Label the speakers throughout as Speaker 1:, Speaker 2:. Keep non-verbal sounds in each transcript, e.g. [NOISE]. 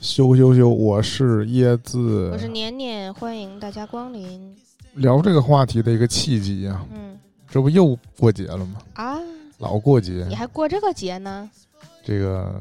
Speaker 1: 羞羞羞，我是椰子。
Speaker 2: 我是年年，欢迎大家光临。
Speaker 1: 聊这个话题的一个契机啊，
Speaker 2: 嗯
Speaker 1: 这不又过节了吗？
Speaker 2: 啊，
Speaker 1: 老过节
Speaker 2: 你，还过这个节呢？
Speaker 1: 这个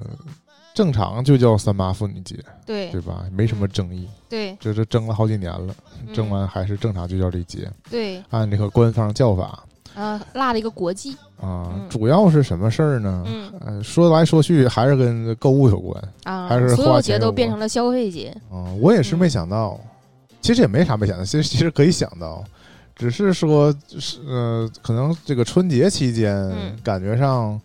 Speaker 1: 正常就叫三八妇女节，
Speaker 2: 对
Speaker 1: 对吧？没什么争议，
Speaker 2: 对，
Speaker 1: 这这争了好几年了，
Speaker 2: 嗯
Speaker 1: 争完还是正常就叫这节。
Speaker 2: 对
Speaker 1: 按这个官方叫法
Speaker 2: 啊，落了一个国际。
Speaker 1: 啊，
Speaker 2: 嗯
Speaker 1: 主要是什么事儿呢？
Speaker 2: 嗯
Speaker 1: 呃，说来说去还是跟购物有关
Speaker 2: 啊
Speaker 1: 还是，
Speaker 2: 所有
Speaker 1: 花
Speaker 2: 节
Speaker 1: 钱
Speaker 2: 都
Speaker 1: 有
Speaker 2: 变
Speaker 1: 关
Speaker 2: 成了消费节。
Speaker 1: 啊。我也是没
Speaker 2: 嗯
Speaker 1: 想到，其实也没啥没想到，其实其实可以想到，只是说是呃，可能这个春节期间
Speaker 2: 嗯
Speaker 1: 感觉上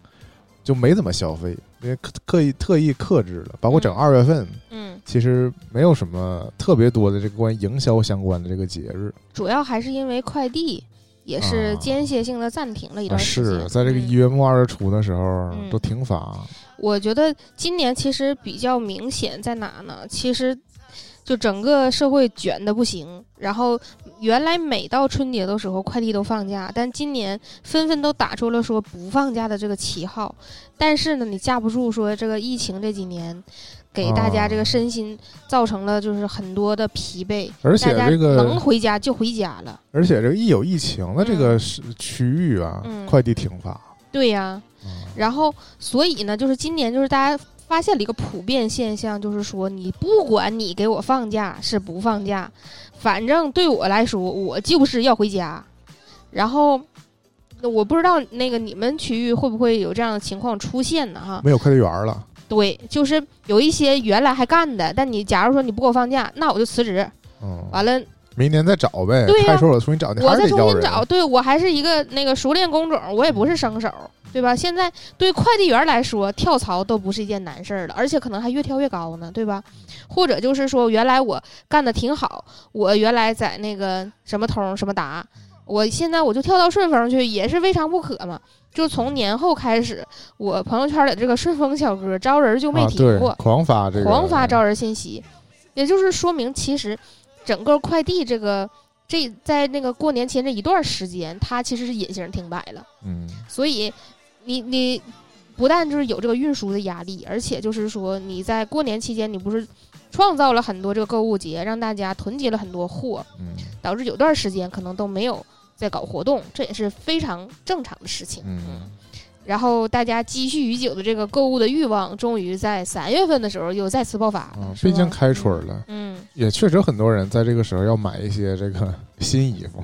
Speaker 1: 就没怎么消费，因为刻刻意特意克制了，包括整
Speaker 2: 嗯
Speaker 1: 个二月份，
Speaker 2: 嗯，
Speaker 1: 其实没有什么特别多的这个关于营销相关的这个节日。
Speaker 2: 主要还是因为快递也是
Speaker 1: 啊
Speaker 2: 间歇性的暂停了一
Speaker 1: 啊
Speaker 2: 段时间。
Speaker 1: 是在这个
Speaker 2: 嗯
Speaker 1: 一月末二月初的时候、
Speaker 2: 嗯
Speaker 1: 都停发，
Speaker 2: 我觉得今年其实比较明显在哪呢？其实就整个社会卷的不行，然后原来每到春节的时候快递都放假，但今年纷纷都打出了说不放假的这个旗号。但是呢，你架不住说这个疫情这几年。给大家这
Speaker 1: 啊
Speaker 2: 个身心造成了就是很多的疲惫，
Speaker 1: 而且
Speaker 2: 大家
Speaker 1: 这个
Speaker 2: 能回家就回家了。
Speaker 1: 而且这个一有疫情的这个
Speaker 2: 嗯
Speaker 1: 是区域啊，
Speaker 2: 嗯
Speaker 1: 快递停发。
Speaker 2: 对呀、
Speaker 1: 嗯
Speaker 2: 然后，所以呢，就是今年就是大家发现了一个普遍现象，就是说你不管你给我放假是不放假，反正对我来说，我就是要回家。然后，那我不知道那个你们区域会不会有这样的情况出现呢？哈，
Speaker 1: 没有快递员了，
Speaker 2: 对，就是有一些原来还干的，但你假如说你不给我放假，那我就辞职。
Speaker 1: 嗯，
Speaker 2: 完了，
Speaker 1: 明年再找呗，
Speaker 2: 对呀
Speaker 1: 派出所重新找，你
Speaker 2: 我
Speaker 1: 还
Speaker 2: 再
Speaker 1: 是得
Speaker 2: 重
Speaker 1: 要
Speaker 2: 新
Speaker 1: 人。啊
Speaker 2: 找，对我还是一个那个熟练工种，我也不是生手，对吧？现在对快递员来说，跳槽都不是一件难事儿了，而且可能还越跳越高呢，对吧？或者就是说，原来我干的挺好，我原来在那个什么通什么达，我现在我就跳到顺丰去，也是未尝不可嘛。就从年后开始，我朋友圈里这个顺丰小哥招人就没
Speaker 1: 啊，
Speaker 2: 停
Speaker 1: 对
Speaker 2: 过，，
Speaker 1: 狂发这个，
Speaker 2: 狂发招人信息，也就是说明，其实整个快递这个这在那个过年前这一段时间，它其实是隐形停摆了。
Speaker 1: 嗯，
Speaker 2: 所以你你不但就是有这个运输的压力，而且就是说你在过年期间，你不是创造了很多这个购物节，让大家囤积了很多货，
Speaker 1: 嗯
Speaker 2: 导致有段时间可能都没有在搞活动，这也是非常正常的事情。
Speaker 1: 嗯，
Speaker 2: 然后大家积蓄已久的这个购物的欲望，终于在三月份的时候又再次爆发了
Speaker 1: 啊。，
Speaker 2: 是
Speaker 1: 毕竟
Speaker 2: 吧
Speaker 1: 开春了，
Speaker 2: 嗯，
Speaker 1: 也确实很多人在这个时候要买一些这个新衣
Speaker 2: [LAUGHS]
Speaker 1: 服，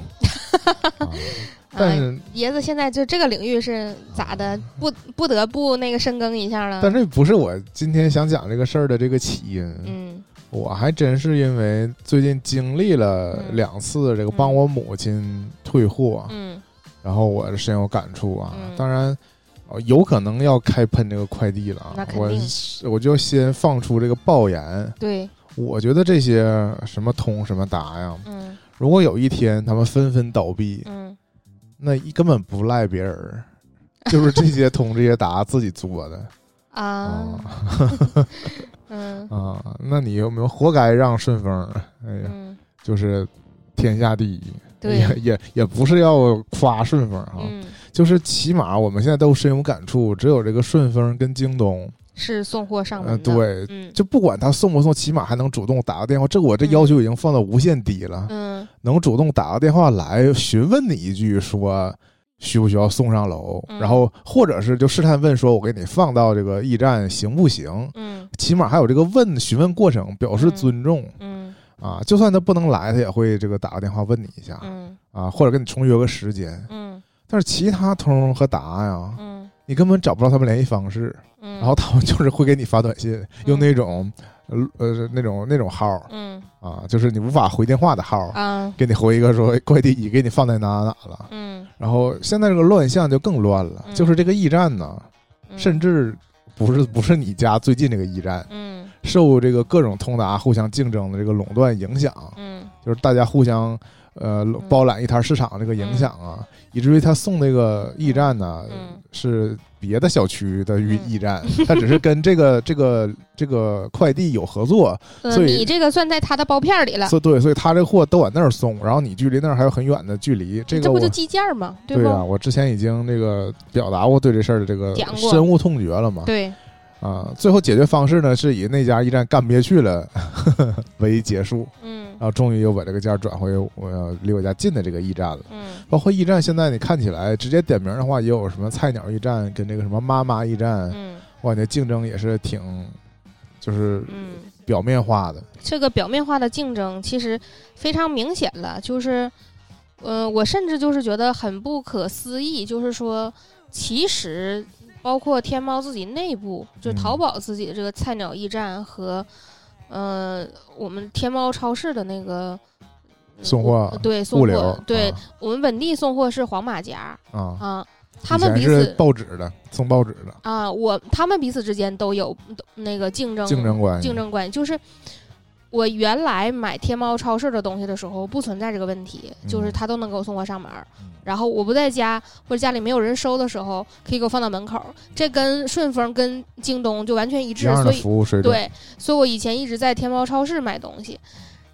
Speaker 1: 啊但
Speaker 2: 哎
Speaker 1: 是
Speaker 2: 椰子现在就这个领域是咋的？不不得不那个深耕一下了。
Speaker 1: 但这不是我今天想讲这个事儿的这个起因，
Speaker 2: 嗯
Speaker 1: 我还真是因为最近经历了
Speaker 2: 嗯
Speaker 1: 两次这个帮我母亲退货，
Speaker 2: 嗯
Speaker 1: 然后我深有感触啊。
Speaker 2: 嗯
Speaker 1: 当然、呃有可能要开喷这个快递了
Speaker 2: 那
Speaker 1: 啊，
Speaker 2: 肯
Speaker 1: 我
Speaker 2: 定
Speaker 1: 是我就先放出这个爆言。
Speaker 2: 对
Speaker 1: 我觉得这些什么通什么达呀，
Speaker 2: 嗯
Speaker 1: 如果有一天他们纷纷倒闭，
Speaker 2: 嗯
Speaker 1: 那一根本不赖别人儿，就是这些通这些达自己作的
Speaker 2: 啊
Speaker 1: 啊
Speaker 2: 嗯
Speaker 1: 啊！那你有没有活该让顺丰？哎呀，哎
Speaker 2: 嗯
Speaker 1: 就是天下第一。
Speaker 2: 对
Speaker 1: 也也也不是要夸顺丰啊，
Speaker 2: 嗯
Speaker 1: 就是起码我们现在都深有感触，只有这个顺丰跟京东，
Speaker 2: 是送货上
Speaker 1: 呃，
Speaker 2: 门的。
Speaker 1: 对，
Speaker 2: 嗯
Speaker 1: 就不管他送不送，起码还能主动打个电话。这我这
Speaker 2: 嗯
Speaker 1: 要求已经放到无限低了，
Speaker 2: 嗯
Speaker 1: 能主动打个电话来询问你一句，说需不需要送上楼，
Speaker 2: 嗯
Speaker 1: 然后或者是就试探问说，我给你放到这个驿站行不行？
Speaker 2: 嗯
Speaker 1: 起码还有这个问询问过程，表示
Speaker 2: 嗯
Speaker 1: 尊重、
Speaker 2: 嗯
Speaker 1: 啊。就算他不能来，他也会这个打个电话问你一下、
Speaker 2: 嗯
Speaker 1: 啊，或者跟你重约个时间。
Speaker 2: 嗯
Speaker 1: 但是其他通和啊达呀，
Speaker 2: 嗯
Speaker 1: 你根本找不到他们联系方式。
Speaker 2: 嗯，
Speaker 1: 然后他们就是会给你发短信，用那种呃呃那种那种号儿
Speaker 2: 嗯
Speaker 1: 啊，就是你无法回电话的号儿，
Speaker 2: 啊
Speaker 1: 给你回一个说哎快递已给你放在哪哪哪了。
Speaker 2: 嗯，
Speaker 1: 然后现在这个乱象就更乱了，
Speaker 2: 嗯
Speaker 1: 就是这个驿站呢，甚
Speaker 2: 至
Speaker 1: 至不是不是你家最近这个驿站，
Speaker 2: 嗯
Speaker 1: 受这个各种通达互相竞争的这个垄断影响，
Speaker 2: 嗯
Speaker 1: 就是大家互相。呃，包揽一摊市场这个影响啊，以至于他送那个驿站呢，
Speaker 2: 嗯
Speaker 1: 是别的小区的驿
Speaker 2: 嗯
Speaker 1: 驿站，它只是跟这
Speaker 2: [LAUGHS]
Speaker 1: 个这个这个快递有合作，
Speaker 2: 呃
Speaker 1: 所以
Speaker 2: 你这个算在他的包片儿里了，
Speaker 1: 所以对，所以他这货都往那儿送，然后你距离那儿还有很远的距离，
Speaker 2: 这
Speaker 1: 个
Speaker 2: 不
Speaker 1: 我
Speaker 2: 就计件儿吗？
Speaker 1: 对啊
Speaker 2: 不？
Speaker 1: 啊，我之前已经那个表达过对这事儿的这个
Speaker 2: 讲过嗯
Speaker 1: 深恶痛绝了嘛。
Speaker 2: 对，
Speaker 1: 啊，最后解决方式呢是以那家驿站干不下去了 [LAUGHS] 为结束，
Speaker 2: 嗯
Speaker 1: 然后终于又把这个件儿转回我要离我家近的这个驿站了。
Speaker 2: 嗯
Speaker 1: 包括驿站，现在你看起来直接点名的话，也有什么菜鸟驿站跟这个什么妈妈驿站，
Speaker 2: 嗯
Speaker 1: 我感觉竞争也是挺，就是
Speaker 2: 嗯，
Speaker 1: 表面化的。
Speaker 2: 这个表面化的竞争其实非常明显了，就是，呃，我甚至就是觉得很不可思议，就是说，其实包括天猫自己内部，就是
Speaker 1: 嗯
Speaker 2: 淘宝自己的这个菜鸟驿站和，呃，我们天猫超市的那个嗯
Speaker 1: 送货
Speaker 2: 我对送
Speaker 1: 物流
Speaker 2: 货，对、
Speaker 1: 啊
Speaker 2: 我们本地送货是黄马甲
Speaker 1: 啊，
Speaker 2: 啊，
Speaker 1: 以
Speaker 2: 他们
Speaker 1: 前
Speaker 2: 彼
Speaker 1: 是
Speaker 2: 此。
Speaker 1: 报纸的，送报纸的
Speaker 2: 啊，我他们彼此之间都有都那个竞争
Speaker 1: 竞争关系，
Speaker 2: 竞争关系，就是我原来买天猫超市的东西的时候，不存在这个问题，就是
Speaker 1: 嗯
Speaker 2: 他都能给我送货上门儿。
Speaker 1: 嗯
Speaker 2: 然后我不在家或者家里没有人收的时候，可以给我放到门口儿。这跟顺丰跟京东就完全一
Speaker 1: 一
Speaker 2: 致，
Speaker 1: 样的
Speaker 2: 所以
Speaker 1: 服务水准。
Speaker 2: 对，所以我以前一直在天猫超市买东西，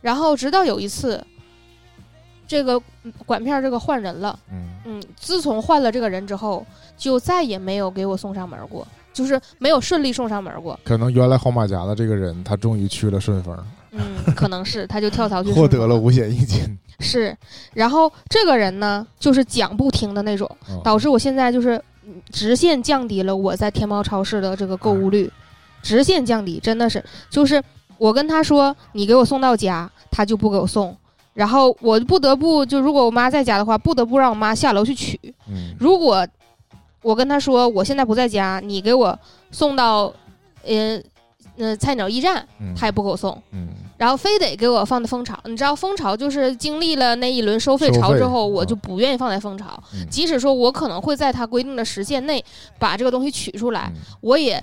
Speaker 2: 然后直到有一次，这个嗯管片儿这个换人了。
Speaker 1: 嗯，
Speaker 2: 嗯，自从换了这个人之后，就再也没有给我送上门儿过，就是没有顺利送上门儿过。
Speaker 1: 可能原来黄马甲的这个人，他终于去了顺丰，
Speaker 2: 嗯，可能是他就跳槽去
Speaker 1: 获
Speaker 2: 顺
Speaker 1: 得
Speaker 2: 丰
Speaker 1: 了五险一金。
Speaker 2: 是，然后这个人呢，就是讲不听的那种，
Speaker 1: 嗯
Speaker 2: 导致我现在就是嗯直线降低了我在天猫超市的这个购
Speaker 1: 嗯
Speaker 2: 物率，直线降低，真的是，就是我跟他说你给我送到家，他就不给我送，然后我不得不就如果我妈在家的话，不得不让我妈下楼去取，
Speaker 1: 嗯，
Speaker 2: 如果我跟他说我现在不在家，你给我送到，嗯、呃，菜鸟驿站，
Speaker 1: 嗯
Speaker 2: 他也不给我送，
Speaker 1: 嗯
Speaker 2: 然后非得给我放在蜂巢。你知道蜂巢就是经历了那一轮收费
Speaker 1: 收
Speaker 2: 潮
Speaker 1: 费
Speaker 2: 之后，我
Speaker 1: 嗯
Speaker 2: 就不愿意放在蜂巢。
Speaker 1: 嗯
Speaker 2: 即使说我可能会在它规定的时限内把这个东西取出来，
Speaker 1: 嗯
Speaker 2: 我也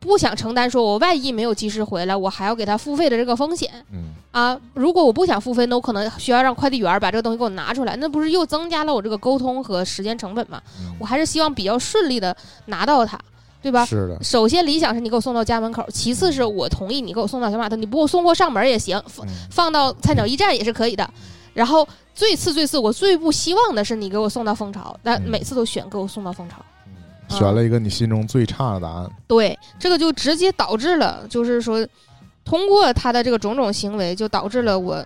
Speaker 2: 不想承担说我万一没有及时回来，我还要给他付费的这个风险。
Speaker 1: 嗯
Speaker 2: 啊，如果我不想付费，那我可能需要让快递员儿把这个东西给我拿出来，那不是又增加了我这个沟通和时间成本吗？
Speaker 1: 嗯
Speaker 2: 我还是希望比较顺利的拿到它，对吧？
Speaker 1: 是的，
Speaker 2: 首先理想是你给我送到家门口，其次是我同意你给我送到小码头，你不给我送货上门儿也行，放
Speaker 1: 嗯
Speaker 2: 放到菜鸟驿站也是可以的。然后最次最次，我最不希望的是你给我送到蜂巢，但
Speaker 1: 嗯
Speaker 2: 每次都选给我送到蜂巢。
Speaker 1: 嗯选了一个你心中最差的答案。
Speaker 2: 对，这个就直接导致了，就是说，通过他的这个种种行为，就导致了我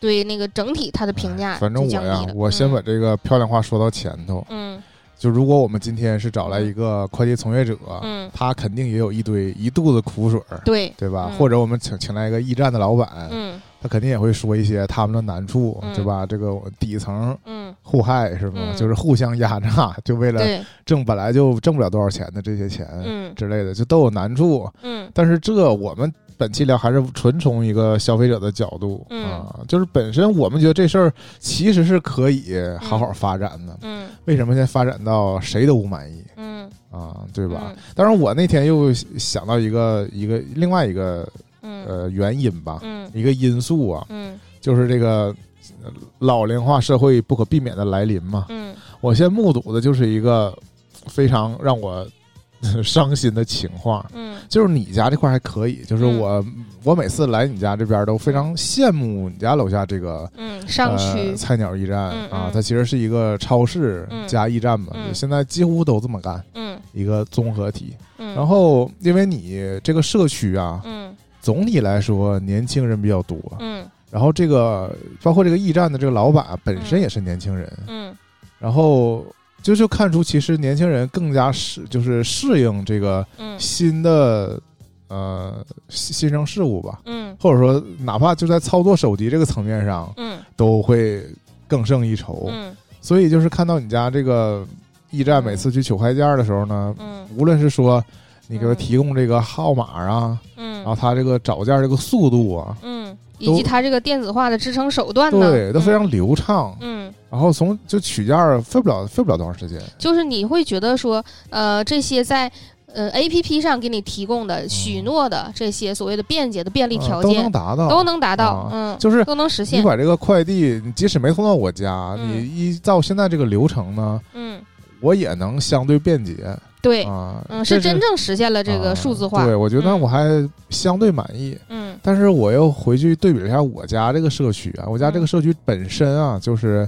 Speaker 2: 对那个整体他的评价
Speaker 1: 哎反正
Speaker 2: 就
Speaker 1: 我
Speaker 2: 降低
Speaker 1: 呀
Speaker 2: 了。，
Speaker 1: 我先把这个漂亮话说到前头。
Speaker 2: 嗯
Speaker 1: 就如果我们今天是找来一个快递从业者，
Speaker 2: 嗯，嗯
Speaker 1: 他肯定也有一堆一肚子苦水儿，
Speaker 2: 对，
Speaker 1: 啊对吧？
Speaker 2: 嗯
Speaker 1: 或者我们请请来一个驿站的老板，
Speaker 2: 嗯
Speaker 1: 他肯定也会说一些他们的难处，
Speaker 2: 嗯
Speaker 1: 对吧？这个底层
Speaker 2: 嗯，
Speaker 1: 互害是吗？
Speaker 2: 嗯
Speaker 1: 就是互相压榨，就为了
Speaker 2: 对，
Speaker 1: 挣本来就挣不了多少钱的这些钱。
Speaker 2: 嗯
Speaker 1: 之类的，就都有难处，
Speaker 2: 嗯
Speaker 1: 但是这我们本期聊还是纯从一个消费者的角度、
Speaker 2: 嗯
Speaker 1: 啊，就是本身我们觉得这事儿其实是可以好好发展的，
Speaker 2: 嗯
Speaker 1: 为什么现在发展到谁都不满意
Speaker 2: 嗯，
Speaker 1: 啊？对吧？
Speaker 2: 嗯？
Speaker 1: 当然，我那天又想到一个一个另外一个
Speaker 2: 嗯
Speaker 1: 呃原因吧，
Speaker 2: 嗯
Speaker 1: 一个因素啊，
Speaker 2: 嗯
Speaker 1: 就是这个呃老龄化社会不可避免的来临嘛。
Speaker 2: 嗯
Speaker 1: 我现在目睹的就是一个非常让我伤心的情况。
Speaker 2: 嗯
Speaker 1: 就是你家这块还可以，就是
Speaker 2: 嗯
Speaker 1: 我、我每次来你家这边都非常羡慕你家楼下这个
Speaker 2: 嗯，上
Speaker 1: 呃、
Speaker 2: 区，
Speaker 1: 菜鸟驿站、
Speaker 2: 嗯
Speaker 1: 啊
Speaker 2: 嗯，
Speaker 1: 它其实是一个超市
Speaker 2: 嗯
Speaker 1: 加驿站嘛，
Speaker 2: 嗯
Speaker 1: 现在几乎都这么干，
Speaker 2: 嗯
Speaker 1: 一个综合体。
Speaker 2: 嗯，
Speaker 1: 然后因为你这个社区啊，
Speaker 2: 嗯
Speaker 1: 总体来说年轻人比较多，
Speaker 2: 嗯
Speaker 1: 然后这个包括这个驿站的这个老板本身
Speaker 2: 嗯
Speaker 1: 也是年轻人，
Speaker 2: 嗯
Speaker 1: 然后。就就看出，其实年轻人更加适，就是适应这个
Speaker 2: 嗯
Speaker 1: 新的呃新新生事物吧，
Speaker 2: 嗯
Speaker 1: 或者说哪怕就在操作手机这个层面上，
Speaker 2: 嗯
Speaker 1: 都会更胜一筹。
Speaker 2: 嗯
Speaker 1: 所以就是看到你家这个驿站
Speaker 2: 嗯
Speaker 1: 每次去取快件儿的时候呢，
Speaker 2: 嗯
Speaker 1: 无论是说你给他
Speaker 2: 嗯
Speaker 1: 提供这个号码啊，然后
Speaker 2: 嗯
Speaker 1: 他这个找件儿这个速度啊，
Speaker 2: 嗯，以及
Speaker 1: 都
Speaker 2: 它这个电子化的支撑手段呢，
Speaker 1: 对，都非常流畅。
Speaker 2: 嗯。嗯
Speaker 1: 然后从就取件儿费不了费不了多长时间，
Speaker 2: 就是你会觉得说，呃，这些在呃 A P P 上给你提供的许诺的这些所谓的便捷的便利
Speaker 1: 啊
Speaker 2: 条
Speaker 1: 嗯都
Speaker 2: 件
Speaker 1: 能，达到，
Speaker 2: 都能达到
Speaker 1: 啊，
Speaker 2: 嗯，
Speaker 1: 就是
Speaker 2: 都能实
Speaker 1: 你
Speaker 2: 现，
Speaker 1: 把这个快递，你即使没送到我家，
Speaker 2: 嗯
Speaker 1: 你依照现在这个流程呢，
Speaker 2: 嗯，
Speaker 1: 我也能相对便捷
Speaker 2: 对，
Speaker 1: 啊。
Speaker 2: 嗯，
Speaker 1: 这
Speaker 2: 是真正实现了这个数字化
Speaker 1: 啊，对我觉得
Speaker 2: 嗯
Speaker 1: 我还相对满意。
Speaker 2: 嗯
Speaker 1: 但是我又回去对比了一下我家这个社区啊，我家这个
Speaker 2: 嗯
Speaker 1: 社区本身啊，就是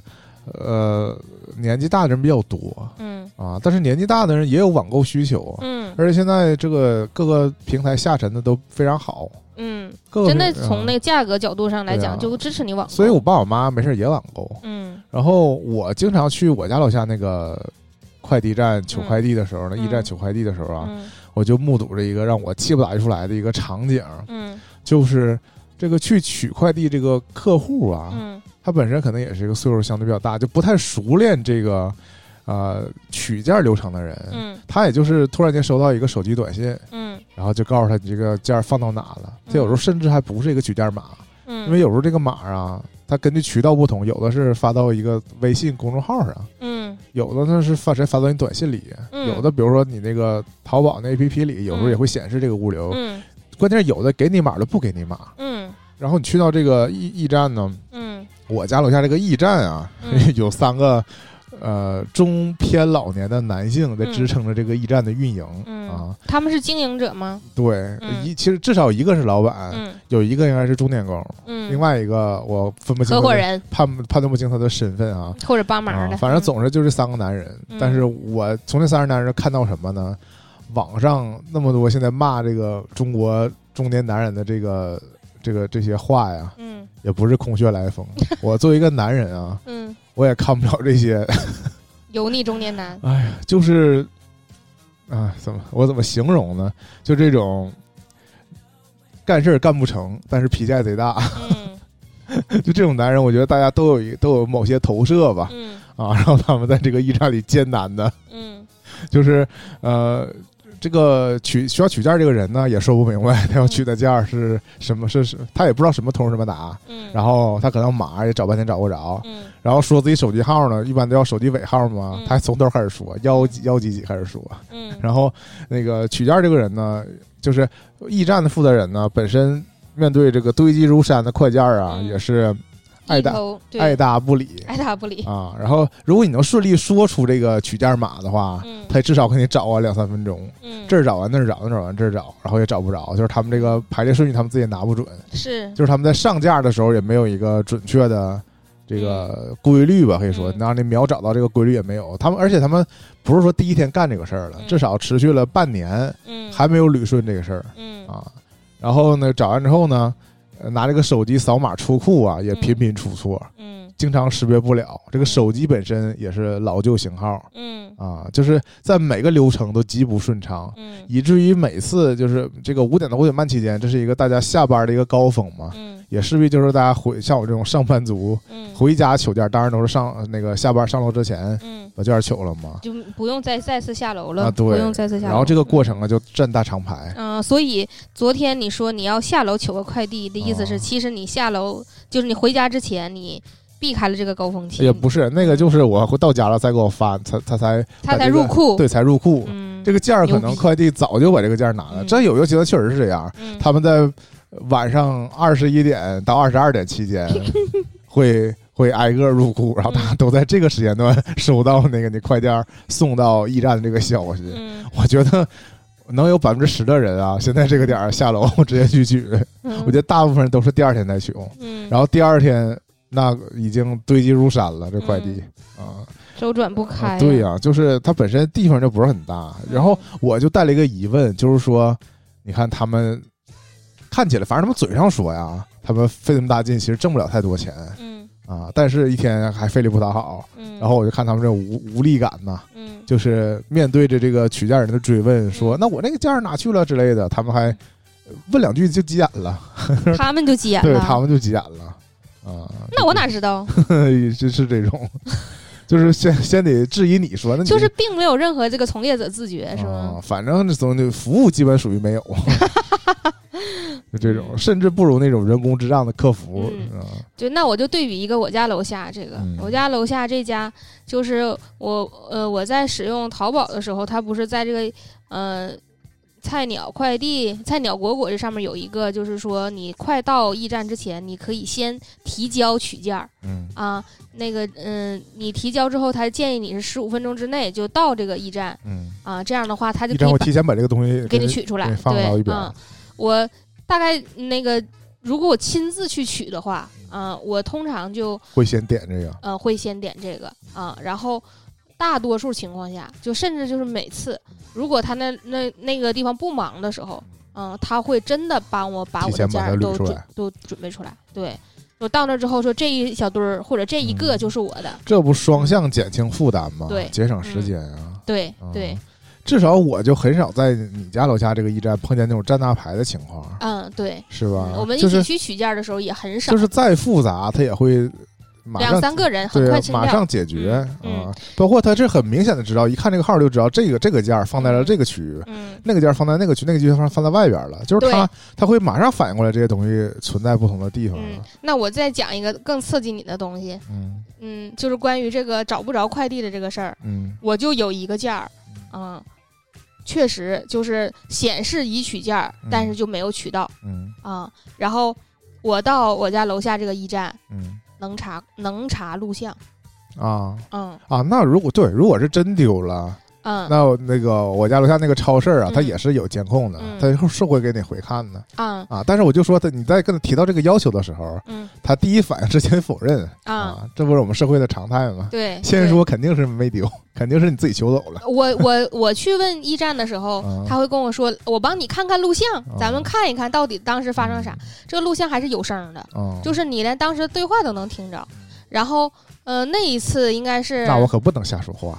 Speaker 1: 呃年纪大的人比较多，
Speaker 2: 嗯
Speaker 1: 啊，但是年纪大的人也有网购需求啊，
Speaker 2: 嗯
Speaker 1: 而且现在这个各个平台下沉的都非常好，
Speaker 2: 嗯，
Speaker 1: 各个
Speaker 2: 真的
Speaker 1: 平
Speaker 2: 从那
Speaker 1: 啊
Speaker 2: 个价格角度上来
Speaker 1: 对
Speaker 2: 讲，
Speaker 1: 啊
Speaker 2: 就支持你网购。
Speaker 1: 所以我爸我妈没事儿也网购，
Speaker 2: 嗯
Speaker 1: 然后我经常去我家楼下那个快递站取快递的时候呢，
Speaker 2: 嗯
Speaker 1: 驿站取快递的时候啊，
Speaker 2: 嗯
Speaker 1: 我就目睹着一个让我气不打一处来的一个场景，
Speaker 2: 嗯
Speaker 1: 就是这个去取快递这个客户啊，
Speaker 2: 嗯
Speaker 1: 他本身可能也是一个岁数相对比较大，就不太熟练这个呃取件流程的人，
Speaker 2: 嗯
Speaker 1: 他也就是突然间收到一个手机短信，
Speaker 2: 嗯
Speaker 1: 然后就告诉他你这个件儿放到哪了，
Speaker 2: 嗯
Speaker 1: 他有时候甚至还不是一个取件码，
Speaker 2: 嗯，
Speaker 1: 因为有时候这个码啊，它根据渠道不同，有的是发到一个微信公众号上，
Speaker 2: 嗯
Speaker 1: 有的呢是发直接发到你短信里，
Speaker 2: 嗯
Speaker 1: 有的比如说你那个淘宝那 APP 里，有时候也会显示这个物流。
Speaker 2: 嗯
Speaker 1: 关键是有的给你码的不给你码，
Speaker 2: 嗯
Speaker 1: 然后你去到这个驿驿站呢，
Speaker 2: 嗯
Speaker 1: 我家楼下这个驿站啊，
Speaker 2: 嗯
Speaker 1: [LAUGHS] 有三个。呃，中偏老年的男性在支撑着这个驿站的运营、
Speaker 2: 嗯
Speaker 1: 啊，
Speaker 2: 他们是经营者吗？
Speaker 1: 对，
Speaker 2: 嗯
Speaker 1: 一其实至少一个是老板，
Speaker 2: 嗯
Speaker 1: 有一个应该是钟点工，
Speaker 2: 嗯，
Speaker 1: 哎另外一个我分不清
Speaker 2: 合
Speaker 1: 他
Speaker 2: 伙
Speaker 1: 的
Speaker 2: 人
Speaker 1: 判不判断不清他的身份啊。
Speaker 2: 或者帮忙
Speaker 1: 啊
Speaker 2: 的，
Speaker 1: 反正
Speaker 2: 嗯
Speaker 1: 总之就是三个男人，
Speaker 2: 嗯
Speaker 1: 但是我从这三个男人看到什么呢？网上那么多现在骂这个中国中年男人的这个这个这些话呀，
Speaker 2: 嗯
Speaker 1: 也不是空穴来
Speaker 2: [LAUGHS]
Speaker 1: 风。我作为一个男人啊，
Speaker 2: 嗯，
Speaker 1: 我也看不了这些。
Speaker 2: 油腻中
Speaker 1: [LAUGHS]
Speaker 2: 年男，
Speaker 1: 哎呀，就是啊，怎么我怎么形容呢？就这种干事儿干不成，但是脾气还贼大，
Speaker 2: 嗯
Speaker 1: 就这种男人，我觉得大家都有一都有某些投射吧。
Speaker 2: 嗯
Speaker 1: 啊，然后他们在这个驿站里艰难的，
Speaker 2: 嗯
Speaker 1: 就是呃，这个取需要取件儿这个人呢也说不明白他要取的件儿是什么，是是，他也不知道什么通什么答，
Speaker 2: 嗯，
Speaker 1: 然后他可能码也找半天找不着，
Speaker 2: 嗯
Speaker 1: 然后说自己手机号呢，一般都要手机尾号嘛
Speaker 2: 嗯，
Speaker 1: 他还从头开始说幺几幺几几开始说，
Speaker 2: 嗯
Speaker 1: 然后那个取件儿这个人呢，就是驿站的负责人呢，本身面对这个堆积如山的快件儿啊，
Speaker 2: 嗯
Speaker 1: 也是爱
Speaker 2: 一
Speaker 1: 答
Speaker 2: 头对
Speaker 1: 爱答不理，
Speaker 2: 爱答不理，
Speaker 1: 啊，然后如果你能顺利说出这个取件码的话，
Speaker 2: 嗯
Speaker 1: 他至少给你找啊两三分钟，
Speaker 2: 嗯
Speaker 1: 这儿找完那儿找那儿找完这儿找，然后也找不着，就是他们这个排列顺序他们自己也拿不准，
Speaker 2: 是嗯
Speaker 1: 就是他们在上架的时候也没有一个准确的这个规律吧，可以说，
Speaker 2: 嗯
Speaker 1: 然后你秒找到这个规律也没有，他们而且他们不是说第一天干这个事儿了
Speaker 2: 嗯，
Speaker 1: 至少持续了半年
Speaker 2: 嗯
Speaker 1: 还没有捋顺这个事儿
Speaker 2: 嗯
Speaker 1: 啊，然后呢找完之后呢，呃拿这个手机扫码出库啊也频频出错。
Speaker 2: 嗯
Speaker 1: 经常识别不了。这个手机本身也是老旧型号
Speaker 2: 嗯
Speaker 1: 啊，就是在每个流程都极不顺畅，
Speaker 2: 嗯
Speaker 1: 以至于每次就是这个五点到五点半期间，这是一个大家下班的一个高峰嘛，
Speaker 2: 嗯
Speaker 1: 也势必就是大家回像我这种上班族
Speaker 2: 嗯
Speaker 1: 回家取件，当然都是上呃那个下班上楼之前
Speaker 2: 嗯，
Speaker 1: 把件取了嘛。
Speaker 2: 就不用再再次下楼了，
Speaker 1: 啊对
Speaker 2: 不用再次下楼。
Speaker 1: 然后这个过程啊，就占大长排。
Speaker 2: 嗯，所以昨天你说你要下楼取个快递的意思是，
Speaker 1: 哦
Speaker 2: 其实你下楼就是你回家之前，你避开了这个高峰期，
Speaker 1: 也不是那个，就是我回到家了才给我发，才才才
Speaker 2: 他
Speaker 1: 把
Speaker 2: 才
Speaker 1: 这个
Speaker 2: 入库。
Speaker 1: 对才入库。
Speaker 2: 嗯，
Speaker 1: 这个件儿可
Speaker 2: 牛
Speaker 1: 能
Speaker 2: 逼
Speaker 1: 快递早就把这个件儿拿了，
Speaker 2: 嗯
Speaker 1: 这有些阶段确实是这样。
Speaker 2: 嗯
Speaker 1: 他们在晚上二十一点到二十二点期
Speaker 2: [LAUGHS]
Speaker 1: 间会会挨个入库，然后大家都在这个时间段收到那个你快件儿送到驿站的这个消息。
Speaker 2: 嗯，
Speaker 1: [LAUGHS] 我觉得能有百分之十的人啊，现在这个点儿下楼 [LAUGHS] 直接去取，
Speaker 2: 我
Speaker 1: 我觉得大部分人都是第二天才取，
Speaker 2: 嗯，
Speaker 1: 然后第二天。那已经堆积如山了，这快递、啊
Speaker 2: 周转不
Speaker 1: 啊
Speaker 2: 嗯开，
Speaker 1: 对呀、就是它本身地方就不是很大，然后我就带了一个疑问，就是说，你看他们看起来，反正他们嘴上说呀，他们费那么大劲，其实挣不了太多钱
Speaker 2: 嗯
Speaker 1: 啊，但是一天还费力不讨好。
Speaker 2: 嗯，
Speaker 1: 然后我就看他们这无无力感呐，
Speaker 2: 嗯
Speaker 1: 就是面对着这个取件人的追问，说
Speaker 2: 嗯
Speaker 1: 那我那个件儿哪去了之类的，他们还问两句就急眼了，
Speaker 2: 他们就急眼了，
Speaker 1: 对他们就急眼了
Speaker 2: [LAUGHS]
Speaker 1: 啊。
Speaker 2: 那我哪知
Speaker 1: [LAUGHS]
Speaker 2: 道？
Speaker 1: 就是这种， [LAUGHS] 就是先先得质疑你说，那你
Speaker 2: 就是并没有任何这个从业者自觉，是
Speaker 1: 啊
Speaker 2: 吗？
Speaker 1: 反正这总就服务基本属于没有， [LAUGHS] 就这种，甚至不如那种人工智障的客服。
Speaker 2: 嗯
Speaker 1: 啊
Speaker 2: 就那我就对比一个我家楼下这个，
Speaker 1: 嗯
Speaker 2: 我家楼下这家就是我呃我在使用淘宝的时候，它不是在这个呃菜鸟快递、菜鸟果果这上面有一个，就是说你快到驿站之前，你可以先提交取件儿
Speaker 1: 嗯
Speaker 2: 啊，那个嗯、你提交之后，他建议你是十五分钟之内就到这个驿站
Speaker 1: 嗯，
Speaker 2: 啊，这样的话他就
Speaker 1: 一
Speaker 2: 可
Speaker 1: 张
Speaker 2: 以
Speaker 1: 我
Speaker 2: 把
Speaker 1: 提前把这个东西
Speaker 2: 给你取出来，
Speaker 1: 给放到一
Speaker 2: 对，
Speaker 1: 边
Speaker 2: 嗯，我大概那个，如果我亲自去取的话，啊、我通常就
Speaker 1: 会先点这个。
Speaker 2: 呃会先点这个啊、然后大多数情况下，就甚至就是每次，如果他那那那个地方不忙的时候，嗯，他会真的帮我把
Speaker 1: 提
Speaker 2: 我的
Speaker 1: 前把
Speaker 2: 件
Speaker 1: 它
Speaker 2: 儿
Speaker 1: 捋
Speaker 2: 都
Speaker 1: 出
Speaker 2: 准
Speaker 1: 来
Speaker 2: 都准备出来。对，我到那之后说这一小堆儿或者这一个
Speaker 1: 嗯
Speaker 2: 就是我的。
Speaker 1: 这不双向减轻负担吗？
Speaker 2: 对嗯
Speaker 1: 节省时间啊。
Speaker 2: 对
Speaker 1: 啊
Speaker 2: 对，，
Speaker 1: 至少我就很少在你家楼下这个驿站碰见那种站大排的情况，
Speaker 2: 嗯对，
Speaker 1: 是吧？
Speaker 2: 我们一
Speaker 1: 就
Speaker 2: 起
Speaker 1: 是
Speaker 2: 去取件儿的时候也很少
Speaker 1: 就，是再复杂，它也会马
Speaker 2: 两
Speaker 1: 上
Speaker 2: 三个人很
Speaker 1: 对
Speaker 2: 快清
Speaker 1: 马
Speaker 2: 掉。
Speaker 1: 上解决
Speaker 2: 嗯
Speaker 1: 啊。包括它是很明显的知道，一看这个号就知道哎这个这个件儿放在了这个区域，
Speaker 2: 嗯，
Speaker 1: 那个件儿放在那个区，那个件儿放放在外边了，就是
Speaker 2: 对
Speaker 1: 他他会马上反应过来这些东西存在不同的地方
Speaker 2: 嗯
Speaker 1: 了。，
Speaker 2: 那我再讲一个更刺激你的东西，
Speaker 1: 嗯
Speaker 2: 嗯，就是关于这个找不着快递的这个事儿，
Speaker 1: 嗯
Speaker 2: 我就有一个件儿，嗯，确实就是显示已取件儿，
Speaker 1: 嗯
Speaker 2: 但是就没有取到
Speaker 1: 嗯
Speaker 2: 啊、然后我到我家楼下这个驿站
Speaker 1: 嗯
Speaker 2: 能查能查录像，
Speaker 1: 啊
Speaker 2: 嗯
Speaker 1: 啊！那如果对，如果是真丢了，
Speaker 2: 嗯
Speaker 1: 那我那个我家楼下那个超市啊，
Speaker 2: 嗯
Speaker 1: 它也是有监控的，
Speaker 2: 嗯
Speaker 1: 它是是会给你回看的
Speaker 2: 啊
Speaker 1: 啊。但是我就说他，你在跟他提到这个要求的时候，
Speaker 2: 嗯
Speaker 1: 他第一反应是先否认
Speaker 2: 啊，，
Speaker 1: 这不是我们社会的常态吗？
Speaker 2: 对，
Speaker 1: 先
Speaker 2: 对。
Speaker 1: 说肯定是没丢，肯定是你自己求走了。
Speaker 2: 我我我去问驿站的时候
Speaker 1: 啊，
Speaker 2: 他会跟我说：“我帮你看看录像，咱们
Speaker 1: 啊
Speaker 2: 看一看到底当时发生
Speaker 1: 嗯
Speaker 2: 啥。”这个录像还是有声儿的，
Speaker 1: 啊？
Speaker 2: 就是你连当时的对话都能听着。然后，呃，那一次应该是
Speaker 1: 嗯那我可不能瞎说话。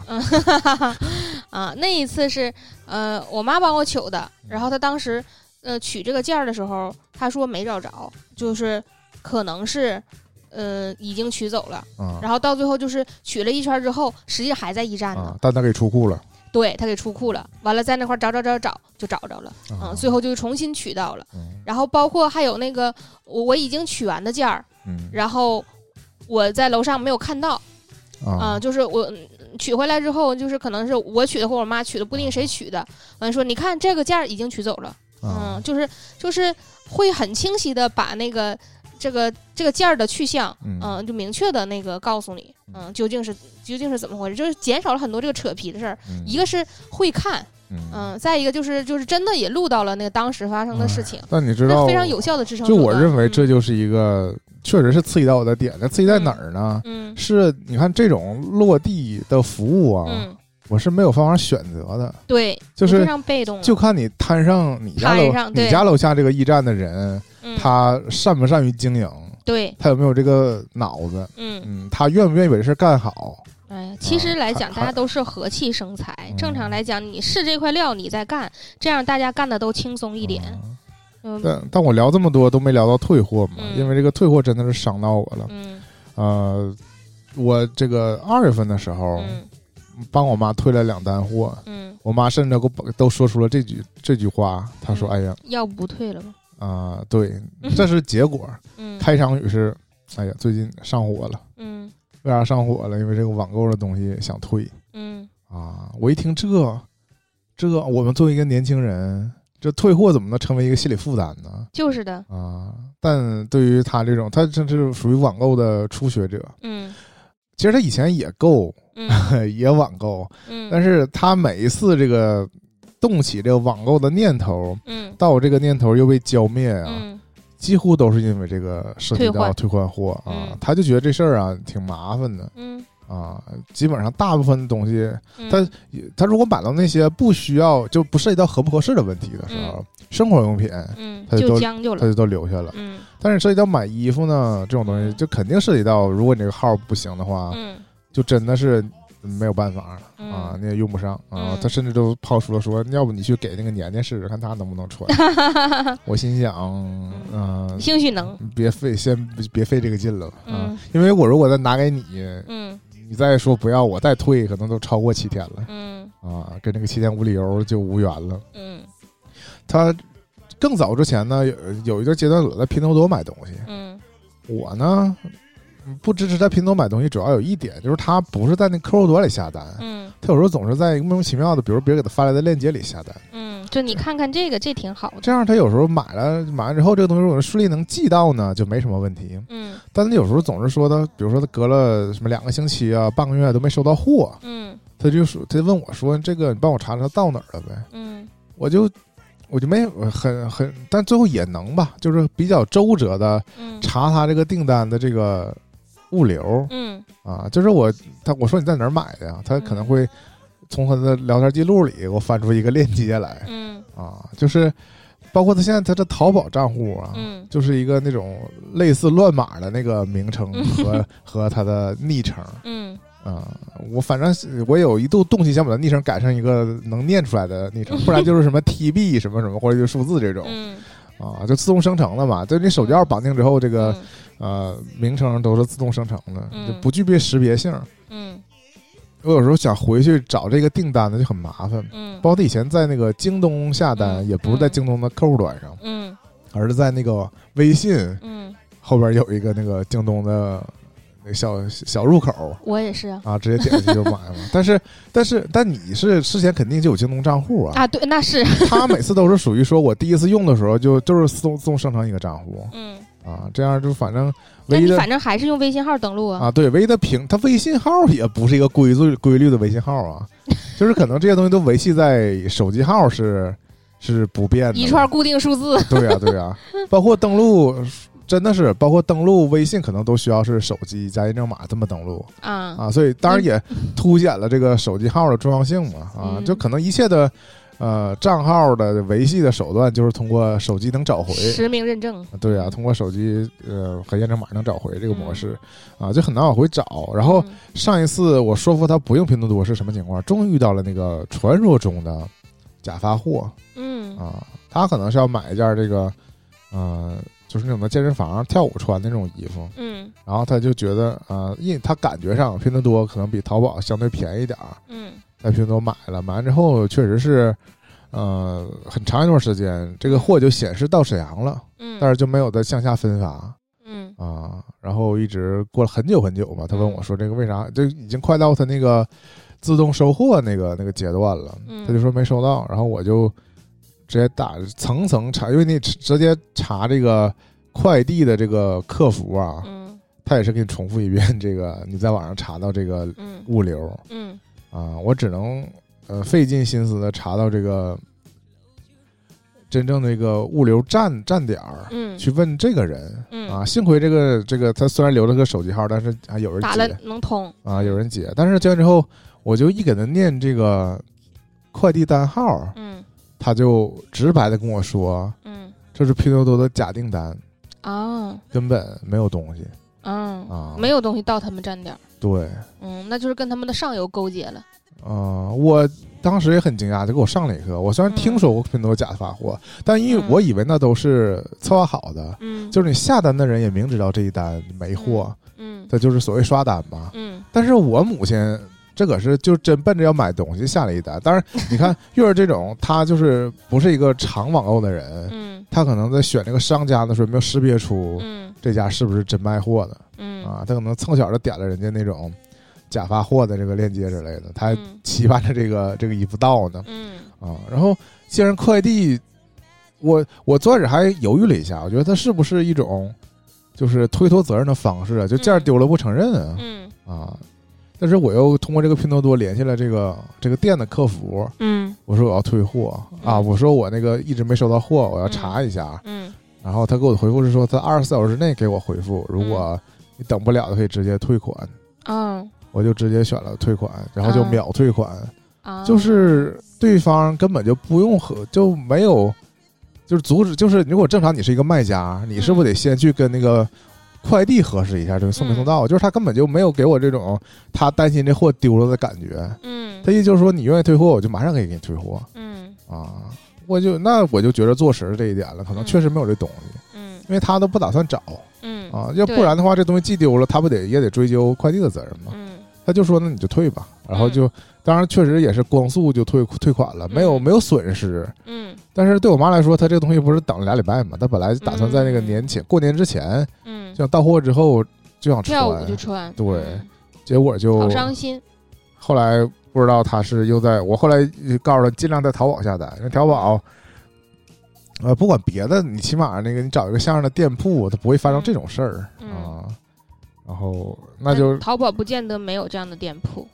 Speaker 2: [LAUGHS] 啊，那一次是呃，我妈帮我取的。
Speaker 1: 嗯
Speaker 2: 然后她当时呃取这个件儿的时候，她说没找着，就是可能是呃已经取走了。
Speaker 1: 啊
Speaker 2: 然后到最后就是取了一圈儿之后，实际还在驿站呢
Speaker 1: 啊，，但他给出库了。
Speaker 2: 对她给出库了。完了，在那块儿找找找找，就找着了。
Speaker 1: 啊
Speaker 2: 嗯，最后就重新取到了。
Speaker 1: 嗯
Speaker 2: 然后包括还有那个我我已经取完的件儿，
Speaker 1: 嗯
Speaker 2: 然后我在楼上没有看到。啊、
Speaker 1: 啊
Speaker 2: 就是我嗯取回来之后，就是可能是我取的或我妈取的，不定谁取的。完说，你看这个件儿已经取走了，
Speaker 1: 啊
Speaker 2: 嗯，就是就是会很清晰的把那个这个这个件儿的去向，
Speaker 1: 嗯
Speaker 2: 嗯、就明确的那个告诉你，嗯、究竟是究竟是怎么回事，就是减少了很多这个扯皮的事儿。
Speaker 1: 嗯
Speaker 2: 一个是会看，
Speaker 1: 嗯。
Speaker 2: 嗯、再一个就是就是真的也录到了那个当时发生的事情，
Speaker 1: 但你哎知
Speaker 2: 这
Speaker 1: 道，
Speaker 2: 非常有效的支撑手
Speaker 1: 就
Speaker 2: 段。
Speaker 1: 我认为
Speaker 2: 嗯
Speaker 1: 这就是一个确实是刺激到我的点。那刺激在哪儿呢？
Speaker 2: 嗯
Speaker 1: 是你看这种落地的服务啊，
Speaker 2: 嗯，
Speaker 1: 我是没有办法选择的，
Speaker 2: 对，
Speaker 1: 就
Speaker 2: 你
Speaker 1: 是
Speaker 2: 非常被动了，
Speaker 1: 就看你摊上你家
Speaker 2: 嗯摊
Speaker 1: 楼
Speaker 2: 上对
Speaker 1: 你家楼下这个驿站的人，
Speaker 2: 嗯
Speaker 1: 他善不善于经营，
Speaker 2: 对，
Speaker 1: 他有没有这个脑子，
Speaker 2: 嗯。
Speaker 1: 嗯，他愿不愿意把这事儿干好，
Speaker 2: 哎，其实来讲，
Speaker 1: 还
Speaker 2: 大家都是和气生财。
Speaker 1: 啊嗯
Speaker 2: 正常来讲，你是这块料，你再干，这样大家干的都轻松一点。
Speaker 1: 嗯
Speaker 2: 嗯
Speaker 1: 但但我聊这么多都没聊到退货嘛，
Speaker 2: 嗯
Speaker 1: 因为这个退货真的是伤到我了。
Speaker 2: 嗯
Speaker 1: 呃，我这个二月份的时候、
Speaker 2: 嗯
Speaker 1: 帮我妈退了两单货，
Speaker 2: 嗯，
Speaker 1: 我妈甚至给我把都说出了这句这句话，她说：“
Speaker 2: 嗯
Speaker 1: 哎呀，
Speaker 2: 要不不退了吧？
Speaker 1: 啊、对，这是结果。
Speaker 2: 嗯
Speaker 1: 开场语是：“哎呀，最近上火了，
Speaker 2: 嗯
Speaker 1: 为啥上火了？因为这个网购的东西想退
Speaker 2: 嗯，
Speaker 1: 啊。”我一听这这，我们作为一个年轻人，这退货怎么能成为一个心理负担呢？
Speaker 2: 就是的，
Speaker 1: 啊！但对于他这种，他这是属于网购的初学者。
Speaker 2: 嗯
Speaker 1: 其实他以前也购， [LAUGHS]
Speaker 2: 嗯
Speaker 1: 也网购，
Speaker 2: 嗯，
Speaker 1: 但
Speaker 2: 是
Speaker 1: 是他每一次这个动起这个网购的念头，
Speaker 2: 嗯
Speaker 1: 到我这个念头又被浇灭啊，
Speaker 2: 嗯
Speaker 1: 几乎都是因为这个涉及
Speaker 2: 退
Speaker 1: 到
Speaker 2: 换
Speaker 1: 退换货啊，
Speaker 2: 嗯
Speaker 1: 他就觉得这事儿啊挺麻烦的
Speaker 2: 嗯
Speaker 1: 啊，基本上大部分东西，
Speaker 2: 嗯，
Speaker 1: 但他如果买到那些不需要就不涉及到合不合适的问题的时候，生活用品
Speaker 2: 嗯
Speaker 1: 他就
Speaker 2: 就
Speaker 1: 都
Speaker 2: 将就
Speaker 1: 他
Speaker 2: 了，
Speaker 1: 就都留下了，
Speaker 2: 嗯
Speaker 1: 但是涉及到买衣服呢这种东西，
Speaker 2: 嗯
Speaker 1: 就肯定涉及到，如果你这个号不行的话，
Speaker 2: 嗯
Speaker 1: 就真的是。没有办法了啊，
Speaker 2: 嗯，
Speaker 1: 你也用不上啊。
Speaker 2: 嗯
Speaker 1: 他甚至都抛出了说，要不你去给那个年年试试，看他能不能穿。
Speaker 2: [LAUGHS]
Speaker 1: 我心想，嗯、
Speaker 2: 兴许能，
Speaker 1: 别费，先别费这个劲了吧啊！
Speaker 2: 嗯
Speaker 1: 因为我如果再拿给你，
Speaker 2: 嗯
Speaker 1: 你再说不要，我再退，可能都超过七天了
Speaker 2: 嗯
Speaker 1: 啊，跟这个七天无理由就无缘了。
Speaker 2: 嗯
Speaker 1: 他更早之前呢，有有一个阶段我在拼多多买东西，
Speaker 2: 嗯
Speaker 1: 我呢不支持在拼多多买东西，主要有一点就是他不是在那客户端里下单，
Speaker 2: 嗯
Speaker 1: 他有时候总是在莫名其妙的，比如别人给他发来的链接里下单，
Speaker 2: 嗯，就你看看这个，这挺好的，
Speaker 1: 这样他有时候买了买完之后，这个东西如果顺利能寄到呢，就没什么问题。
Speaker 2: 嗯
Speaker 1: 但是有时候总是说他，比如说他隔了什么两个星期啊、半个月都没收到货，
Speaker 2: 嗯
Speaker 1: 他就说他问我说：“这个你帮我查查到哪儿了呗
Speaker 2: 嗯？”
Speaker 1: 我就我就没有很很，但最后也能吧，就是比较周折的
Speaker 2: 嗯
Speaker 1: 查他这个订单的这个物流
Speaker 2: 嗯
Speaker 1: 啊，就是我他我说你在哪儿买的呀？他可能会从他的聊天记录里给我翻出一个链接来
Speaker 2: 嗯
Speaker 1: 啊，就是包括他现在他的淘宝账户啊，
Speaker 2: 嗯
Speaker 1: 就是一个那种类似乱码的那个名称
Speaker 2: [LAUGHS]
Speaker 1: 和和他的昵称
Speaker 2: 嗯
Speaker 1: 啊。我反正是我有一度动心想把他昵称改成一个能念出来的昵称，不然就是什么 TB 什么什么或者就是数字这种
Speaker 2: 嗯，
Speaker 1: 啊，就自动生成了嘛。就是你手机号绑定之后，这个
Speaker 2: 嗯
Speaker 1: 呃名称都是自动生成的，
Speaker 2: 嗯
Speaker 1: 就不具备识别性。
Speaker 2: 嗯
Speaker 1: 我有时候想回去找这个订单呢，就很麻烦。
Speaker 2: 嗯
Speaker 1: 包括以前在那个京东下单，
Speaker 2: 嗯
Speaker 1: 也不是在京东的客户端上，
Speaker 2: 嗯
Speaker 1: 而是在那个微信
Speaker 2: 嗯，
Speaker 1: 后边有一个那个京东的那小小入口
Speaker 2: 我也是啊。
Speaker 1: 啊，直接点进去就买
Speaker 2: [LAUGHS]
Speaker 1: 嘛。但是，但是，但你是事先肯定就有京东账户啊。
Speaker 2: 啊，对，那是，
Speaker 1: 他每次都是属于说我第一次用的时候就就是自动自动生成一个账户
Speaker 2: 嗯，
Speaker 1: 啊，这样就反正
Speaker 2: 那
Speaker 1: 唯一
Speaker 2: 你
Speaker 1: 的
Speaker 2: 反正还是用微信号登录啊。
Speaker 1: 啊，对，唯一的平，它微信号也不是一个规律规律的微信号啊，就是可能这些东西都维系在手机号是是不变的嘛，
Speaker 2: 一串固定数字， [LAUGHS]
Speaker 1: 对呀、对呀、包括登录，真的是包括登录微信，可能都需要是手机加验证码这么登录
Speaker 2: 啊，
Speaker 1: 啊，所以当然也凸显了这个手机号的重要性嘛啊，
Speaker 2: 嗯
Speaker 1: 就可能一切的呃账号的维系的手段就是通过手机能找回，
Speaker 2: 实名认证，
Speaker 1: 对呀、通过手机呃和验证码能找回这个模式啊，就很难往回找。然后
Speaker 2: 嗯
Speaker 1: 上一次我说服他不用拼多多是什么情况，终于遇到了那个传说中的假发货。
Speaker 2: 嗯
Speaker 1: 啊，他可能是要买一件这个，呃，就是那种在健身房跳舞穿的那种衣服，
Speaker 2: 嗯
Speaker 1: 然后他就觉得，呃，因他感觉上拼多多可能比淘宝相对便宜点儿，
Speaker 2: 嗯
Speaker 1: 在拼多多买了，买完之后确实是，呃，很长一段时间这个货就显示到沈阳了，
Speaker 2: 嗯，
Speaker 1: 但是就没有再向下分发。
Speaker 2: 嗯
Speaker 1: 啊，然后一直过了很久很久吧，他问我说：“这个为啥？就已经快到他那个自动收货那个那个阶段了。”
Speaker 2: 嗯
Speaker 1: 他就说没收到，然后我就直接打层层查，因为你直直接查这个快递的这个客服啊，
Speaker 2: 嗯
Speaker 1: 他也是给你重复一遍这个你在网上查到这个
Speaker 2: 嗯
Speaker 1: 物流
Speaker 2: 嗯
Speaker 1: 啊，我只能呃费尽心思的查到这个真正的一个物流站站点儿。
Speaker 2: 嗯，
Speaker 1: 去问这个人，
Speaker 2: 嗯
Speaker 1: 啊，幸亏这个这个他虽然留了个手机号，但是还有人
Speaker 2: 打了
Speaker 1: 接
Speaker 2: 能通
Speaker 1: 啊，有人接。但是接完之后，我就一给他念这个快递单号，
Speaker 2: 嗯
Speaker 1: 他就直白的跟我说
Speaker 2: 嗯
Speaker 1: 这是拼多多的假订单，
Speaker 2: 啊
Speaker 1: 根本没有东西
Speaker 2: 嗯
Speaker 1: 啊。
Speaker 2: 没有东西到他们站点儿，
Speaker 1: 对
Speaker 2: 嗯，那就是跟他们的上游勾结了，
Speaker 1: 啊、我当时也很惊讶，就给我上了一课。我虽然
Speaker 2: 嗯
Speaker 1: 听说过拼多多假发货，但因为
Speaker 2: 嗯
Speaker 1: 我以为那都是策划好的，
Speaker 2: 嗯，
Speaker 1: 就是你下单的人也明知道这一单没货，
Speaker 2: 嗯
Speaker 1: 这就是所谓刷单嘛。
Speaker 2: 嗯
Speaker 1: 但是我母亲这可是就真奔着要买东西下了一单。当然，你
Speaker 2: [LAUGHS]
Speaker 1: 看月儿这种，她就是不是一个常网购的人，
Speaker 2: 嗯
Speaker 1: 她可能在选这个商家的时候没有识别出
Speaker 2: 嗯
Speaker 1: 这家是不是真卖货的
Speaker 2: 嗯
Speaker 1: 啊，她可能凑巧就点了人家那种假发货的这个链接之类的，她还
Speaker 2: 嗯
Speaker 1: 期盼着这个这个衣服到呢
Speaker 2: 嗯
Speaker 1: 啊。然后既然快递，我我最开始还犹豫了一下，我觉得它是不是一种。就是推脱责任的方式啊，就件儿
Speaker 2: 嗯
Speaker 1: 丢了不承认啊，
Speaker 2: 嗯
Speaker 1: 啊。但是我又通过这个拼多多联系了这个这个店的客服，
Speaker 2: 嗯
Speaker 1: 我说我要退货啊，
Speaker 2: 嗯
Speaker 1: 我说我那个一直没收到货，我要查一下。啊
Speaker 2: 嗯
Speaker 1: 然后他给我的回复是说，他二十四小时内给我回复，如果你等不了的可以直接退款。
Speaker 2: 嗯
Speaker 1: 我就直接选了退款，然后就
Speaker 2: 啊
Speaker 1: 秒退款，
Speaker 2: 啊，
Speaker 1: 就是对方根本就不用和就没有，就是阻止，就是如果正常你是一个卖家，你是不是得先去跟那个快递核实一下，就是送没送到？
Speaker 2: 嗯
Speaker 1: 就是他根本就没有给我这种他担心这货丢了的感觉。
Speaker 2: 嗯
Speaker 1: 他意思就是说，你愿意退货，我就马上可以给你退货
Speaker 2: 嗯
Speaker 1: 啊。我就那我就觉得坐实了这一点了，可能
Speaker 2: 嗯
Speaker 1: 确实没有这东西，
Speaker 2: 嗯
Speaker 1: 因为他都不打算找
Speaker 2: 嗯
Speaker 1: 啊，要
Speaker 2: 对
Speaker 1: 不然的话，这东西寄丢了，他不得也得追究快递的责任吗？
Speaker 2: 嗯
Speaker 1: 他就说那你就退吧，然后就、当然确实也是光速就退退款了，没有
Speaker 2: 嗯
Speaker 1: 没有损失。
Speaker 2: 嗯
Speaker 1: 但是对我妈来说，她这个东西不是等了俩礼拜嘛，她本来打算在那个
Speaker 2: 嗯
Speaker 1: 年前、过年之前，
Speaker 2: 嗯
Speaker 1: 就，想到货之后就想
Speaker 2: 跳舞
Speaker 1: 穿
Speaker 2: 就，穿，
Speaker 1: 对
Speaker 2: 嗯
Speaker 1: 结果就
Speaker 2: 好伤心，
Speaker 1: 后来不知道她是又在我后来就告诉她尽量在淘宝下单，因为淘宝。呃，不管别的，你起码那个你找一个像样的店铺，它不会发生这种事儿、
Speaker 2: 嗯
Speaker 1: 啊。然后那就
Speaker 2: 但淘宝不见得没有这样的店铺，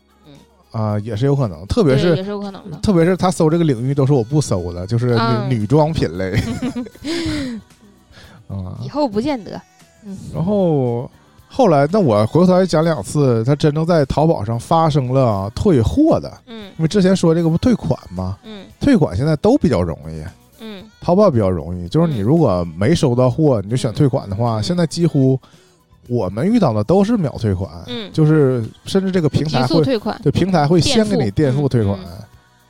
Speaker 1: 啊、也是有可能，特别
Speaker 2: 对，
Speaker 1: 是
Speaker 2: 也是有可能的。
Speaker 1: 特别是他搜这个领域都是我不搜的，就是女、
Speaker 2: 嗯
Speaker 1: 女装品
Speaker 2: [LAUGHS]
Speaker 1: 类。啊、
Speaker 2: 以后不见得，
Speaker 1: 然后后来，那我回头来讲两次，它真正在淘宝上发生了退货的，
Speaker 2: 嗯
Speaker 1: 因为之前说这个不退款吗？
Speaker 2: 嗯
Speaker 1: 退款现在都比较容易，
Speaker 2: 嗯
Speaker 1: 淘宝比较容易，就是你如果没收到货，你就选退款的话，
Speaker 2: 嗯
Speaker 1: 现在几乎我们遇到的都是秒退款，
Speaker 2: 嗯，
Speaker 1: 就是甚至这个平
Speaker 2: 急
Speaker 1: 台
Speaker 2: 速
Speaker 1: 会
Speaker 2: 退嗯款，
Speaker 1: 对平台会
Speaker 2: 垫
Speaker 1: 先
Speaker 2: 付
Speaker 1: 给你垫付退款。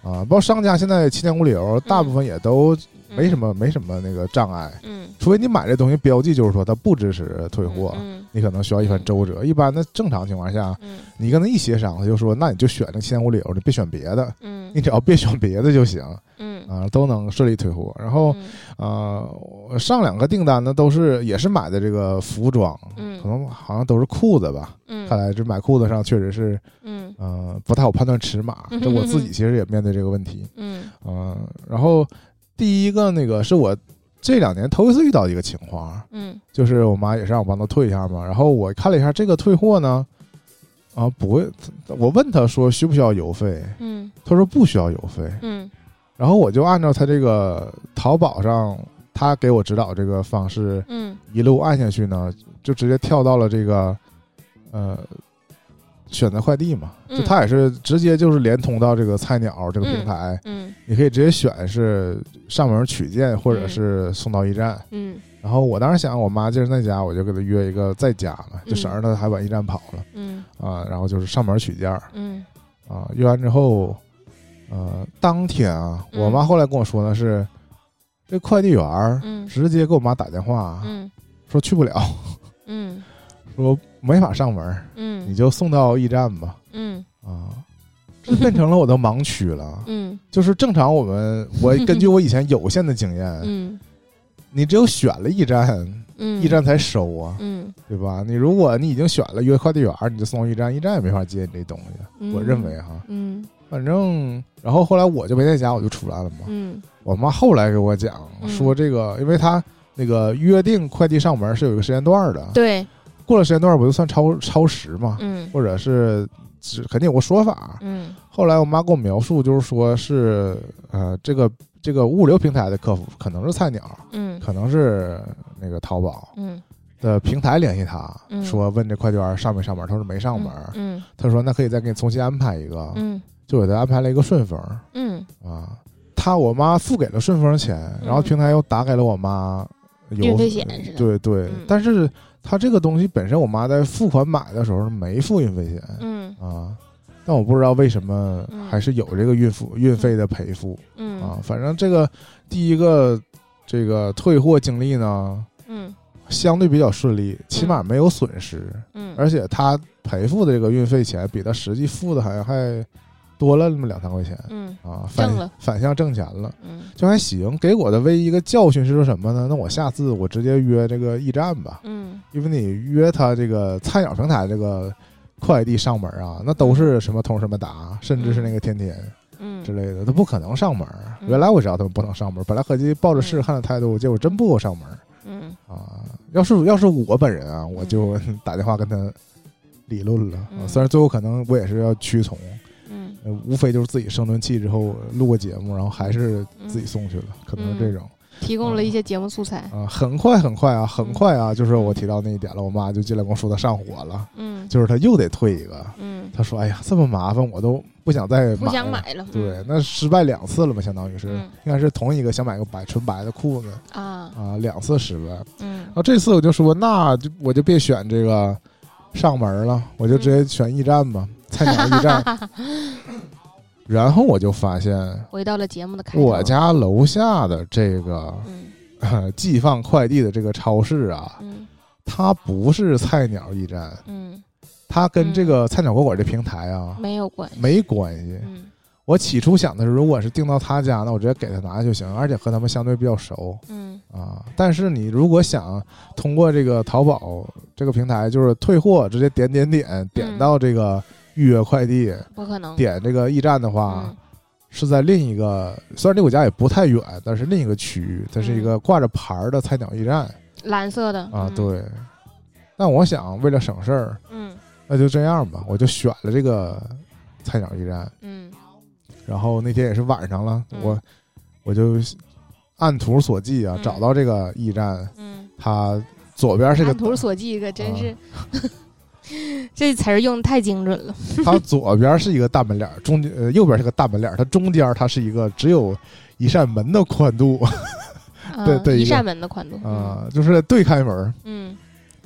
Speaker 1: 啊，包括商家现在七天无理由，
Speaker 2: 嗯
Speaker 1: 大部分也都没什么、
Speaker 2: 么，
Speaker 1: 没什么那个障碍，
Speaker 2: 嗯，
Speaker 1: 除非你买这东西标记就是说它不支持退货，
Speaker 2: 嗯
Speaker 1: 你可能需要一番周折。一般的正常情况下，
Speaker 2: 嗯
Speaker 1: 你跟他一协商，他就说那你就选那个七天无理由，你别选别的，
Speaker 2: 嗯
Speaker 1: 你只要别选别的就行
Speaker 2: 嗯嗯
Speaker 1: 啊，都能顺利退货。然后
Speaker 2: 嗯
Speaker 1: 呃，我上两个订单呢都是也是买的这个服装，
Speaker 2: 嗯
Speaker 1: 可能好像都是裤子吧。
Speaker 2: 嗯，
Speaker 1: 看来这买裤子上确实是
Speaker 2: 嗯
Speaker 1: 呃不太好判断尺码，
Speaker 2: 嗯哼
Speaker 1: 这我自
Speaker 2: 嗯
Speaker 1: 己
Speaker 2: 哼
Speaker 1: 其实也面对这个问题。
Speaker 2: 嗯
Speaker 1: 嗯、然后第一个那个是我这两年头一次遇到一个情况，
Speaker 2: 嗯
Speaker 1: 就是我妈也是让我帮她退一下嘛。然后我看了一下这个退货呢，啊，不会，我问她说需不需要邮费，
Speaker 2: 嗯
Speaker 1: 她说不需要邮费。
Speaker 2: 嗯
Speaker 1: 然后我就按照她这个淘宝上她给我指导这个方式
Speaker 2: 嗯
Speaker 1: 一路按下去呢，就直接跳到了这个呃选择快递嘛，
Speaker 2: 嗯
Speaker 1: 就它也是直接就是连通到这个菜鸟这个平台，
Speaker 2: 嗯
Speaker 1: 你可以直接选是上门取件或者是送到驿站。
Speaker 2: 嗯
Speaker 1: 然后我当时想，我妈就是在家，我就给她约一个在家嘛，就省着她还往驿站跑了
Speaker 2: 嗯
Speaker 1: 啊。然后就是上门取件儿
Speaker 2: 嗯
Speaker 1: 啊，约完之后，呃，当天啊，
Speaker 2: 嗯
Speaker 1: 我妈后来跟我说的是，这快递员儿
Speaker 2: 嗯
Speaker 1: 直接给我妈打电话
Speaker 2: 嗯
Speaker 1: 说去不了，
Speaker 2: 嗯
Speaker 1: 说没法上门儿，你
Speaker 2: 嗯
Speaker 1: 就送到驿站吧
Speaker 2: 嗯
Speaker 1: 啊。这变成了我的盲区了，
Speaker 2: 嗯
Speaker 1: [LAUGHS] 就是正常我们，我根据我以前有限的经验，
Speaker 2: 嗯
Speaker 1: 你只有选了驿站，
Speaker 2: 嗯，
Speaker 1: 驿站才收啊，
Speaker 2: 嗯，
Speaker 1: 对吧？你如果你已经选了约快递员儿，你就送到驿站，驿站也没法接你这东西。
Speaker 2: 嗯
Speaker 1: 我认为哈，
Speaker 2: 嗯
Speaker 1: 反正然后后来我就没在家，我就出来了嘛。
Speaker 2: 嗯
Speaker 1: 我妈后来给我讲
Speaker 2: 嗯
Speaker 1: 说，这个因为她那个约定快递上门是有一个时间段儿的，
Speaker 2: 对，
Speaker 1: 过了时间段儿不就算超超时嘛，
Speaker 2: 嗯
Speaker 1: 或者是只肯定有个说法。啊
Speaker 2: 嗯
Speaker 1: 后来我妈给我描述，就是说是呃，这个这个物流平台的客服可能是菜鸟，
Speaker 2: 嗯
Speaker 1: 可能是那个淘宝，
Speaker 2: 嗯
Speaker 1: 的平台联系他，
Speaker 2: 嗯
Speaker 1: 说问这快递员上没上门，他说没上门，
Speaker 2: 嗯
Speaker 1: 他说那可以再给你重新安排一个，
Speaker 2: 嗯
Speaker 1: 就给他安排了一个顺丰
Speaker 2: 嗯
Speaker 1: 啊。他我妈付给了顺丰钱，然后平台又打给了我妈邮
Speaker 2: 运费险是吧
Speaker 1: 对对，
Speaker 2: 嗯
Speaker 1: 但是他这个东西本身，我妈在付款买的时候没付运费险、
Speaker 2: 嗯
Speaker 1: 啊，但我不知道为什么
Speaker 2: 嗯
Speaker 1: 还是有这个运付运费的赔付、啊
Speaker 2: 嗯。
Speaker 1: 反正这个第一个这个退货经历呢，
Speaker 2: 嗯
Speaker 1: 相对比较顺利，起码没有损失，
Speaker 2: 嗯，
Speaker 1: 而且他赔付的这个运费钱比他实际付的还还多了那么两三块钱
Speaker 2: 嗯
Speaker 1: 啊，
Speaker 2: 挣
Speaker 1: 反
Speaker 2: 了
Speaker 1: 反向挣钱了，
Speaker 2: 嗯
Speaker 1: 就还行。给我的唯一一个教训是说什么呢？那我下次我直接约这个驿站吧，
Speaker 2: 嗯
Speaker 1: 因为你约他这个菜鸟平台这个快递上门啊，那都是什么通什么达，甚至是那个天天
Speaker 2: 嗯
Speaker 1: 之类的，他不可能上门。
Speaker 2: 嗯
Speaker 1: 原来我知道他们不能上门，本来合计抱着试试
Speaker 2: 嗯
Speaker 1: 看的态度，结果真不给我上门。
Speaker 2: 嗯
Speaker 1: 啊，要是要是我本人啊，我就 [LAUGHS] 打电话跟他理论了。啊
Speaker 2: 嗯
Speaker 1: 虽然最后可能我也是要屈从，
Speaker 2: 嗯
Speaker 1: 呃无非就是自己生顿气之后录个节目，然后还是
Speaker 2: 嗯
Speaker 1: 自己送去了，可能是这种
Speaker 2: 提供了一些节目素材。
Speaker 1: 啊。很快很快啊，很快啊，就是我提到那一点了，我妈就进来跟我说她上火了，
Speaker 2: 嗯
Speaker 1: 就是她又得退一个。
Speaker 2: 嗯，
Speaker 1: 她说：“哎呀，这么麻烦，我都不想再
Speaker 2: 不想
Speaker 1: 了。”
Speaker 2: 买了。
Speaker 1: 对，那失败两次了嘛，相当于是，
Speaker 2: 嗯
Speaker 1: 应该是同一个想买个白纯白的裤子
Speaker 2: 啊，
Speaker 1: 啊，两次失败。
Speaker 2: 嗯
Speaker 1: 然后这次我就说，那就我就别选这个上门了，我就直接选驿站
Speaker 2: [LAUGHS]
Speaker 1: 吧，菜鸟驿站。然后我就发现，
Speaker 2: 回到了节目的开头。
Speaker 1: 我家楼下的这个
Speaker 2: 嗯
Speaker 1: 呃 [LAUGHS] 寄放快递的这个超市啊，
Speaker 2: 嗯
Speaker 1: 它不是菜鸟驿站，
Speaker 2: 嗯，
Speaker 1: 它跟这个菜鸟国馆这平台啊
Speaker 2: 没有关系。
Speaker 1: 没关系。
Speaker 2: 嗯
Speaker 1: 我起初想的是，如果是订到他家，那我直接给他拿就行，而且和他们相对比较熟。
Speaker 2: 嗯
Speaker 1: 啊，但是你如果想通过这个淘宝这个平台，就是退货直接点点点点
Speaker 2: 嗯
Speaker 1: 到这个预约快递，
Speaker 2: 不可能。
Speaker 1: 点这个驿站的话，
Speaker 2: 嗯
Speaker 1: 是在另一个虽然离我家也不太远，但是另一个区域，它是一
Speaker 2: 嗯
Speaker 1: 个挂着牌儿的菜鸟驿站
Speaker 2: 蓝色的
Speaker 1: 啊，
Speaker 2: 嗯
Speaker 1: 对。但我想为了省事儿，
Speaker 2: 嗯
Speaker 1: 那就这样吧，我就选了这个菜鸟驿站。
Speaker 2: 嗯
Speaker 1: 然后那天也是晚上了，
Speaker 2: 嗯
Speaker 1: 我我就按图索骥啊，
Speaker 2: 嗯
Speaker 1: 找到这个驿站，
Speaker 2: 嗯
Speaker 1: 它左边是个
Speaker 2: 按图索骥，可真
Speaker 1: 啊
Speaker 2: 是， [LAUGHS] 这词儿用得太精准了。
Speaker 1: 它左边是一个大门脸儿，中间呃右边是个大门脸儿，它中间它是一个只有一扇门的宽度 [LAUGHS]
Speaker 2: 啊
Speaker 1: 对对一
Speaker 2: 一
Speaker 1: 个
Speaker 2: 扇门的宽度。
Speaker 1: [LAUGHS] 啊、就是对开门儿
Speaker 2: 嗯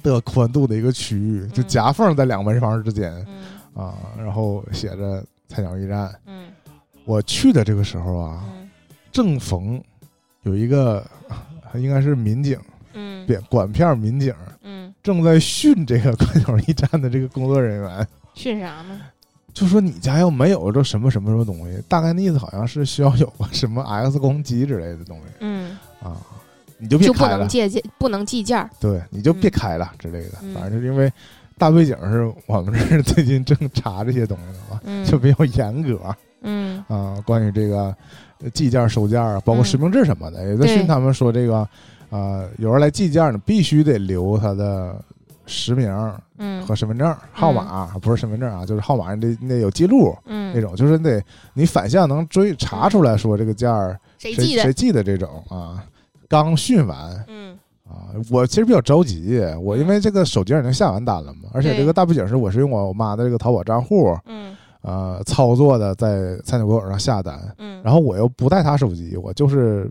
Speaker 1: 的宽度的一个区域，就
Speaker 2: 嗯
Speaker 1: 夹缝在两门房之间
Speaker 2: 嗯
Speaker 1: 啊、然后写着菜鸟驿站。
Speaker 2: 嗯
Speaker 1: 我去的这个时候啊，
Speaker 2: 嗯
Speaker 1: 正逢有一个呃应该是民警，
Speaker 2: 嗯
Speaker 1: 管管片儿民警
Speaker 2: 嗯，
Speaker 1: 正在训这个菜鸟驿站的这个工作人员。
Speaker 2: 训啥呢？
Speaker 1: 就说你家要没有这什么什么什么东西，大概的意思好像是需要有个什么 X 光机之类的东西
Speaker 2: 嗯，
Speaker 1: 啊，你就别
Speaker 2: 就不
Speaker 1: 开
Speaker 2: 能
Speaker 1: 了，
Speaker 2: 借鉴，不能计件儿。
Speaker 1: 对，你就别开了之类的。
Speaker 2: 嗯
Speaker 1: 反正就是因为大背景是我们这儿最近正查这些东西呢嘛，
Speaker 2: 嗯
Speaker 1: 就比较严格
Speaker 2: 嗯
Speaker 1: 啊，关于这个呃计件、收件啊，包括
Speaker 2: 嗯
Speaker 1: 实名制什么的，也在
Speaker 2: 对
Speaker 1: 训他们说这个，呃，有人来计件，你必须得留他的实名
Speaker 2: 嗯
Speaker 1: 和身份证号码，不是身份证啊，就是号码，你得你得有记录。
Speaker 2: 嗯
Speaker 1: 那种，就是你得你反向能追查出来说这个件儿
Speaker 2: 谁
Speaker 1: 谁
Speaker 2: 记的？
Speaker 1: 谁记的这种啊。刚训完
Speaker 2: 嗯
Speaker 1: 啊，我其实比较着急，我因为这个手机上已经下完单了嘛，而且
Speaker 2: 嗯对
Speaker 1: 这个大背景是我是用我妈的这个淘宝账户
Speaker 2: 嗯
Speaker 1: 呃操作的，在菜鸟狗狗上下单，
Speaker 2: 嗯，
Speaker 1: 然后我又不带他手机，我就是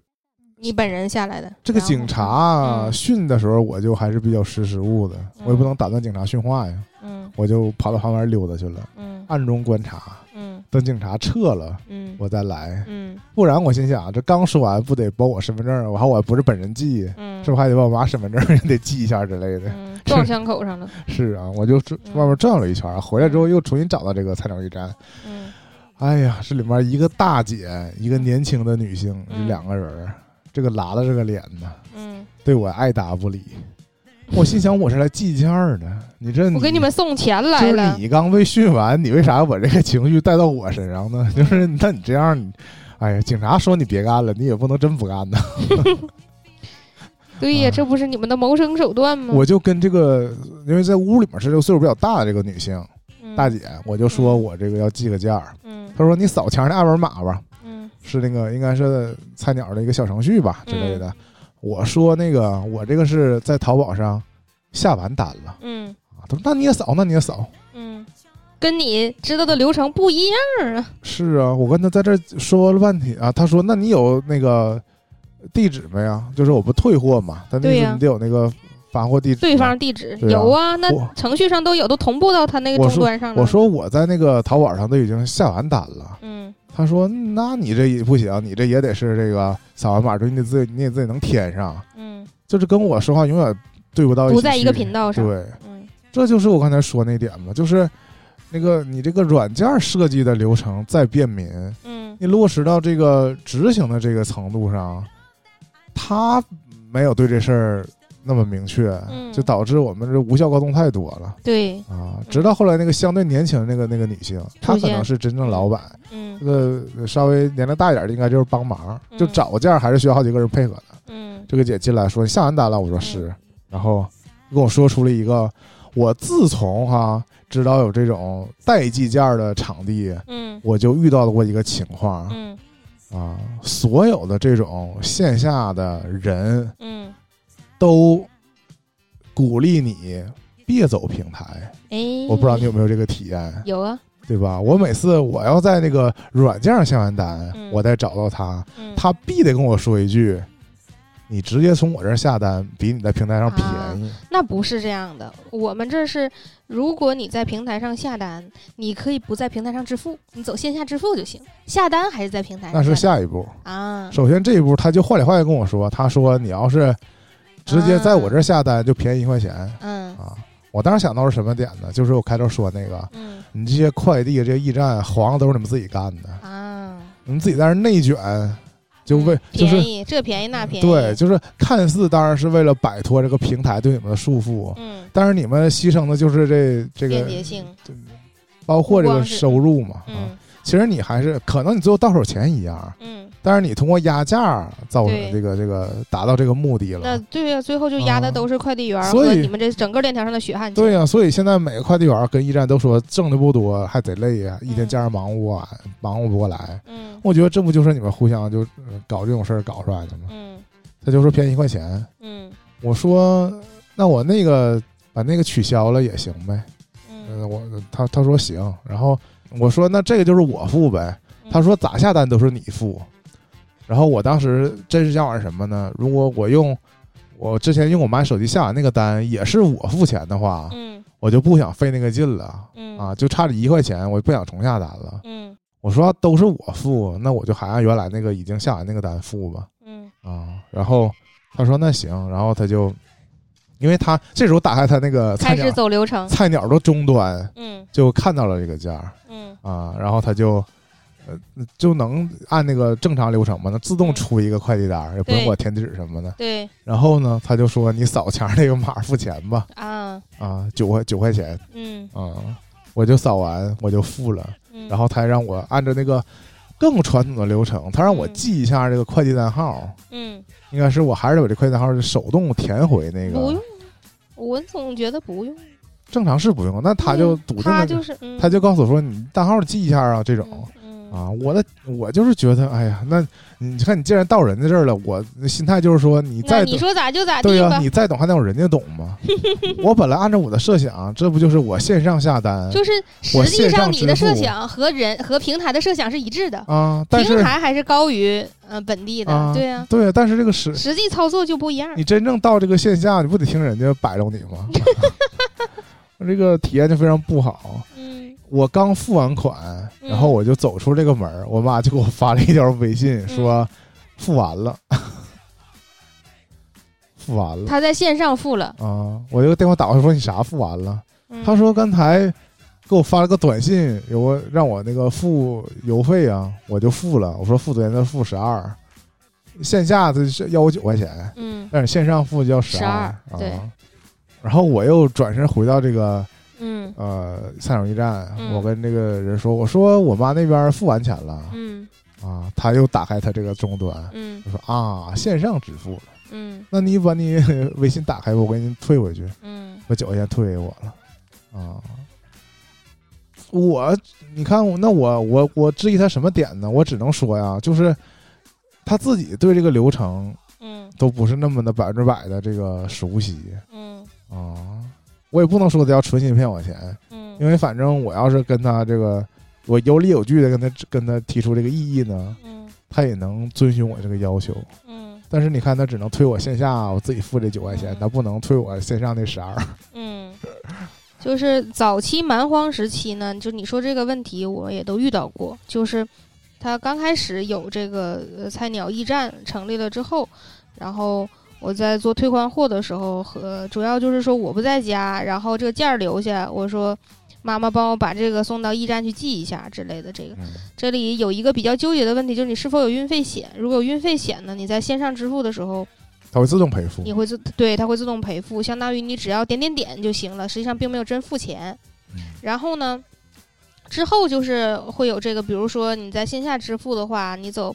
Speaker 2: 你本人下来的
Speaker 1: 这个
Speaker 2: 然后
Speaker 1: 警察啊
Speaker 2: 嗯
Speaker 1: 训的时候，我就还是比较识时务的，我也不
Speaker 2: 嗯
Speaker 1: 能打断警察训话呀，
Speaker 2: 嗯
Speaker 1: 我就跑到旁边溜达去了，
Speaker 2: 嗯
Speaker 1: 暗中观察，
Speaker 2: 嗯
Speaker 1: 等警察撤了
Speaker 2: 嗯
Speaker 1: 啊我再来。
Speaker 2: 嗯
Speaker 1: 不然我心想，这刚说完不得把我身份证儿，我还我不是本人记，啊
Speaker 2: 嗯，
Speaker 1: 是不是还得把我妈身份证儿也 [LAUGHS] 得记一下之类的？
Speaker 2: 嗯，撞伤口上了。
Speaker 1: [LAUGHS] 是啊，我就这
Speaker 2: 嗯
Speaker 1: 外面转了一圈儿，回来之后又重新找到这个菜鸟驿站。
Speaker 2: 嗯
Speaker 1: 哎呀，这里面一个大姐，一个年轻的女性，这
Speaker 2: 嗯
Speaker 1: 两个人儿，这个拉拉这个脸呢，
Speaker 2: 嗯，
Speaker 1: 对我爱答不理。我心想，我是来计件儿的，你这
Speaker 2: 我给你们送钱
Speaker 1: 就
Speaker 2: 来
Speaker 1: 是
Speaker 2: 了。
Speaker 1: 你刚被训完，你为啥把这个情绪带到我身上呢？ [LAUGHS] 就是那你这样，你哎呀，警察说你别干了，你也不能真不干呐。
Speaker 2: 对
Speaker 1: 啊
Speaker 2: 呀，这不是你们的谋生手段吗？
Speaker 1: 嗯我就跟这个，因为在屋里面是这个岁数比较大的这个女性
Speaker 2: 嗯
Speaker 1: 大姐，我就说
Speaker 2: 嗯
Speaker 1: 我这个要寄个件儿。
Speaker 2: 嗯
Speaker 1: 她说你扫墙上的二维码吧，
Speaker 2: 嗯
Speaker 1: 是那个应该是菜鸟的一个小程序吧之类
Speaker 2: 嗯
Speaker 1: 的。我说那个我这个是在淘宝上下完单了。
Speaker 2: 嗯
Speaker 1: 啊她说那你也扫，那你也扫。
Speaker 2: 嗯，跟你知道的流程不一样儿啊。
Speaker 1: 是啊，我跟他在这儿说了半天啊，他说：“那你有那个地址没呀？就是我不退货嘛，但那
Speaker 2: 对
Speaker 1: 意思
Speaker 2: 呀
Speaker 1: 你得有那个发货地址。”
Speaker 2: 对方地址
Speaker 1: 对啊
Speaker 2: 有啊，那
Speaker 1: 我
Speaker 2: 程序上都有，都同步到他那个
Speaker 1: 我
Speaker 2: 终
Speaker 1: 说
Speaker 2: 端上了。
Speaker 1: 我，说我在那个淘宝上都已经下完单了。
Speaker 2: 嗯
Speaker 1: 他说：“那你这也不行，你这也得是这个扫完码之后，你得自己你也自己能填上，
Speaker 2: 嗯，
Speaker 1: 就是跟我说话永远对不到一起
Speaker 2: 不在一个
Speaker 1: 去
Speaker 2: 频道上。
Speaker 1: 对，
Speaker 2: 嗯
Speaker 1: 这就是我刚才说那点嘛，就是那个你这个软件设计的流程再便民，
Speaker 2: 嗯
Speaker 1: 你落实到这个执行的这个程度上，他没有对这事儿那么明确，
Speaker 2: 嗯
Speaker 1: 就导致我们这无效沟通太多了
Speaker 2: 对，
Speaker 1: 啊。直到后来那个相对年轻的那个那个女性，她可能
Speaker 2: 现
Speaker 1: 是真正老板，
Speaker 2: 嗯
Speaker 1: 这个稍微年龄大一点的应该就是帮忙，
Speaker 2: 嗯
Speaker 1: 就找件儿还是需要好几个人配合的。
Speaker 2: 嗯
Speaker 1: 这个姐进来说：“你下完单了？”我说：“
Speaker 2: 嗯
Speaker 1: 是。”然后跟我说出了一个，我自从哈、知道有这种代计件儿的场地，
Speaker 2: 嗯
Speaker 1: 我就遇到过一个情况。
Speaker 2: 嗯
Speaker 1: 啊，所有的这种线下的人
Speaker 2: 嗯，
Speaker 1: 都鼓励你别走平台。
Speaker 2: 哎，
Speaker 1: 我不知道你有没有这个体验，
Speaker 2: 有啊，
Speaker 1: 对吧？我每次我要在那个软件上下完单，
Speaker 2: 嗯
Speaker 1: 我再找到他，
Speaker 2: 嗯，
Speaker 1: 他必得跟我说一句。你直接从我这儿下单，比你在平台上便宜。
Speaker 2: 那不是这样的，我们这是，如果你在平台上下单，你可以不在平台上支付，你走线下支付就行。下单哎还是在平台
Speaker 1: 那
Speaker 2: 上
Speaker 1: 是
Speaker 2: 下
Speaker 1: 下一步。
Speaker 2: 单啊，
Speaker 1: 首先这一步，他就话里话外跟我说，他说你要是直接在我这儿下单，就便宜一块钱
Speaker 2: 嗯
Speaker 1: 啊。我当时想到是什么点呢？就是我开头说那个，
Speaker 2: 嗯
Speaker 1: 你这些快递、这些驿站，黄的都是你们自己干的，
Speaker 2: 啊，
Speaker 1: 你们自己在那儿内卷，就为
Speaker 2: 嗯
Speaker 1: 就
Speaker 2: 便
Speaker 1: 是
Speaker 2: 宜这便宜那便宜，
Speaker 1: 对，就是看似当然是为了摆脱这个平台对你们的束缚，
Speaker 2: 嗯，
Speaker 1: 但是你们牺牲的就是这这
Speaker 2: 便
Speaker 1: 个，啊
Speaker 2: 捷性，
Speaker 1: 包括这
Speaker 2: 不
Speaker 1: 个
Speaker 2: 光是
Speaker 1: 收入嘛。啊，
Speaker 2: 嗯
Speaker 1: 其实你还是可能你最后到手钱一样，
Speaker 2: 嗯，
Speaker 1: 但是你通过压价造成
Speaker 2: 对
Speaker 1: 这个这个达到这个目的
Speaker 2: 那
Speaker 1: 了。
Speaker 2: 对呀、最后就压
Speaker 1: 啊
Speaker 2: 的都是快递员儿
Speaker 1: 所
Speaker 2: 和
Speaker 1: 以
Speaker 2: 你们这整个链条上的血汗钱。
Speaker 1: 对呀、所以现在每个快递员跟驿站都说挣的不多，还得累呀、一天
Speaker 2: 嗯
Speaker 1: 加上忙活啊，忙活不过来。
Speaker 2: 嗯
Speaker 1: 我觉得这不就是你们互相就呃搞这种事儿搞出来的吗？
Speaker 2: 嗯
Speaker 1: 他就说便宜一块钱，
Speaker 2: 嗯
Speaker 1: 我说那我那个把那个取消了也行呗。
Speaker 2: 嗯，
Speaker 1: 嗯，我他他说行，然后我说那这个就是我付呗。
Speaker 2: 嗯
Speaker 1: 他说咋下单都是你付。然后我当时真是想玩什么呢？如果我用我之前用我妈手机下完那个单也是我付钱的话，
Speaker 2: 嗯
Speaker 1: 我就不想费那个劲了
Speaker 2: 嗯
Speaker 1: 啊，就差这一块钱，我不想重下单了。
Speaker 2: 嗯
Speaker 1: 我说啊都是我付，那我就还按原来那个已经下完那个单付吧。
Speaker 2: 嗯
Speaker 1: 啊，然后他说那行，然后他就，因为他这时候打开他那个菜
Speaker 2: 开始
Speaker 1: 鸟
Speaker 2: 走流
Speaker 1: [LAUGHS]
Speaker 2: 程。
Speaker 1: 菜鸟的终端，
Speaker 2: 嗯
Speaker 1: 就看到了这个价儿
Speaker 2: 嗯
Speaker 1: 啊，然后他就，呃，就能按那个正常流程嘛，那自动出一个快递单儿，也不用
Speaker 2: 嗯对
Speaker 1: 我填地址什么的。
Speaker 2: 对
Speaker 1: 然后呢，他就说你扫前儿那个码儿付钱吧，
Speaker 2: 啊
Speaker 1: 啊，九块九块钱
Speaker 2: 嗯
Speaker 1: 啊，我就扫完我就付了，
Speaker 2: 嗯，
Speaker 1: 然后他还让我按照那个更传统的流程，他让我
Speaker 2: 嗯
Speaker 1: 记一下这个快递单号。
Speaker 2: 嗯
Speaker 1: 应该是我还是得把这快递单号手动填回那
Speaker 2: 不
Speaker 1: 个
Speaker 2: 用，，我总觉得不用。
Speaker 1: 正常是不用，那他就笃定
Speaker 2: 他
Speaker 1: 了，
Speaker 2: 就是嗯
Speaker 1: 他就告诉我说你单号记一下啊，这种
Speaker 2: 嗯嗯
Speaker 1: 啊，我的我就是觉得，哎呀，那你看你既然到人家这儿了，我心态就是说你
Speaker 2: 那
Speaker 1: 再
Speaker 2: 你
Speaker 1: 懂，
Speaker 2: 说咋就咋
Speaker 1: 对
Speaker 2: 地
Speaker 1: 呀、
Speaker 2: 吧，
Speaker 1: 你再懂还能有人家懂
Speaker 2: [LAUGHS]
Speaker 1: 吗？我本来按照我的设想，啊这不就是我线上下单
Speaker 2: 就是实
Speaker 1: 嗯我
Speaker 2: 际
Speaker 1: 线上
Speaker 2: 你的
Speaker 1: 支
Speaker 2: 设
Speaker 1: 付
Speaker 2: 想和人和平台的设想是一致的，
Speaker 1: 啊？但
Speaker 2: 平
Speaker 1: 是
Speaker 2: 台还是高于嗯、呃本地的，
Speaker 1: 啊，
Speaker 2: 对呀、
Speaker 1: 对呀、但是这个实
Speaker 2: 实际操作就不一样。 [LAUGHS]
Speaker 1: 你真正到这个线下，你不得听人家摆弄你吗？这个体验就非常不好。
Speaker 2: 嗯
Speaker 1: 我刚付完款，
Speaker 2: 嗯
Speaker 1: 然后我就走出这个门儿，我妈就给我发了一条微信，
Speaker 2: 嗯
Speaker 1: 说付完
Speaker 2: [LAUGHS]
Speaker 1: 了，付完了
Speaker 2: 他在线上付了，
Speaker 1: 啊！我就电话打过去说你啥付完了？
Speaker 2: 嗯、
Speaker 1: 她说刚才给我发了个短信，有个让我那个付邮费啊，我就付了。我说付昨天的付十二，线下的是要我九块钱，
Speaker 2: 嗯
Speaker 1: 但是线上付要
Speaker 2: 12
Speaker 1: 二
Speaker 2: 对
Speaker 1: 啊。然后我又转身回到这个
Speaker 2: 嗯
Speaker 1: 呃菜鸟驿站，
Speaker 2: 嗯
Speaker 1: 我跟那个人说，我说我妈那边付完钱了、
Speaker 2: 嗯
Speaker 1: 啊，他又打开他这个终端，
Speaker 2: 嗯
Speaker 1: 我说啊线上支付了，
Speaker 2: 嗯
Speaker 1: 那你把你微信打开吧，我给你退回去，
Speaker 2: 嗯
Speaker 1: 把九块钱退给我了啊。我你看我那我我我质疑他什么点呢？我只能说呀，就是他自己对这个流程
Speaker 2: 嗯
Speaker 1: 都不是那么的百分之百的这个熟悉
Speaker 2: 嗯
Speaker 1: 啊。我也不能说他要存心骗我钱，
Speaker 2: 嗯，
Speaker 1: 因为反正我要是跟他这个，我有理有据的跟他跟他提出这个异议呢，
Speaker 2: 嗯
Speaker 1: 他也能遵循我这个要求。
Speaker 2: 嗯
Speaker 1: 但是你看，他只能退我线下，我自己付这九块钱
Speaker 2: 嗯，
Speaker 1: 他不能退我线上那十二。
Speaker 2: 嗯， [LAUGHS] 就是早期蛮荒时期呢，就你说这个问题，我也都遇到过，就是他刚开始有这个呃菜鸟驿站成立了之后，然后。我在做退换货的时候，和主要就是说我不在家，然后这个件儿留下，我说妈妈帮我把这个送到驿站去寄一下之类的这个。这里有一个比较纠结的问题，就是你是否有运费险？如果有运费险呢，你在线上支付的时候，
Speaker 1: 他会自动赔付
Speaker 2: 你。会自对它会自动赔付，相当于你只要点点点就行了，实际上并没有真付钱。然后呢，之后就是会有这个，比如说你在线下支付的话，你走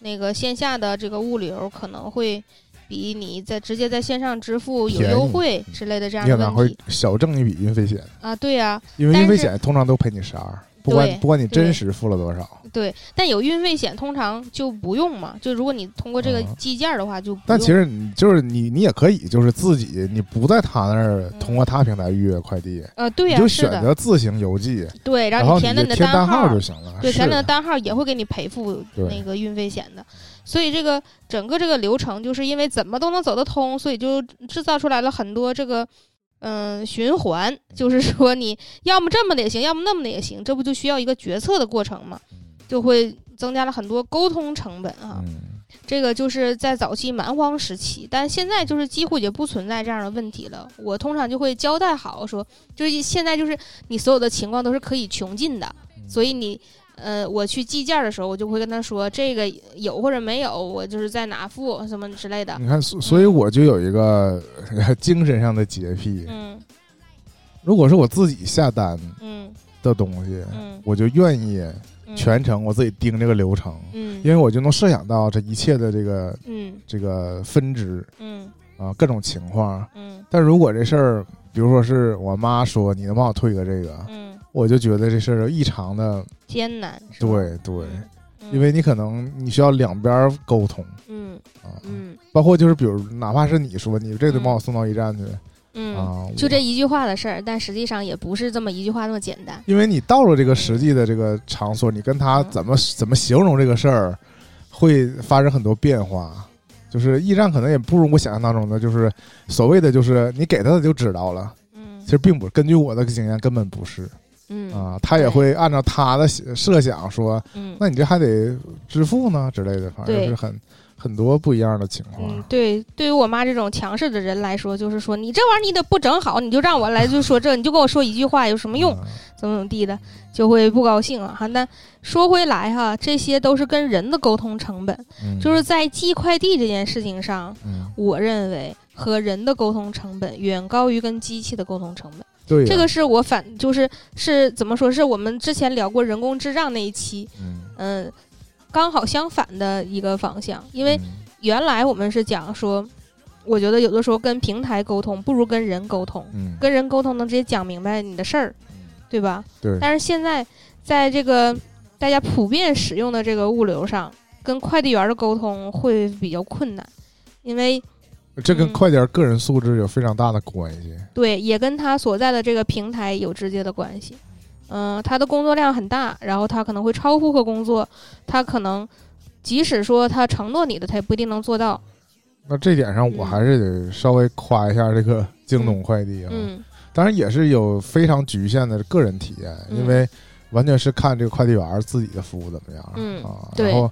Speaker 2: 那个线下的这个物流可能会比你在直接在线上支付有
Speaker 1: 便宜
Speaker 2: 优惠之类的这样
Speaker 1: 你可
Speaker 2: 的
Speaker 1: 能
Speaker 2: 问
Speaker 1: 会
Speaker 2: 题
Speaker 1: 小挣一笔运费险，
Speaker 2: 啊，对呀、
Speaker 1: 因为
Speaker 2: 但
Speaker 1: 运费
Speaker 2: 是
Speaker 1: 险通常都赔你十二，不
Speaker 2: 对
Speaker 1: 管不管你
Speaker 2: 对
Speaker 1: 真实付了多少。
Speaker 2: 对，但有运费险通常就不用嘛，就如果你通过这个
Speaker 1: 嗯
Speaker 2: 寄件儿的话就不用。
Speaker 1: 但其实你就是你，你也可以就是自己，你不在他那儿通过他平台预约快递，
Speaker 2: 呃，嗯对
Speaker 1: 你
Speaker 2: 呀、
Speaker 1: 就
Speaker 2: 是
Speaker 1: 选
Speaker 2: 的，
Speaker 1: 择自行邮寄，
Speaker 2: 对，然
Speaker 1: 然
Speaker 2: 后
Speaker 1: 后
Speaker 2: 你
Speaker 1: 你就
Speaker 2: 填了你的
Speaker 1: 填单
Speaker 2: 号
Speaker 1: 就
Speaker 2: 儿，
Speaker 1: 行了。
Speaker 2: 对，
Speaker 1: 是
Speaker 2: 填了
Speaker 1: 的
Speaker 2: 你的单号儿也会给你赔付
Speaker 1: 对
Speaker 2: 那个运费险的。所以这个整个这个流程，就是因为怎么都能走得通，所以就制造出来了很多这个。嗯，循环就是说，你要么这么的也行，要么那么的也行，这不就需要一个决策的过程嘛，就会增加了很多沟通成本啊。
Speaker 1: 嗯。
Speaker 2: 这个就是在早期蛮荒时期，但现在就是几乎也不存在这样的问题了。我通常就会交代好说，就是现在就是你所有的情况都是可以穷尽的，
Speaker 1: 嗯
Speaker 2: 所以你。呃，我去寄件儿的时候，我就会跟他说这个有或者没有，我就是在哪付什么之类的。
Speaker 1: 你看，所所以我就有一个 [LAUGHS] 精神上的洁癖。
Speaker 2: 嗯
Speaker 1: 如果是我自己下单
Speaker 2: 嗯
Speaker 1: 的东西，
Speaker 2: 嗯，
Speaker 1: 我就愿意
Speaker 2: 嗯
Speaker 1: 全程我自己盯这个流程，
Speaker 2: 嗯
Speaker 1: 因为我就能设想到这一切的这个
Speaker 2: 嗯
Speaker 1: 这个分支
Speaker 2: 嗯
Speaker 1: 啊，各种情况。
Speaker 2: 嗯
Speaker 1: 但如果这事儿，比如说是我妈说你能帮我退个这个，
Speaker 2: 嗯
Speaker 1: 我就觉得这事儿异常的
Speaker 2: 艰难。是吧
Speaker 1: 对对，
Speaker 2: 嗯
Speaker 1: 因为你可能你需要两边儿沟通
Speaker 2: 嗯
Speaker 1: 啊，
Speaker 2: 嗯
Speaker 1: 包括就是比如哪怕是你说你这得帮我送到驿站去，
Speaker 2: 嗯，
Speaker 1: 啊，
Speaker 2: 就
Speaker 1: 我
Speaker 2: 这一句话的事儿，但实际上也不是这么一句话那么简单。
Speaker 1: 因为你到了这个实际的这个场所，你跟他
Speaker 2: 嗯
Speaker 1: 怎么怎么形容这个事儿，会发生很多变化。就是驿站可能也不如我想象当中的，就是所谓的就是你给他的就知道了，
Speaker 2: 嗯
Speaker 1: 其实并不根据我的经验根本不是
Speaker 2: 嗯
Speaker 1: 啊，他也
Speaker 2: 对
Speaker 1: 会按照他的想设想说，
Speaker 2: 嗯
Speaker 1: 那你这还得支付呢之类的，反正就
Speaker 2: 对
Speaker 1: 是很很多不一样的情
Speaker 2: 嗯
Speaker 1: 况，。啊
Speaker 2: 对，对于我妈这种强势的人来说，就是说你这玩意儿你得不整好，你就让我来就说这，你就跟我说一句话有什么用？
Speaker 1: 嗯
Speaker 2: 怎么怎么地的，就会不高兴了哈。那说回来哈，这些都是跟人的沟通成本，
Speaker 1: 嗯
Speaker 2: 就是在寄快递这件事情上，
Speaker 1: 嗯，
Speaker 2: 我认为和人的沟通成本远高于跟机器的沟通成本。
Speaker 1: 对呀啊
Speaker 2: 这个是我反就是是怎么说？是我们之前聊过人工智障那一期，
Speaker 1: 嗯
Speaker 2: 嗯，刚好相反的一个方向，因为
Speaker 1: 嗯
Speaker 2: 原来我们是讲说，我觉得有的时候跟平台沟通不如跟人沟通，
Speaker 1: 嗯
Speaker 2: 跟人沟通能直接讲明白你的事儿，对吧？
Speaker 1: 对
Speaker 2: 但是现在在这个大家普遍使用的这个物流上，跟快递员的沟通会比较困难，因为
Speaker 1: 这跟
Speaker 2: 嗯
Speaker 1: 快点儿个人素质有非常大的关系。
Speaker 2: 对也跟他所在的这个平台有直接的关系。嗯、他的工作量很大，然后他可能会超负荷工作，他可能即使说他承诺你的，他也不一定能做到。
Speaker 1: 那这点上，我
Speaker 2: 嗯
Speaker 1: 还是得稍微夸一下这个京东快递啊。
Speaker 2: 嗯
Speaker 1: 当然也是有非常局限的个人体验，
Speaker 2: 嗯
Speaker 1: 因为完全是看这个快递员儿自己的服务怎么样、
Speaker 2: 嗯
Speaker 1: 啊。
Speaker 2: 对嗯
Speaker 1: 然后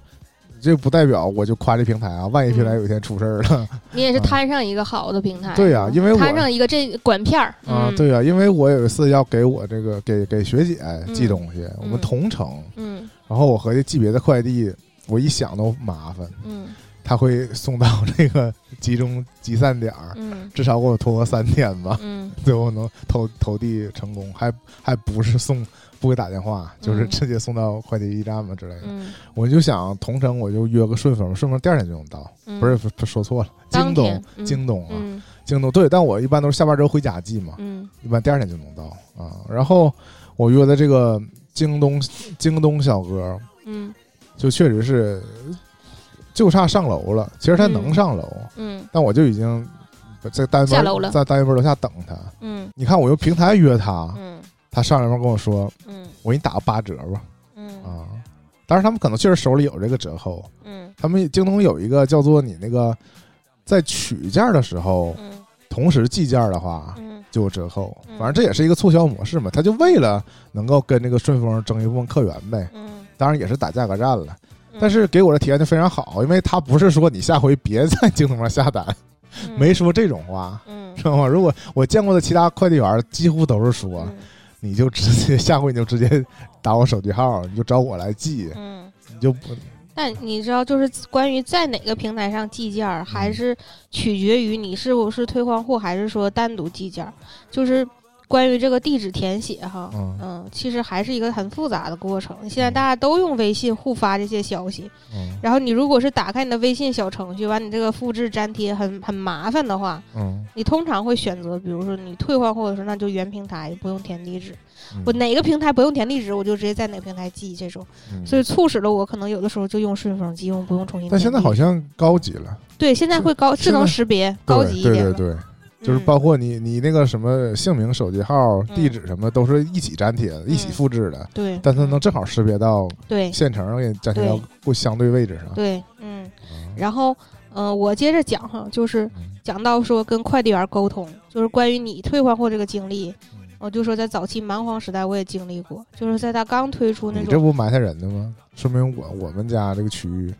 Speaker 1: 这不代表我就夸这平台啊，万一平台有一天出事儿了、
Speaker 2: 你也是
Speaker 1: 啊
Speaker 2: 摊上一个好的平台，
Speaker 1: 对呀因为我
Speaker 2: 摊上一个这管片儿嗯
Speaker 1: 啊，，对啊，因为我有一次要给我这个给给学姐寄东西，我们同城，
Speaker 2: 嗯
Speaker 1: 然后我合计寄别的快递，我一想都麻烦，
Speaker 2: 嗯
Speaker 1: 他会送到这个集中集散点儿，
Speaker 2: 嗯
Speaker 1: 至少给我拖个三天吧。 [LAUGHS]
Speaker 2: 嗯
Speaker 1: 最后能投投递成功，还还不是送不给打电话，就是
Speaker 2: 嗯
Speaker 1: 直接送到快递驿站嘛之类的。
Speaker 2: 嗯
Speaker 1: 我就想同城，我就约个顺丰，顺丰第二天就能到，
Speaker 2: 嗯，
Speaker 1: 不是不说错了，京
Speaker 2: 当
Speaker 1: 东
Speaker 2: 天，嗯
Speaker 1: 京东啊，
Speaker 2: 嗯
Speaker 1: 京东对，但我一般都是下班之后回家寄嘛，
Speaker 2: 嗯
Speaker 1: 一般第二天就能到啊。然后我约的这个京东京东小哥，
Speaker 2: 嗯
Speaker 1: 就确实是就差上楼了，其实他能
Speaker 2: 嗯
Speaker 1: 上楼，
Speaker 2: 嗯
Speaker 1: 但我就已经在单
Speaker 2: 下楼
Speaker 1: 位
Speaker 2: 了
Speaker 1: 在单位楼下等他。
Speaker 2: 嗯
Speaker 1: 你看我用平台约他，
Speaker 2: 嗯
Speaker 1: 他上来后跟我说
Speaker 2: 嗯：“
Speaker 1: 我给你打个八折吧。”
Speaker 2: 嗯
Speaker 1: 啊，当然他们可能确实手里有这个折扣，
Speaker 2: 嗯
Speaker 1: 他们京东有一个叫做你那个在取件儿的时候
Speaker 2: 嗯
Speaker 1: 同时计件儿的话
Speaker 2: 嗯
Speaker 1: 就有折扣，
Speaker 2: 嗯
Speaker 1: 反正这也是一个促销模式嘛。他就为了能够跟这个顺丰争一部分客源呗，
Speaker 2: 嗯，
Speaker 1: 当然也是打价格战了。
Speaker 2: 嗯
Speaker 1: 但是给我的体验就非常好，因为他不是说你下回别在京东上下单，
Speaker 2: 嗯
Speaker 1: 没说这种话，
Speaker 2: 嗯
Speaker 1: 知道吗？如果我见过的其他快递员儿几乎都是说。
Speaker 2: 嗯
Speaker 1: 你就直接 [LAUGHS] 下回你就直接打我手机号，你就找我来寄，
Speaker 2: 嗯，
Speaker 1: 你就不
Speaker 2: 但你知道，就是关于在哪个平台上寄件儿，还是取决于你是不是退换货，还是说单独寄件儿，就是关于这个地址填写哈，
Speaker 1: 嗯
Speaker 2: 嗯，其实还是一个很复杂的过程。现在大家都用微信互发这些消息，
Speaker 1: 嗯
Speaker 2: 然后你如果是打开你的微信小程序，完你这个复制粘贴很很麻烦的话，
Speaker 1: 嗯，
Speaker 2: 你通常会选择，比如说你退换货的时候，那就原平台不用填地址，
Speaker 1: 嗯
Speaker 2: 我哪个平台不用填地址，我就直接在哪个平台寄这种，
Speaker 1: 嗯
Speaker 2: 所以促使了我可能有的时候就用顺丰寄，用不用重新填地址。
Speaker 1: 但现在好像高级了，
Speaker 2: 对，现在会高
Speaker 1: 现
Speaker 2: 智
Speaker 1: 在
Speaker 2: 能识别高级一点
Speaker 1: 对
Speaker 2: 了，
Speaker 1: 对对对，就是
Speaker 2: 嗯
Speaker 1: 包括你你那个什么姓名、手机号、
Speaker 2: 嗯
Speaker 1: 地址什么，都是一起粘贴、一起复制的，
Speaker 2: 对，
Speaker 1: 但啊它能正好识别到
Speaker 2: 嗯对
Speaker 1: 县城，给你粘贴到
Speaker 2: 对
Speaker 1: 不相对位置上。
Speaker 2: 对，嗯，
Speaker 1: 嗯
Speaker 2: 然后嗯、呃我接着讲哈，就是
Speaker 1: 嗯
Speaker 2: 讲到说跟快递员沟通，就是关于你退换货这个经历，我就说在早期蛮荒时代我也经历过，就是在他刚推出那
Speaker 1: 你这
Speaker 2: 种，
Speaker 1: 不埋汰人的吗？说明我我们家这个区域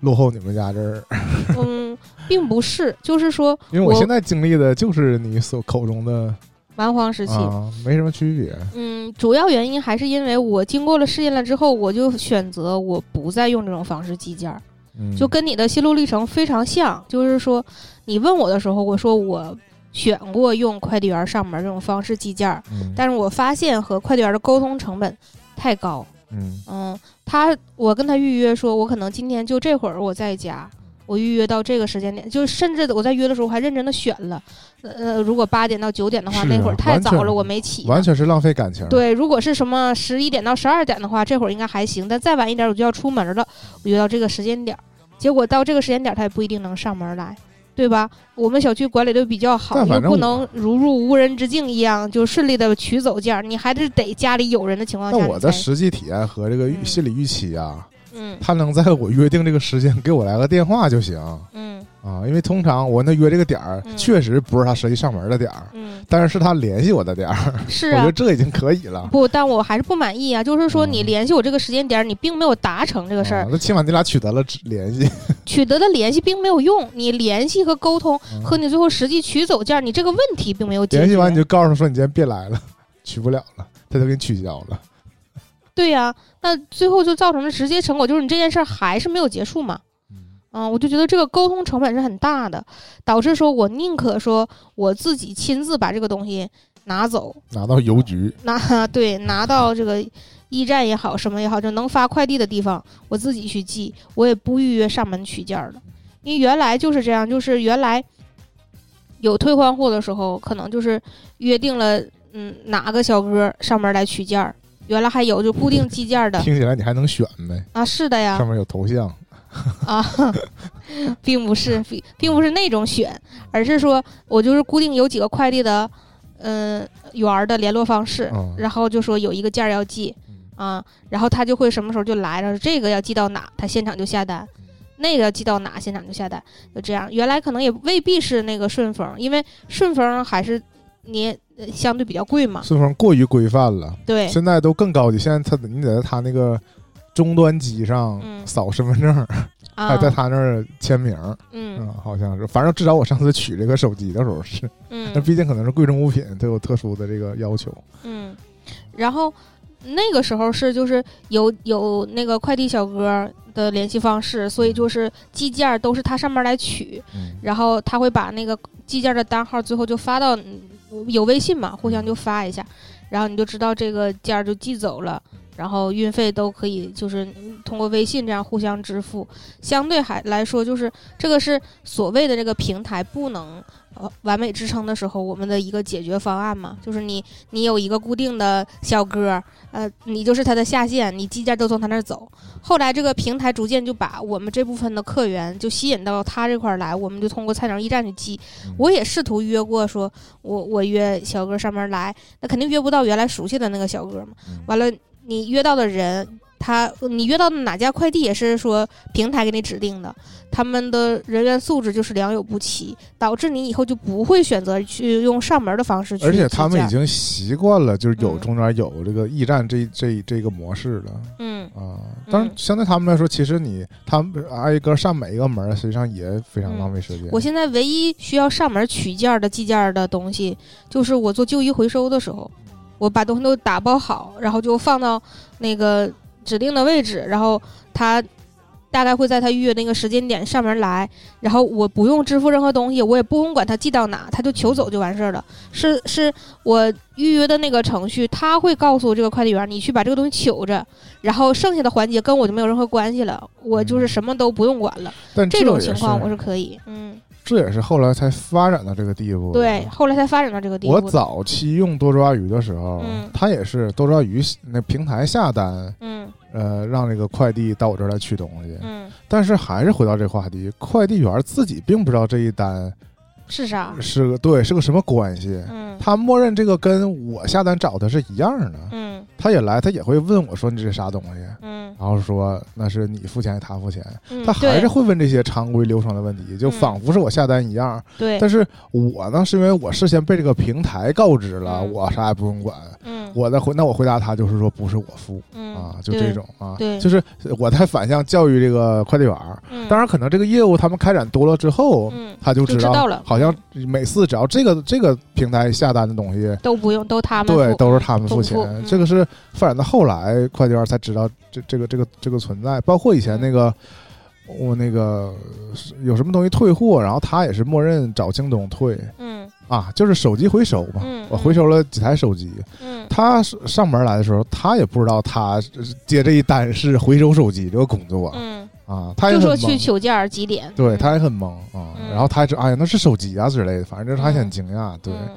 Speaker 1: 落后你们家这儿， [LAUGHS]
Speaker 2: 嗯，并不是，就是说
Speaker 1: 因为我
Speaker 2: 我
Speaker 1: 现在经历的就是你所口中的
Speaker 2: 蛮荒时期，
Speaker 1: 啊，没什么区别。
Speaker 2: 嗯，主要原因还是因为我经过了试验了之后，我就选择我不再用这种方式寄件儿，
Speaker 1: 嗯
Speaker 2: 就跟你的心路历程非常像，就是说你问我的时候，我说我选过用快递员上门这种方式寄件儿，
Speaker 1: 嗯
Speaker 2: 但是我发现和快递员的沟通成本太高。
Speaker 1: 嗯
Speaker 2: 嗯，他我跟他预约说，我可能今天就这会儿我在家，我预约到这个时间点，就甚至我在约的时候我还认真的选了，呃呃，如果八点到九点的话，
Speaker 1: 是啊
Speaker 2: 那会儿太
Speaker 1: 完全
Speaker 2: 早了，我没起呢。
Speaker 1: 完全是浪费感情。，
Speaker 2: 对，如果是什么十一点到十二点的话，这会儿应该还行，但再晚一点我就要出门了，我约到这个时间点儿，结果到这个时间点儿他也不一定能上门来，对吧？我们小区管理的比较好，
Speaker 1: 但
Speaker 2: 又
Speaker 1: 反正
Speaker 2: 不
Speaker 1: 我
Speaker 2: 能如入无人之境一样就顺利的取走件儿，你还是得家里有人的情况
Speaker 1: 那
Speaker 2: 下。
Speaker 1: 我的
Speaker 2: 你才
Speaker 1: 实际体验和这个预
Speaker 2: 嗯
Speaker 1: 心理预期啊，
Speaker 2: 嗯
Speaker 1: 他能在我约定这个时间给我来个电话就行
Speaker 2: 嗯
Speaker 1: 啊，因为通常我那约这个点儿，
Speaker 2: 嗯
Speaker 1: 确实不是他实际上门的点儿， [LAUGHS]
Speaker 2: 嗯，
Speaker 1: 但是是他联系我的点儿，
Speaker 2: 是
Speaker 1: 我
Speaker 2: 啊
Speaker 1: 觉得，这已经可以了。
Speaker 2: 不，但我还是不满意啊。就是说，你
Speaker 1: 嗯
Speaker 2: 联系我这个时间点儿，你并没有达成这
Speaker 1: 这
Speaker 2: 个事儿，
Speaker 1: 啊那起码你俩取得了联
Speaker 2: [LAUGHS]
Speaker 1: 系，
Speaker 2: 取得的联系并没有用。你联系和沟通
Speaker 1: 嗯
Speaker 2: 和你最后实际取走件儿，你这个问题并没有解决。
Speaker 1: 联系完你就告诉他说你今天别来了，取不了了，他就给你取消了。
Speaker 2: 对呀、那最后就造成的直接成果就是你这件事儿还是没有结束嘛。
Speaker 1: 嗯
Speaker 2: 嗯，我就觉得这个沟通成本是很大的，导致说我宁可说我自己亲自把这个东西拿走，
Speaker 1: 拿到邮局，
Speaker 2: 拿 [LAUGHS] 对拿到这个驿站也好，什么也好，就能发快递的地方，我自己去寄，我也不预约上门取件儿了。因为原来就是这样，就是原来有退换货的时候，可能就是约定了，嗯，哪个小哥上门来取件儿。原来还有就固定寄件儿的
Speaker 1: 听起来你还能选呗，
Speaker 2: 啊，是的呀，
Speaker 1: 上面有头像，
Speaker 2: 啊， [LAUGHS] 并不是，并并不是那种选，而是说我就是固定有几个快递的，嗯、员儿的联络方式，
Speaker 1: 嗯
Speaker 2: 然后就说有一个件儿要寄
Speaker 1: 嗯
Speaker 2: 啊，然后他就会什么时候就来，然后这个要寄到哪，他现场就下单。
Speaker 1: 嗯
Speaker 2: 那个要寄到哪，现场就下单，就这样。原来可能也未必是那个顺丰，因为顺丰还是你也呃相对比较贵嘛。
Speaker 1: 顺丰过于规范了，
Speaker 2: 对，
Speaker 1: 现在都更高级，现在他你得在他那个终端机上
Speaker 2: 嗯
Speaker 1: 扫身份证，还
Speaker 2: 啊
Speaker 1: 得，在他那儿签名，
Speaker 2: 嗯
Speaker 1: 嗯，好像是，反正至少我上次取这个手机的时候是，那
Speaker 2: 嗯
Speaker 1: 毕竟可能是贵重物品，它有特殊的这个要求，
Speaker 2: 嗯，然后那个时候是就是有有那个快递小哥的联系方式，所以就是寄件儿都是他上面来取，
Speaker 1: 嗯，
Speaker 2: 然后他会把那个寄件儿的单号最后就发到你有微信嘛，互相就发一下，然后你就知道这个件儿就寄走了。然后运费都可以，就是通过微信这样互相支付。相对还来说，就是这个是所谓的这个平台不能呃完美支撑的时候，我们的一个解决方案嘛，就是你你有一个固定的小哥，呃，你就是他的下线，你寄件都从他那儿走。后来这个平台逐渐就把我们这部分的客源就吸引到他这块儿来，我们就通过菜鸟驿站去寄。我也试图约过说，我我约小哥上门来，那肯定约不到原来熟悉的那个小哥嘛。
Speaker 1: 嗯
Speaker 2: 完了，你约到的人，他你约到的哪家快递也是说平台给你指定的，他们的人员素质就是良莠不齐，导致你以后就不会选择去用上门的方式去。
Speaker 1: 而且他们已，经习惯了，就是有
Speaker 2: 嗯
Speaker 1: 中间有这个驿站这这这个模式了
Speaker 2: 嗯
Speaker 1: 啊。当然，相对他们来说，其实你他们挨个上每一个门儿，实际上也非常
Speaker 2: 嗯
Speaker 1: 浪费时间。
Speaker 2: 我现在唯一需要上门取件儿的、寄件儿的东西，就是我做旧衣回收的时候，我把东西都打包好，然后就放到那个指定的位置，然后他大概会在他预约那个时间点上门来，然后我不用支付任何东西，我也不用管他寄到哪，他就取走就完事儿了。是是我预约的那个程序，他会告诉这个快递员，你去把这个东西取着，然后剩下的环节跟我就没有任何关系了，我就是什么都不用管了。
Speaker 1: 但
Speaker 2: 这种
Speaker 1: 嗯也
Speaker 2: 情
Speaker 1: 是
Speaker 2: 况我是可以，嗯。
Speaker 1: 这也是后来才发展到这个地步。
Speaker 2: 对，。后来才发展到这个地步
Speaker 1: 我
Speaker 2: 的。
Speaker 1: 早期用多抓鱼的时候，
Speaker 2: 嗯
Speaker 1: 它也是多抓鱼那平台下单，
Speaker 2: 嗯
Speaker 1: 呃，让这个快递到我这儿来取东西。
Speaker 2: 嗯，
Speaker 1: 但是还是回到这个话题，快递员自己并不知道这一单
Speaker 2: 是啥？
Speaker 1: 是个对是个什么关系，
Speaker 2: 嗯
Speaker 1: 他默认这个跟我下单找的是一样的。
Speaker 2: 嗯
Speaker 1: 他也来，他也会问我说你这是啥东西，
Speaker 2: 嗯
Speaker 1: 然后说那是你付钱还是他付钱，
Speaker 2: 嗯，
Speaker 1: 他还
Speaker 2: 对
Speaker 1: 是会问这些常规流程的问题，就
Speaker 2: 嗯
Speaker 1: 仿佛是我下单一样。
Speaker 2: 对，
Speaker 1: 但是我呢，是因为我事先被这个平台告知了，
Speaker 2: 嗯
Speaker 1: 我啥也不用管。
Speaker 2: 嗯
Speaker 1: 我的回那我回答他就是说不是我付
Speaker 2: 嗯
Speaker 1: 啊，就这，种啊，
Speaker 2: 对
Speaker 1: 就是我在反向教育这个快递员儿。
Speaker 2: 对嗯
Speaker 1: 当然，可能这个业务他们开展多了之后，
Speaker 2: 嗯
Speaker 1: 他就
Speaker 2: 就
Speaker 1: 知
Speaker 2: 知道了
Speaker 1: 好像每次只要这个这个平台下单的东西，
Speaker 2: 都不用，都他们
Speaker 1: 对，
Speaker 2: 付
Speaker 1: 都是他们
Speaker 2: 同
Speaker 1: 付
Speaker 2: 步
Speaker 1: 钱。
Speaker 2: 嗯
Speaker 1: 这个是发展到后来，快递员才知道这这个这个这个存在，包括以
Speaker 2: 嗯
Speaker 1: 前那个。我那个是有什么东西退货，然后他也是默认找京东退
Speaker 2: 嗯
Speaker 1: 啊，就是手机回收嘛。
Speaker 2: 嗯
Speaker 1: 我回收了几台手机，
Speaker 2: 嗯
Speaker 1: 他是上门来的时候，他也不知道他接这一单是回收手机这个工作、
Speaker 2: 嗯，
Speaker 1: 啊，他也
Speaker 2: 就
Speaker 1: 很
Speaker 2: 说去
Speaker 1: 懵，
Speaker 2: 取件儿几点？
Speaker 1: 对，
Speaker 2: 嗯
Speaker 1: 他也很懵啊。
Speaker 2: 嗯
Speaker 1: 然后他还知哎呀那是手机啊之类的，反正就是他很
Speaker 2: 嗯
Speaker 1: 惊讶，对。
Speaker 2: 嗯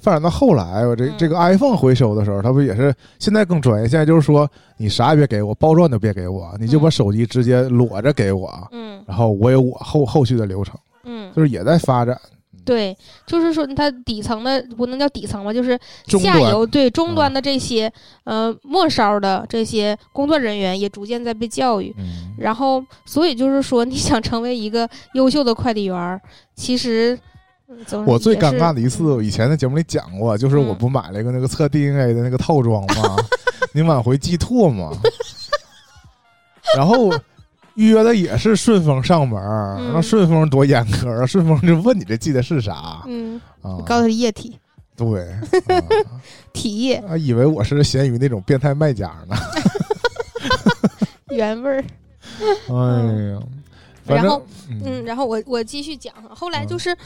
Speaker 1: 发展到后来，我这
Speaker 2: 嗯
Speaker 1: 这个 iPhone 回收的时候，它不也是现在更专业？现在就是说，你啥也别给我，包装都别给我，你就把
Speaker 2: 嗯
Speaker 1: 手机直接裸着给我，
Speaker 2: 嗯
Speaker 1: 然后我有我后后续的流程。
Speaker 2: 嗯，
Speaker 1: 就是也在发展。
Speaker 2: 对，就是说它底层的不能叫底层吧，就是
Speaker 1: 中
Speaker 2: 下
Speaker 1: 端
Speaker 2: 游对终端
Speaker 1: 嗯
Speaker 2: 的这些、呃末梢的这些工作人员也逐渐在被教育。
Speaker 1: 嗯，
Speaker 2: 然后，所以就是说，你想成为一个优秀的快递员儿，其实嗯怎么
Speaker 1: 我最
Speaker 2: 也
Speaker 1: 尴
Speaker 2: 是
Speaker 1: 尬的一次，我以前在节目里讲过，就是我
Speaker 2: 嗯
Speaker 1: 不买了一个那个测 DNA 的那个套装
Speaker 2: [LAUGHS]
Speaker 1: 吗？你往回寄唾沫，然后预约的也是顺丰上门儿，
Speaker 2: 嗯
Speaker 1: 那顺丰多严格啊！顺丰就问你这寄的是啥啊？
Speaker 2: 嗯，我告诉他液体
Speaker 1: 对，啊
Speaker 2: 体液
Speaker 1: 啊，以为我是咸鱼那种变态卖家
Speaker 2: [LAUGHS]
Speaker 1: 呢。
Speaker 2: 原味儿。
Speaker 1: 哎呀，反
Speaker 2: 嗯然
Speaker 1: 正
Speaker 2: 后，
Speaker 1: 嗯
Speaker 2: 嗯，然后我我继续讲，啊后来
Speaker 1: 嗯
Speaker 2: 就是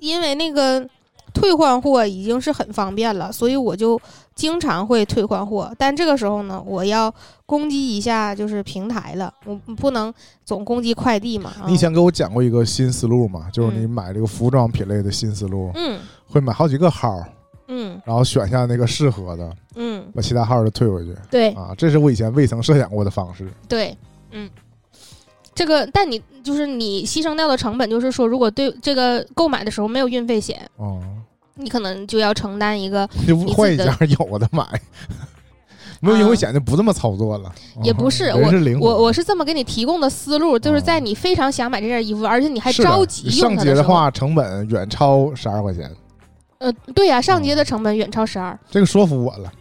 Speaker 2: 因为那个退换货已经是很方便了，所以我就经常会退换货。但这个时候呢，我要攻击一下就是平台了，我不能总攻击快递嘛。啊
Speaker 1: 你以前给我讲过一个新思路嘛，就是你
Speaker 2: 嗯
Speaker 1: 买这个服装品类的新思路，
Speaker 2: 嗯
Speaker 1: 会买好几个号，
Speaker 2: 嗯
Speaker 1: 然后选下那个适合的，
Speaker 2: 嗯，
Speaker 1: 把其他号就退回去
Speaker 2: 对
Speaker 1: 啊。这是我以前未曾设想过的方式。
Speaker 2: 对，嗯。这个，但你就是你牺牲掉的成本，就是说，如果对这个购买的时候没有运费险，
Speaker 1: 哦、
Speaker 2: 你可能就要承担一个
Speaker 1: 就
Speaker 2: 你自己
Speaker 1: 换一
Speaker 2: 的啊
Speaker 1: 家有的买，没有优惠险就不这么操作了。哦
Speaker 2: 也不是
Speaker 1: 人是灵活
Speaker 2: 我我是这么给你提供的思路，就是
Speaker 1: 哦
Speaker 2: 在你非常想买这件衣服，而且你还
Speaker 1: 是的
Speaker 2: 着急用
Speaker 1: 上
Speaker 2: 它
Speaker 1: 街
Speaker 2: 时
Speaker 1: 的
Speaker 2: 候，
Speaker 1: 话，成本远超十二块钱，
Speaker 2: 呃，对呀、上街的成本远超十二。
Speaker 1: 这个说服我了，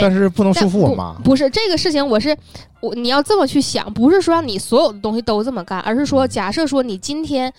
Speaker 1: 嗯但是不能
Speaker 2: 但
Speaker 1: 说服我妈
Speaker 2: 不。不是这个事情，我是我你要这么去想，不是说让你所有的东西都这么干，而是说假设说你今天。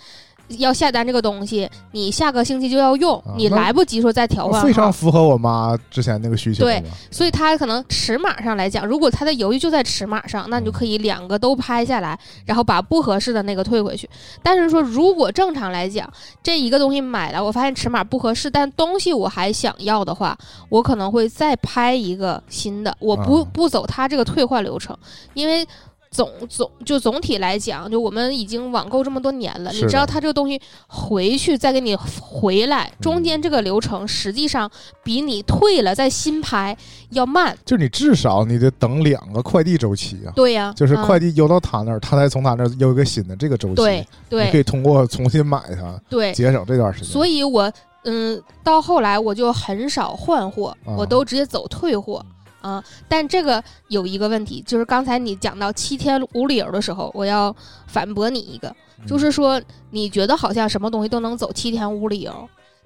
Speaker 2: 要下单这个东西，你下个星期就要用
Speaker 1: 啊，
Speaker 2: 你
Speaker 1: 那
Speaker 2: 来不及说再调换
Speaker 1: 非常
Speaker 2: 号，
Speaker 1: 符合我妈之前那个需求
Speaker 2: 啊对
Speaker 1: 嘛
Speaker 2: 所以它可能尺码上来讲，如果它的犹豫就在尺码上，那你
Speaker 1: 嗯
Speaker 2: 就可以两个都拍下来，然后把不合适的那个退回去。但是说，如果正常来讲，这一个东西买了，我发现尺码不合适，但东西我还想要的话，我可能会再拍一个新的，我不、
Speaker 1: 啊
Speaker 2: 不走它这个退换流程，因为。总总就总体来讲，就我们已经网购这么多年了，你
Speaker 1: 是的
Speaker 2: 知道它这个东西回去再给你回来，中
Speaker 1: 嗯
Speaker 2: 间这个流程实际上比你退了再新拍要慢。
Speaker 1: 就是你至少你得等两个快递周期啊，
Speaker 2: 对呀、
Speaker 1: 就是
Speaker 2: 嗯
Speaker 1: 快递邮到他那儿，他才从他那儿邮一个新的这个周期。
Speaker 2: 对
Speaker 1: 你可
Speaker 2: 对
Speaker 1: 以通过重新买它，
Speaker 2: 对，
Speaker 1: 节省这段时间。
Speaker 2: 所以我嗯，到后来我就很少换货，
Speaker 1: 啊嗯
Speaker 2: 我都直接走退货啊。但这个有一个问题，就是刚才你讲到七天无理由的时候，我要反驳你一个，
Speaker 1: 嗯
Speaker 2: 就是说你觉得好像什么东西都能走七天无理由。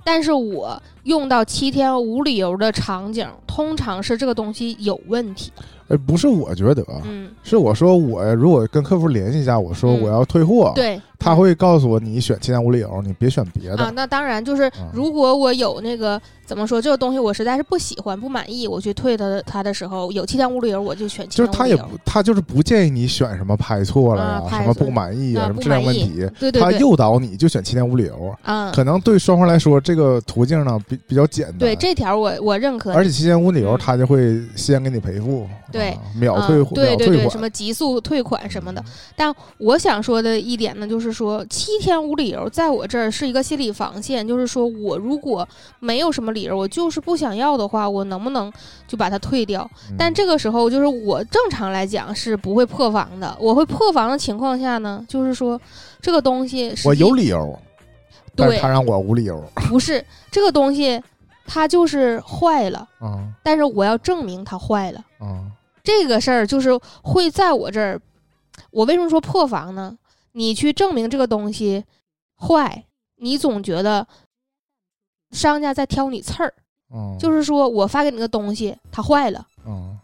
Speaker 2: 但是我用到七天无理由的场景，通常是这个东西有问题。
Speaker 1: 呃，不是我觉得，啊
Speaker 2: 嗯，
Speaker 1: 是我说我如果跟客服联系一下，我说
Speaker 2: 嗯
Speaker 1: 我要退货，
Speaker 2: 对，
Speaker 1: 啊他会告诉我你选七天无理由，你别选别的。
Speaker 2: 啊，那当然就是
Speaker 1: 啊
Speaker 2: 如果我有那个怎么说，这个东西我实在是不喜欢、不满意，我去退的它的时候，有七天无理由我就选七
Speaker 1: 就是
Speaker 2: 天无
Speaker 1: 他
Speaker 2: 理
Speaker 1: 也
Speaker 2: 由。
Speaker 1: 不，他就是不建议你选什么拍错了呀
Speaker 2: 啊，拍
Speaker 1: 什么
Speaker 2: 错
Speaker 1: 不满意呀，
Speaker 2: 啊
Speaker 1: 什么
Speaker 2: 不
Speaker 1: 质量
Speaker 2: 满
Speaker 1: 问
Speaker 2: 意
Speaker 1: 题，
Speaker 2: 对对
Speaker 1: 他
Speaker 2: 对，
Speaker 1: 诱导你就选七天无理由。
Speaker 2: 啊，
Speaker 1: 可能对双方来说，这个途径呢比比较简单，
Speaker 2: 对这条我我认可你。
Speaker 1: 而且七天无理由
Speaker 2: 嗯
Speaker 1: 他就会先给你赔付，
Speaker 2: 对
Speaker 1: 啊，秒
Speaker 2: 啊
Speaker 1: 退货，
Speaker 2: 对
Speaker 1: 秒
Speaker 2: 对
Speaker 1: 退
Speaker 2: 对，
Speaker 1: 款
Speaker 2: 什么急速退款什么的。但我想说的一点呢，就是说七天无理由，在我这儿是一个心理防线，就是说我如果没有什么理由，我就是不想要的话，我能不能就把它退掉？
Speaker 1: 嗯
Speaker 2: 但这个时候，就是我正常来讲是不会破防的。我会破防的情况下呢，就是说这个东西实
Speaker 1: 我
Speaker 2: 际
Speaker 1: 有理由，但是
Speaker 2: 对
Speaker 1: 他，让我无理由
Speaker 2: 不是这个东西，它就是坏了，
Speaker 1: 啊
Speaker 2: 但是我要证明它坏了。
Speaker 1: 啊，
Speaker 2: 这个事儿就是会在我这儿，我为什么说破防呢？你去证明这个东西坏，你总觉得商家在挑你刺儿，
Speaker 1: 嗯
Speaker 2: 就是说我发给你个东西它坏了，
Speaker 1: 嗯，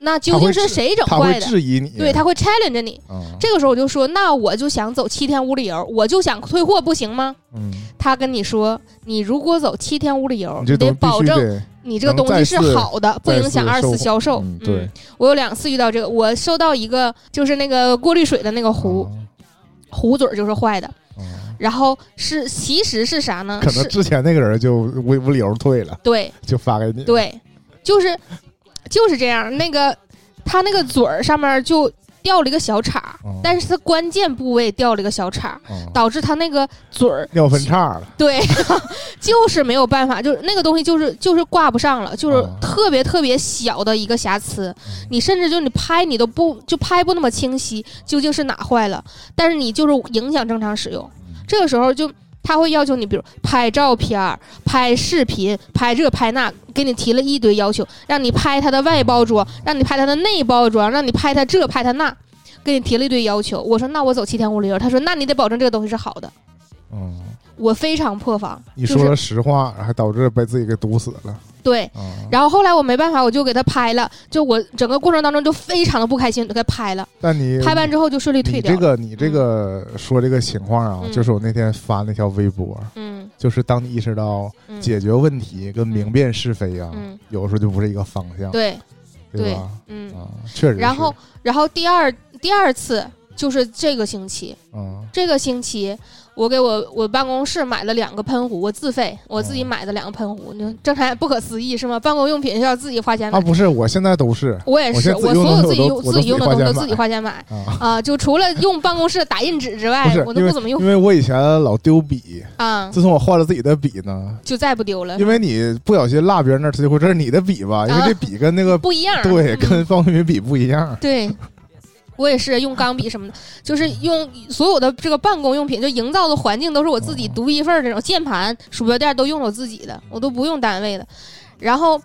Speaker 2: 那究
Speaker 1: 他会
Speaker 2: 竟是
Speaker 1: 质
Speaker 2: 谁整
Speaker 1: 他会
Speaker 2: 坏的？
Speaker 1: 质疑你，
Speaker 2: 对，他会 challenge 你。
Speaker 1: 嗯，
Speaker 2: 这个时候我就说，那我就想走七天无理由，我就想退货，不行吗？
Speaker 1: 嗯，
Speaker 2: 他跟你说，你如果走七天无理由，
Speaker 1: 你这
Speaker 2: 你得
Speaker 1: 东西必
Speaker 2: 保
Speaker 1: 须
Speaker 2: 证
Speaker 1: 得
Speaker 2: 你这个
Speaker 1: 能
Speaker 2: 东
Speaker 1: 再
Speaker 2: 西是
Speaker 1: 次
Speaker 2: 好的，不
Speaker 1: 再
Speaker 2: 影响
Speaker 1: 次
Speaker 2: 二
Speaker 1: 售
Speaker 2: 次销售。
Speaker 1: 嗯对，
Speaker 2: 我有两次遇到这个，我收到一个就是那个过滤水的那个
Speaker 1: 哦
Speaker 2: 壶，壶嘴儿就是坏的，
Speaker 1: 啊，啊
Speaker 2: 然后是其实是啥呢？
Speaker 1: 可能
Speaker 2: 是
Speaker 1: 之前那个人就无无理由退了，
Speaker 2: 对
Speaker 1: 就发给你，
Speaker 2: 对，就是就是这样，那个它那个嘴儿上面就掉了一个小叉儿
Speaker 1: 哦，
Speaker 2: 但是它关键部位掉了一个小叉儿。
Speaker 1: 啊，
Speaker 2: 导致它那个嘴儿
Speaker 1: 尿分叉了，
Speaker 2: 对， [LAUGHS] 就是没有办法，就是那个东西就是就是挂不上了，就是
Speaker 1: 啊
Speaker 2: 特别特别小的一个瑕疵，
Speaker 1: 嗯
Speaker 2: 你甚至就你拍你都不就拍不那么清晰，究竟是哪坏了，但是你就是影响正常使用。这个时候就他会要求你，比如拍照片儿、拍视频、拍这拍那，给你提了一堆要求，让你拍它的外包装，让你拍它的内包装，让你拍它这拍它那，给你提了一堆要求。我说那我走七天无理由，他说那你得保证这个东西是好的。
Speaker 1: 嗯，
Speaker 2: 我非常破防，
Speaker 1: 你
Speaker 2: 就
Speaker 1: 说
Speaker 2: 是
Speaker 1: 了实话，还导致被自己给堵死了。
Speaker 2: 对。
Speaker 1: 嗯，
Speaker 2: 然后后来我没办法，我就给他拍了，就我整个过程当中就非常的不开心，就给他拍了。
Speaker 1: 但你
Speaker 2: 拍完之后就顺利
Speaker 1: 嗯
Speaker 2: 退
Speaker 1: 你
Speaker 2: 掉
Speaker 1: 这
Speaker 2: 了。
Speaker 1: 个你这个说这个情况啊，
Speaker 2: 嗯
Speaker 1: 就是我那天发那条微博，
Speaker 2: 嗯
Speaker 1: 就是当你意识到
Speaker 2: 嗯，
Speaker 1: 解决问题跟明辨是非啊，
Speaker 2: 嗯
Speaker 1: 有的时候就不是一个方向，
Speaker 2: 对，对
Speaker 1: 吧？
Speaker 2: 嗯。
Speaker 1: 啊，确实是。
Speaker 2: 然后，然后第二第二次就是这个星期，
Speaker 1: 嗯，
Speaker 2: 这个星期我给我我办公室买了两个喷壶，我自费，我自己
Speaker 1: 哦
Speaker 2: 买的两个喷壶，你正常不可思议是吗？办公用品要自己花钱买。
Speaker 1: 啊，不是，我现在都是
Speaker 2: 我也
Speaker 1: 我
Speaker 2: 是，
Speaker 1: 现在自
Speaker 2: 我
Speaker 1: 己用的
Speaker 2: 所有自己
Speaker 1: 我都
Speaker 2: 用
Speaker 1: 我都
Speaker 2: 自己用的东
Speaker 1: 自
Speaker 2: 西
Speaker 1: 己花钱
Speaker 2: 都自己花钱买
Speaker 1: 啊，
Speaker 2: 啊、就除了用办公室打印纸之外
Speaker 1: 不是，
Speaker 2: 哎我都不怎么用
Speaker 1: 因为我以前老丢笔，
Speaker 2: 啊、
Speaker 1: 自从我换了自己的笔呢，
Speaker 2: 就再不丢了，
Speaker 1: 因为你不小心落别人那儿，他就会这是你的笔吧？因为
Speaker 2: 啊
Speaker 1: 这笔跟那个
Speaker 2: 不一样。
Speaker 1: [LAUGHS] 对
Speaker 2: 嗯
Speaker 1: 跟方云笔不一样。
Speaker 2: 对，我也是用钢笔什么的，就是用所有的这个办公用品，就营造的环境都是我
Speaker 1: 哦
Speaker 2: 自己独一份儿的那种，键盘、鼠标垫都用了我自己的，我都不用单位的。然后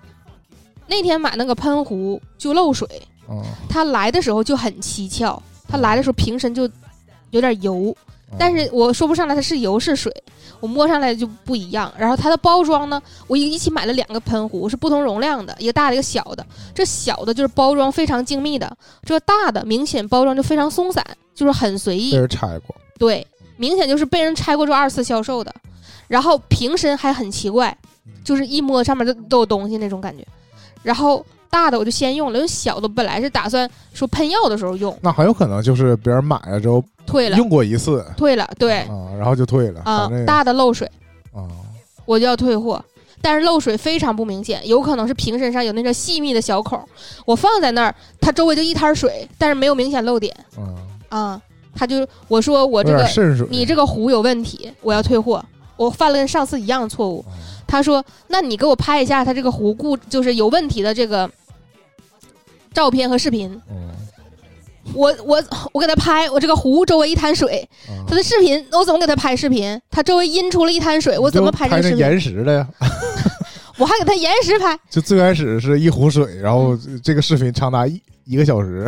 Speaker 2: 那天买那个喷壶就漏水，
Speaker 1: 嗯，
Speaker 2: 它来的时候就很蹊跷，它来的时候瓶身就有点油，但
Speaker 1: 嗯
Speaker 2: 是我说不上来它是油是水，我摸上来就不一样。然后它的包装呢，我一一起买了两个喷壶，是不同容量的，一个大的一个小的。这小的就是包装非常精密的，这个大的明显包装就非常松散，就是嗯很随
Speaker 1: 被
Speaker 2: 意，
Speaker 1: 人拆过，
Speaker 2: 对，明显就是被人拆过之后二次销售的。然后瓶身还很奇怪，就是一摸上面都都有东西那种感觉。然后大的我就先用了，因为小的本来是打算说喷药的时候用，
Speaker 1: 那很有可能就是别人买了之后
Speaker 2: 退了，
Speaker 1: 用过一次
Speaker 2: 退了，对，
Speaker 1: 啊，然后就退了。
Speaker 2: 啊、
Speaker 1: 反正
Speaker 2: 大的漏水。
Speaker 1: 啊，
Speaker 2: 我就要退货。但是漏水非常不明显，有可能是瓶身上有那个细密的小孔，我放在那儿，它周围就一滩水，但是没有明显漏点
Speaker 1: 嗯，
Speaker 2: 啊。他就我说我
Speaker 1: 有
Speaker 2: 这
Speaker 1: 点
Speaker 2: 个
Speaker 1: 渗水。
Speaker 2: 你这个壶有问题，我要退货。我犯了跟上次一样的错误。
Speaker 1: 啊
Speaker 2: 他说：“那你给我拍一下他这个壶故就是有问题的这个照片和视频。
Speaker 1: 嗯，
Speaker 2: 我”我我给他拍，我这个壶周围一滩水，
Speaker 1: 啊
Speaker 2: 他的视频我怎么给他拍视频？他周围阴出了一滩水，我怎么
Speaker 1: 就
Speaker 2: 拍
Speaker 1: 拍
Speaker 2: 这个视
Speaker 1: 那
Speaker 2: 频？
Speaker 1: 延时的呀？
Speaker 2: 我还给他延时拍。
Speaker 1: 就最开始是一壶水，然后
Speaker 2: 嗯
Speaker 1: 这个视频长达一一个小时。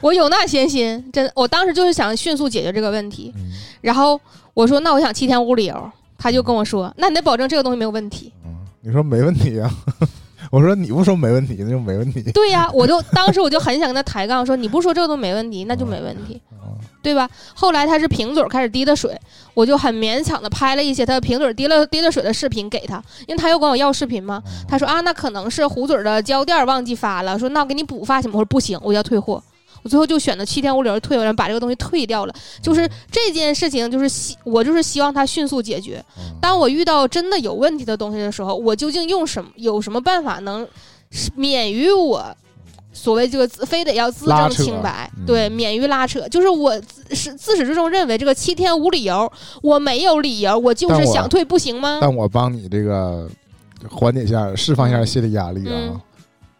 Speaker 2: 我有那闲心，真的，我当时就是想迅速解决这个问题。
Speaker 1: 嗯
Speaker 2: 然后我说，那我想七天无理由，他就跟我说，那你得保证这个东西没有问题。
Speaker 1: 嗯你说没问题啊？ [LAUGHS] 我说你不说没问题，那就没问题。
Speaker 2: 对呀、我就当时我就很想跟他抬杠，说你不说这个都没问题，那就没问题，
Speaker 1: 啊
Speaker 2: 对吧？后来他是瓶嘴儿开始滴的水，我就很勉强的拍了一些他的瓶嘴儿滴了滴了水的视频给他，因为他又管我要视频
Speaker 1: 哦
Speaker 2: 嘛。他说啊，那可能是壶嘴儿的胶垫儿忘记发了，说那我给你补发行吗？我说不行，我要退货。我最后就选择七天无理由退，然后把这个东西退掉
Speaker 1: 哦
Speaker 2: 了。就是这件事情，就是希我就是希望它迅速解决。
Speaker 1: 嗯
Speaker 2: 当我遇到真的有问题的东西的时候，我究竟用什么有什么办法能是免于我所谓这个自非得要自
Speaker 1: 拉
Speaker 2: 证
Speaker 1: 扯
Speaker 2: 清白，
Speaker 1: 嗯
Speaker 2: 对，免于拉扯。就是我自是自始至终认为这个七天无理由，我没有理由，我就
Speaker 1: 但
Speaker 2: 是
Speaker 1: 我
Speaker 2: 想退，不行吗？
Speaker 1: 但我帮你这个缓解一下，释放一下心理压力啊
Speaker 2: 嗯。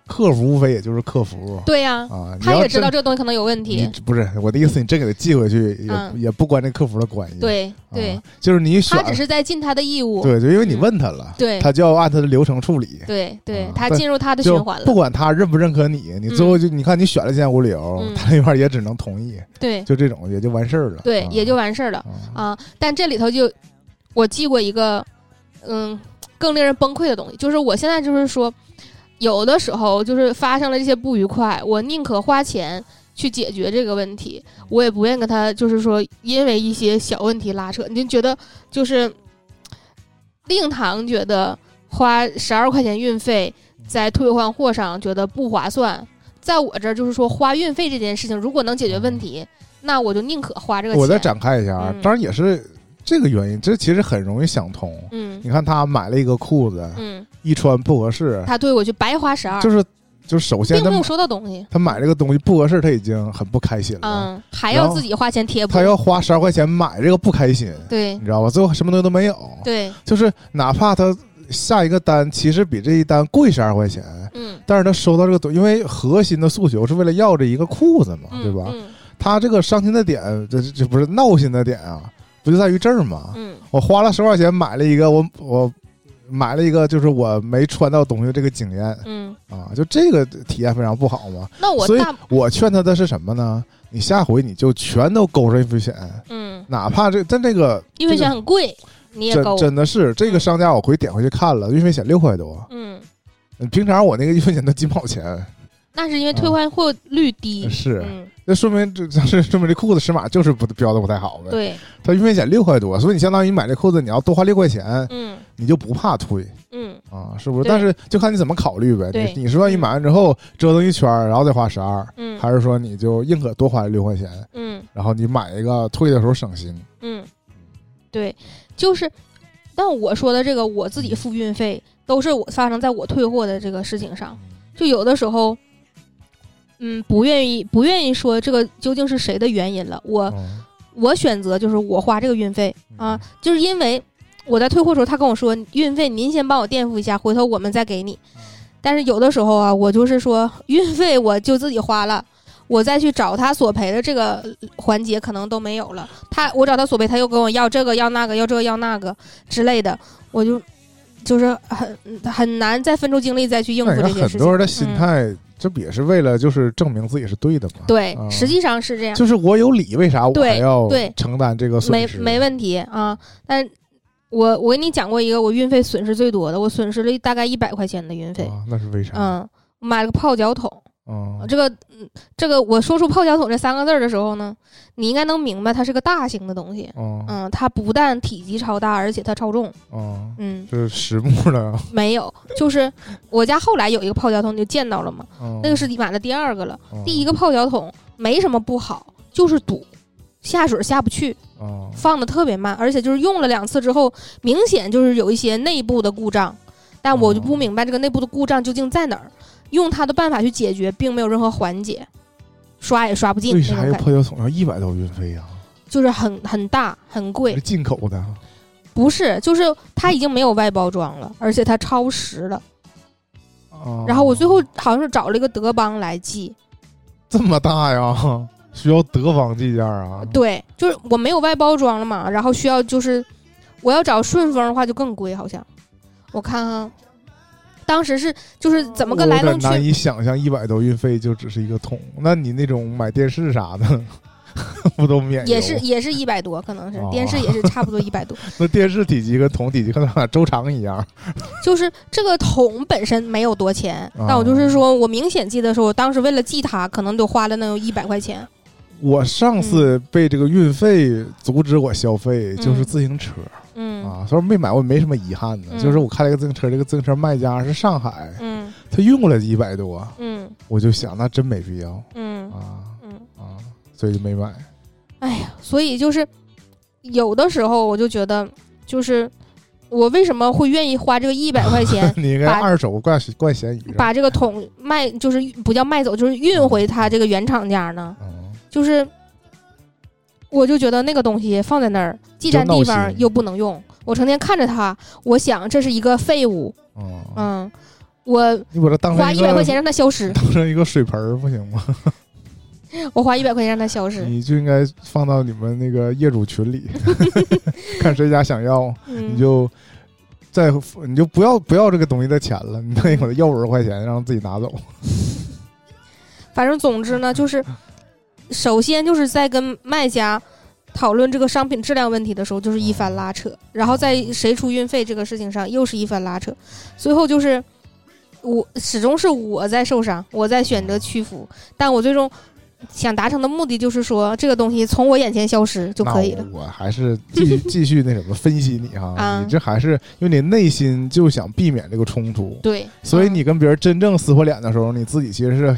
Speaker 1: 客服无非也就是客服
Speaker 2: 对呀、
Speaker 1: 啊，你
Speaker 2: 他
Speaker 1: 要
Speaker 2: 也知
Speaker 1: 真
Speaker 2: 道这个东西可能有问
Speaker 1: 你
Speaker 2: 题，
Speaker 1: 不是我的意思，你真给他寄回去也
Speaker 2: 嗯
Speaker 1: 也不关这客服的关系。
Speaker 2: 对
Speaker 1: 啊，
Speaker 2: 对，
Speaker 1: 就是你选
Speaker 2: 他只是在尽他的义务，
Speaker 1: 对，就因为你
Speaker 2: 嗯
Speaker 1: 问他了，
Speaker 2: 对
Speaker 1: 他就要按他的流程处理。
Speaker 2: 对对
Speaker 1: 啊，
Speaker 2: 他
Speaker 1: 但
Speaker 2: 进入他的
Speaker 1: 就
Speaker 2: 循环
Speaker 1: 不
Speaker 2: 了，
Speaker 1: 管他认不认可你，你最后就你看你选了件无理由，
Speaker 2: 嗯
Speaker 1: 他那边也只能同意，
Speaker 2: 对
Speaker 1: 就这种也就完事儿了。
Speaker 2: 对
Speaker 1: 啊，
Speaker 2: 也就完事儿了
Speaker 1: 啊
Speaker 2: 啊。但这里头就我记过一个，嗯，更令人崩溃的东西，就是我现在就是说，有的时候就是发生了这些不愉快，我宁可花钱。去解决这个问题，我也不愿意跟他，就是说，因为一些小问题拉扯，你就觉得就是令堂觉得花十二块钱运费在退换货上觉得不划算，在我这儿就是说花运费这件事情，如果能解决问题，那我就宁可花这个钱。
Speaker 1: 我再展开一下啊，
Speaker 2: 嗯
Speaker 1: 当然也是这个原因，这其实很容易想通。
Speaker 2: 嗯
Speaker 1: 你看他买了一个裤子，
Speaker 2: 嗯，
Speaker 1: 一穿不合适，
Speaker 2: 他对我去白花十二，
Speaker 1: 啊就是就是首先
Speaker 2: 并
Speaker 1: 他
Speaker 2: 没
Speaker 1: 买
Speaker 2: 有收到东西，
Speaker 1: 他买这个东西不合适，他已经很不开心了，
Speaker 2: 嗯，还
Speaker 1: 然
Speaker 2: 要
Speaker 1: 后
Speaker 2: 自己花钱贴补
Speaker 1: 他，要花十二块钱买这个不开心，
Speaker 2: 对
Speaker 1: 你知道吧？最后什么东西都没有，
Speaker 2: 嗯对，
Speaker 1: 就是哪怕他下一个单其实比这一单贵十二块钱，
Speaker 2: 嗯，
Speaker 1: 但是他收到这个东，因为核心的诉求是为了要这一个裤子嘛，
Speaker 2: 嗯
Speaker 1: 啊对吧？
Speaker 2: 嗯
Speaker 1: 他这个伤心的点，这这这不是闹心的点啊，不就在于这儿吗？
Speaker 2: 嗯
Speaker 1: 我花了十块钱买了一个我我买了一个就是我没穿到东西这个经验
Speaker 2: 嗯，
Speaker 1: 啊，就这个体验非常不好嘛。
Speaker 2: 那我
Speaker 1: 所以
Speaker 2: 大
Speaker 1: 我劝他的是什么呢？你下回你就全都勾上一分险，
Speaker 2: 嗯，
Speaker 1: 哪怕这但这个
Speaker 2: 运费险很贵，你也
Speaker 1: 真
Speaker 2: 够，
Speaker 1: 真的是这个商家，我回点回去看了，运费险六块多。
Speaker 2: 嗯，
Speaker 1: 嗯平常我那个运费险都几毛钱，
Speaker 2: 那是因为退换货率低，
Speaker 1: 啊是
Speaker 2: 嗯，
Speaker 1: 那说明这这说明这裤子尺码就是不标的不太好呗。
Speaker 2: 对，
Speaker 1: 它运费险六块多，所以你相当于买这裤子，你要多花六块钱，
Speaker 2: 嗯
Speaker 1: 你就不怕退
Speaker 2: 嗯，
Speaker 1: 啊，是不是？
Speaker 2: 对
Speaker 1: 但是就看你怎么考虑呗。
Speaker 2: 对
Speaker 1: 你你是愿意买完之后折腾一圈儿，然后再花十二，
Speaker 2: 嗯
Speaker 1: 还是说你就宁可多花六块钱，
Speaker 2: 嗯
Speaker 1: 然后你买一个退的时候省心？
Speaker 2: 嗯，对，就是，但我说的这个我自己付运费，都是我发生在我退货的这个事情上，就有的时候。嗯，不愿意，不愿意说这个究竟是谁的原因了。我
Speaker 1: 嗯
Speaker 2: 我选择就是我花这个运费啊，就是因为我在退货的时候，他跟我说运费您先帮我垫付一下，回头我们再给你。
Speaker 1: 嗯
Speaker 2: 但是有的时候啊，我就是说运费我就自己花了，我再去找他索赔的这个环节可能都没有了。他我找他索赔，他又跟我要这个要那个要这个要那个之类的，我就就是很很难再分出精力再去应付
Speaker 1: 那你
Speaker 2: 这
Speaker 1: 看
Speaker 2: 些
Speaker 1: 很
Speaker 2: 事
Speaker 1: 多
Speaker 2: 情。嗯
Speaker 1: 人的心态，这不也是为了就是证明自己是对的吗？
Speaker 2: 对
Speaker 1: 啊，
Speaker 2: 实际上是这样。
Speaker 1: 就是我有理，为啥我
Speaker 2: 对
Speaker 1: 还要
Speaker 2: 对
Speaker 1: 承担这个损
Speaker 2: 没
Speaker 1: 失？
Speaker 2: 没问题啊。但我我跟你讲过一个我运费损失最多的，我损失了大概一百块钱的运费。
Speaker 1: 啊，那是为啥？
Speaker 2: 嗯，我买了个泡脚桶。
Speaker 1: 嗯，
Speaker 2: 这个嗯，这个我说出泡脚桶这三个字儿的时候呢，你应该能明白它是个大型的东西。
Speaker 1: 嗯
Speaker 2: 嗯，它不但体积超大，而且它超重。
Speaker 1: 嗯，
Speaker 2: 嗯，
Speaker 1: 这是实木
Speaker 2: [LAUGHS]
Speaker 1: 的，
Speaker 2: 没有，就是我家后来有一个泡脚桶，你就见到了嘛。
Speaker 1: 嗯
Speaker 2: 那个是你买的第二个了，第一
Speaker 1: 个，
Speaker 2: 个泡脚桶没什么不好，就是堵，下水下不去。
Speaker 1: 嗯
Speaker 2: 放的特别慢，而且就是用了两次之后，明显就是有一些内部的故障，但
Speaker 1: 哦
Speaker 2: 我就不明白这个内部的故障究竟在哪儿，用他的办法去解决，并没有任何缓解，刷也刷不进
Speaker 1: 为
Speaker 2: 那种
Speaker 1: 啥要
Speaker 2: 感觉，
Speaker 1: 泡脚桶要一百多运费呀？
Speaker 2: 就是很很大很贵
Speaker 1: 是，进口的，
Speaker 2: 不是，就是它已经没有外包装了，而且它超时了。
Speaker 1: 啊
Speaker 2: 然后我最后好像是找了一个德邦来寄，
Speaker 1: 这么大呀， [LAUGHS] 需要德方计件啊？
Speaker 2: 对，就是我没有外包装了嘛，然后需要就是我要找顺丰的话就更贵，好像我看看。当时是就是怎么个
Speaker 1: 我
Speaker 2: 来
Speaker 1: 哦有点
Speaker 2: 龙去
Speaker 1: 难以想象一百多运费就只是一个桶，那你那种买电视啥的， [LAUGHS] 不都免
Speaker 2: 也
Speaker 1: 邮
Speaker 2: 是也是一百多，可能是
Speaker 1: 哦
Speaker 2: 电视也是差不多一
Speaker 1: [LAUGHS]
Speaker 2: 百多。
Speaker 1: 那电视体积跟桶体积跟咱俩周长一样，
Speaker 2: 就是这个桶本身没有多钱，
Speaker 1: 哦
Speaker 2: 但我就是说我明显记得说，我当时为了寄它，可能就花了能有一百块钱。
Speaker 1: 我上次
Speaker 2: 嗯
Speaker 1: 被这个运费阻止我消费，就是自行车、
Speaker 2: 嗯
Speaker 1: 啊，虽然没买，我也没什么遗憾的。
Speaker 2: 嗯
Speaker 1: 就是我开了一个自行车，这个自行车卖家是上海，
Speaker 2: 嗯
Speaker 1: 他运过来一百多，
Speaker 2: 嗯
Speaker 1: 我就想那真没必要
Speaker 2: 嗯
Speaker 1: 啊
Speaker 2: 嗯，
Speaker 1: 啊，所以就没买。。
Speaker 2: 哎呀，所以就是有的时候我就觉得，就是我为什么会愿意花这个一百块钱
Speaker 1: 你应该
Speaker 2: 把
Speaker 1: 二手怪怪咸鱼上，
Speaker 2: 把这个桶卖，就是不叫卖走，就是运回它这个原厂家呢。
Speaker 1: 嗯，
Speaker 2: 就是，我就觉得那个东西放在那儿，既占地
Speaker 1: 就闹
Speaker 2: 方
Speaker 1: 心
Speaker 2: 又不能用，我成天看着它，我想这是一个废物，
Speaker 1: 嗯，
Speaker 2: 嗯，我
Speaker 1: 你把它当
Speaker 2: 花
Speaker 1: 成一
Speaker 2: 一百块
Speaker 1: 个 [LAUGHS]
Speaker 2: 钱让它消失，
Speaker 1: 当成一个水盆儿不行吗？
Speaker 2: 我花一百块钱让它消失，
Speaker 1: 你就应该放到你们那个业主群
Speaker 2: [LAUGHS]
Speaker 1: 里，看谁家想要。你
Speaker 2: 嗯，
Speaker 1: 就再你就不要不要这个东西的钱了，你再给他要五十块钱，让他自己拿走。
Speaker 2: 反正
Speaker 1: [LAUGHS]
Speaker 2: 总之呢，就是首先就是在跟卖家。讨论这个商品质量问题的时候，
Speaker 1: 嗯
Speaker 2: 就是一番拉扯，然后在谁出运费这个事情上又是一番拉扯，最后就是我始终是我在受伤，我在选择屈服，但我最终想达成的目的就是说，这个东西从我眼前消失就可以了
Speaker 1: 那。我我还是继
Speaker 2: [LAUGHS]
Speaker 1: 续继续那什么分析你哈，
Speaker 2: 啊
Speaker 1: 你这还是因为你内心就想避免这个冲突，
Speaker 2: 对，
Speaker 1: 所以
Speaker 2: 嗯
Speaker 1: 你跟别人真正撕破脸的时候，你自己其实是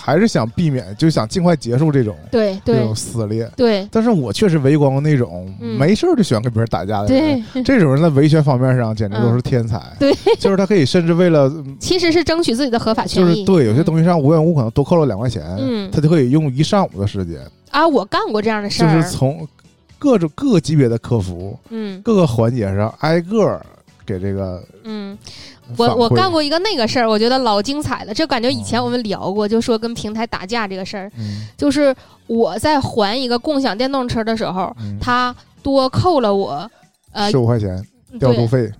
Speaker 1: 还是想避免，就想尽快结束这种
Speaker 2: 对
Speaker 1: 这
Speaker 2: 对
Speaker 1: 种撕裂。
Speaker 2: 对
Speaker 1: 但是我确实围观过那种、
Speaker 2: 嗯
Speaker 1: 没事儿就喜欢跟别人打架的人。
Speaker 2: 对，嗯
Speaker 1: 这种人在维权方面上简直都是天才，
Speaker 2: 对，
Speaker 1: [LAUGHS] 就是他可以甚至为了嗯
Speaker 2: 其实是争取自己的合法权
Speaker 1: 就
Speaker 2: 益。
Speaker 1: 是对有些
Speaker 2: 西，
Speaker 1: 东西上无缘无故可能多扣了两块钱，
Speaker 2: 嗯
Speaker 1: 他就可以用一上午的时间，
Speaker 2: 啊，我干过这样的事
Speaker 1: 就是
Speaker 2: 儿，
Speaker 1: 从各种各级别的客服
Speaker 2: 嗯
Speaker 1: 各个环节上挨个儿给这个
Speaker 2: 嗯。
Speaker 1: 反
Speaker 2: 我我
Speaker 1: 馈哦
Speaker 2: 干，过一个那个事儿，我觉得老精彩了。这感觉以前我们聊过，就说跟平台打架这个事儿，
Speaker 1: 嗯
Speaker 2: 就是我在还一个共享电动车的时候，
Speaker 1: 嗯
Speaker 2: 他多扣了我呃
Speaker 1: 十五块钱调度
Speaker 2: 对
Speaker 1: 费，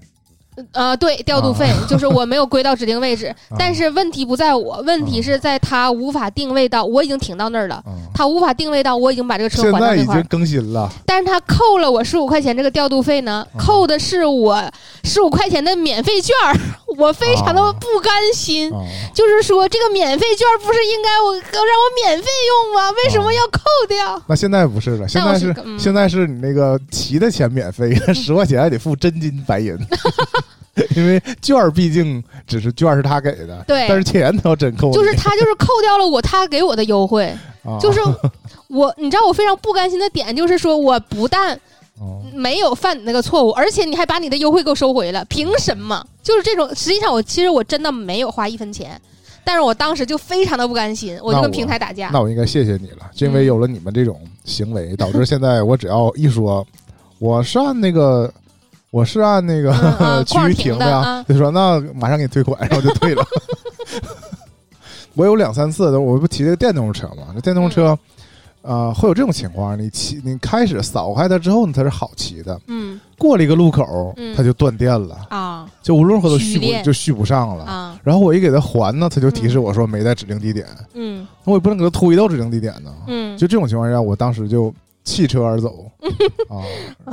Speaker 2: 呃对调度费，就是我没有归到指定位置。
Speaker 1: 啊
Speaker 2: 但是问题不在我，问题是在他无法定位到，我已经停到那儿了。
Speaker 1: 嗯，
Speaker 2: 他无法定位到，我已经把这个车
Speaker 1: 现
Speaker 2: 还到
Speaker 1: 在
Speaker 2: 那
Speaker 1: 已
Speaker 2: 块
Speaker 1: 经
Speaker 2: 儿，
Speaker 1: 更新
Speaker 2: [LAUGHS]
Speaker 1: 了，
Speaker 2: 但是他扣了我十五块钱这个调度费呢，
Speaker 1: 啊
Speaker 2: 扣的是我十五块钱的免费券儿，我非常的不甘心。
Speaker 1: 啊，
Speaker 2: 就是说，这个免费券儿不是应该我让我免费用吗？为什么要扣掉？
Speaker 1: 那现在不是了，现在
Speaker 2: 我
Speaker 1: 是
Speaker 2: 是嗯
Speaker 1: 现在是你那个骑的钱免
Speaker 2: [LAUGHS]
Speaker 1: 费，十块钱还得付真金白银， [LAUGHS] 因为券儿毕竟只是券儿是他给的，
Speaker 2: 对
Speaker 1: 但是钱他要真扣你，
Speaker 2: 就是他就是扣掉了我他给我的优惠，
Speaker 1: 啊
Speaker 2: 就是我，你知道我非常不甘心的点就是说，我不但
Speaker 1: 哦
Speaker 2: 没有犯你那个错误，而且你还把你的优惠给我收回了，凭什么？就是这种，实际上我其实我真的没有花一分钱，但是我当时就非常的不甘心，我就
Speaker 1: 那
Speaker 2: 跟
Speaker 1: 我
Speaker 2: 平台打架。
Speaker 1: 那我应该谢谢你了，就
Speaker 2: 嗯
Speaker 1: 因为有了你们这种行为，导致现在我只要一说我是按那个我是按那个、
Speaker 2: 嗯
Speaker 1: [LAUGHS]
Speaker 2: 嗯
Speaker 1: 区域停
Speaker 2: 框儿停的
Speaker 1: 呀
Speaker 2: 啊，
Speaker 1: 就说那马上给你退款，然后就退了。 [LAUGHS] 我有两三次，我不骑这个电动车嘛，这电动车。
Speaker 2: 嗯
Speaker 1: 呃，会有这种情况，你骑，你开始扫开它之后，你才是好骑的。
Speaker 2: 嗯
Speaker 1: 过了一个路口，
Speaker 2: 嗯
Speaker 1: 它就断电了，
Speaker 2: 啊
Speaker 1: 就无论如何都续
Speaker 2: 虚
Speaker 1: 不
Speaker 2: 链
Speaker 1: 就续不上了。
Speaker 2: 啊
Speaker 1: 然后我一给它还呢，它就提示我说没在指定地点，
Speaker 2: 嗯
Speaker 1: 那我也不能给它推到指定地点呢。
Speaker 2: 嗯，
Speaker 1: 就这种情况下，我当时就弃车而走
Speaker 2: [LAUGHS]
Speaker 1: 啊，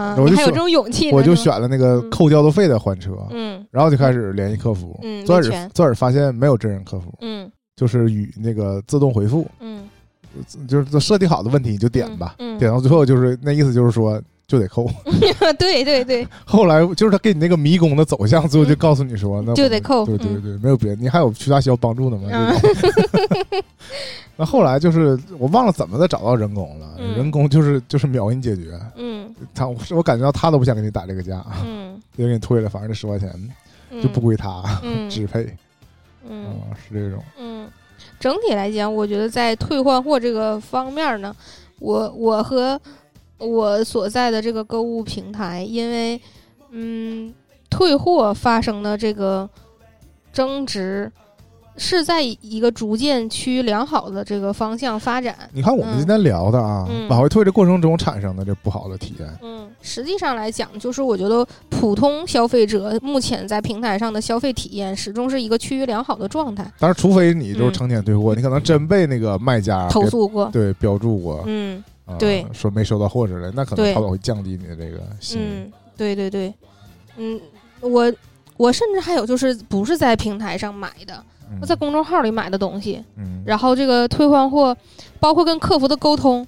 Speaker 2: 啊，
Speaker 1: 我
Speaker 2: 你
Speaker 1: 就
Speaker 2: 还
Speaker 1: 选
Speaker 2: 有这种勇气呢？
Speaker 1: 我就是
Speaker 2: 吗
Speaker 1: 选了那个
Speaker 2: 嗯
Speaker 1: 扣调度费的还车，
Speaker 2: 嗯
Speaker 1: 然后就开始联系客服。
Speaker 2: 嗯
Speaker 1: 最开
Speaker 2: 维权
Speaker 1: 始最开始发现没有真人客服，
Speaker 2: 嗯
Speaker 1: 就是与那个自动回复，
Speaker 2: 嗯，
Speaker 1: 就是设定好的问题你就点吧，
Speaker 2: 嗯嗯
Speaker 1: 点到最后就是那意思就是说就得扣。
Speaker 2: [LAUGHS] 对对对，
Speaker 1: 后来就是他给你那个迷宫的走向，最后就告诉你说，那
Speaker 2: 就
Speaker 1: 我
Speaker 2: 得扣
Speaker 1: 对对
Speaker 2: 嗯
Speaker 1: 对，没有别的，你还有其他需要帮助的吗？
Speaker 2: 嗯
Speaker 1: 这种 [LAUGHS] 那后来就是我忘了怎么的找到人工了，
Speaker 2: 嗯
Speaker 1: 人工就是就是秒给你解决，
Speaker 2: 嗯
Speaker 1: 他我我感觉到他都不想给你打这个价，
Speaker 2: 嗯
Speaker 1: 也给你退了，反正这十块钱
Speaker 2: 嗯
Speaker 1: 就不归他，
Speaker 2: 嗯
Speaker 1: 只配啊、
Speaker 2: 嗯
Speaker 1: 是这种。
Speaker 2: 嗯，整体来讲，我觉得在退换货这个方面呢，我我和我所在的这个购物平台，因为嗯，退货发生的这个争执。是在一个逐渐趋良好的这个方向发展。
Speaker 1: 你看我们
Speaker 2: 嗯
Speaker 1: 今天聊的啊，
Speaker 2: 嗯
Speaker 1: 往回退的过程中产生的这不好的体验，
Speaker 2: 嗯，实际上来讲，就是我觉得普通消费者目前在平台上的消费体验始终是一个趋于良好的状态。
Speaker 1: 当然除非你就是
Speaker 2: 嗯
Speaker 1: 成天退货，你可能真被那个卖家
Speaker 2: 投
Speaker 1: 给
Speaker 2: 诉过，
Speaker 1: 啊对标注过，
Speaker 2: 嗯
Speaker 1: 啊
Speaker 2: 对
Speaker 1: 说没收到货之类，那可能
Speaker 2: 对
Speaker 1: 淘宝会降低你的这个信誉。
Speaker 2: 嗯，对对对，嗯，我我甚至还有就是不是在平台上买的，
Speaker 1: 嗯
Speaker 2: 我在公众号里买的东西，
Speaker 1: 嗯，
Speaker 2: 然后这个退换货，包括跟客服的沟通。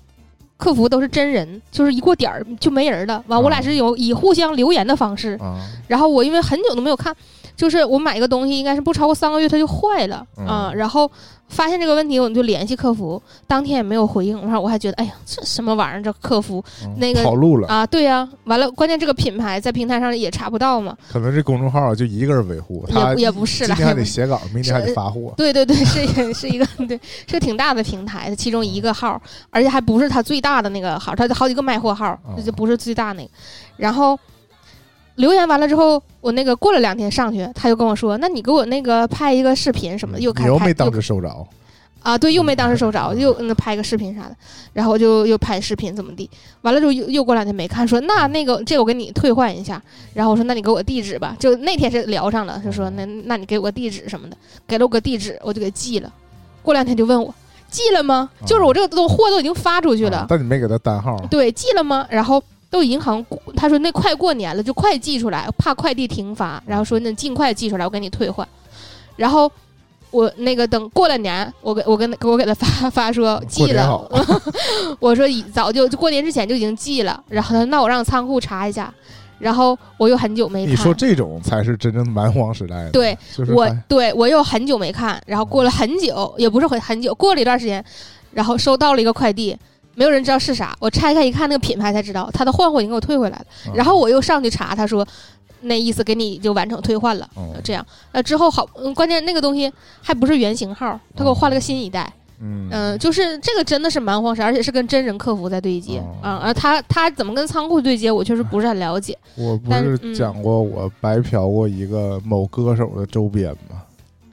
Speaker 2: 客服都是真人，就是一过点儿就没人了。完，我俩
Speaker 1: 啊
Speaker 2: 是有以互相留言的方式，
Speaker 1: 啊，
Speaker 2: 然后我因为很久都没有看，就是我买一个东西应该是不超过三个月它就坏了
Speaker 1: 嗯
Speaker 2: 啊、然后发现这个问题我们就联系客服，当天也没有回应，然后我还觉得哎呀这什么玩意儿这客服
Speaker 1: 嗯
Speaker 2: 那个
Speaker 1: 跑路了，
Speaker 2: 啊对呀、完了关键这个品牌在平台上也查不到嘛，
Speaker 1: 可能这公众号就一个人维护，他
Speaker 2: 也也不是
Speaker 1: 今
Speaker 2: 了，
Speaker 1: 天还得
Speaker 2: 也不
Speaker 1: 写稿，明天还得
Speaker 2: 是
Speaker 1: 发货。
Speaker 2: 对对对，是也是一个 [LAUGHS] 对，是个挺大的平台，其中一个号，而且还不是它最大的那个号，它好几个卖货号，这就
Speaker 1: 哦
Speaker 2: 不是最大那个。然后留言完了之后，我那个过了两天上去，他就跟我说：“那你给我那个拍一个视频什么的，又
Speaker 1: 嗯你
Speaker 2: 开
Speaker 1: 又
Speaker 2: 拍
Speaker 1: 没当
Speaker 2: 又
Speaker 1: 时收着，
Speaker 2: 啊，对，又没当时收着，又嗯拍个视频啥的。”然后我就又拍视频怎么地，完了之后又又过两天没看，说那那个这个我给你退换一下。然后我说：“那你给我地址吧。”就那天是聊上了，就说：“那那你给我个地址什么的。”给了我个地址，我就给寄了。过两天就问我寄了吗？
Speaker 1: 啊
Speaker 2: 就是我这个都货都已经发出去
Speaker 1: 啊
Speaker 2: 了，
Speaker 1: 但你没给他单号，
Speaker 2: 对，寄了吗？然后都已经好像过他说那快过年了，就快寄出来，怕快递停发，然后说那尽快寄出来，我给你退换。然后我那个等过了年，我给我 [LAUGHS] 跟我给他发发说
Speaker 1: 过
Speaker 2: 寄
Speaker 1: 年
Speaker 2: 了
Speaker 1: 好，
Speaker 2: 我说已早就就过年之前就已经寄了。然后他说那我让仓库查一下，然后我又很久没看。
Speaker 1: 你说这种才是真正蛮荒时代的，
Speaker 2: 对，
Speaker 1: 就是嗯
Speaker 2: 我
Speaker 1: 哎
Speaker 2: 对我又很久没看，然后过了很久，也不是很很久，过了一段时间，然后收到了一个快递，没有人知道是啥，我拆开一看那个品牌才知道，他的换货已经给我退回来了，
Speaker 1: 嗯
Speaker 2: 然后我又上去查，他说那意思给你就完成退换了，
Speaker 1: 哦
Speaker 2: 这样，呃之后好，嗯关键那个东西还不是原型号，他给我换了个新一代，
Speaker 1: 哦嗯
Speaker 2: 嗯、就是这个真的是蛮荒神，而且是跟真人客服在对接
Speaker 1: 哦
Speaker 2: 啊，而他他怎么跟仓库对接，我确实不是很了解，
Speaker 1: 我不
Speaker 2: 但是
Speaker 1: 是
Speaker 2: 嗯
Speaker 1: 讲过我白嫖过一个某歌手的周边吗？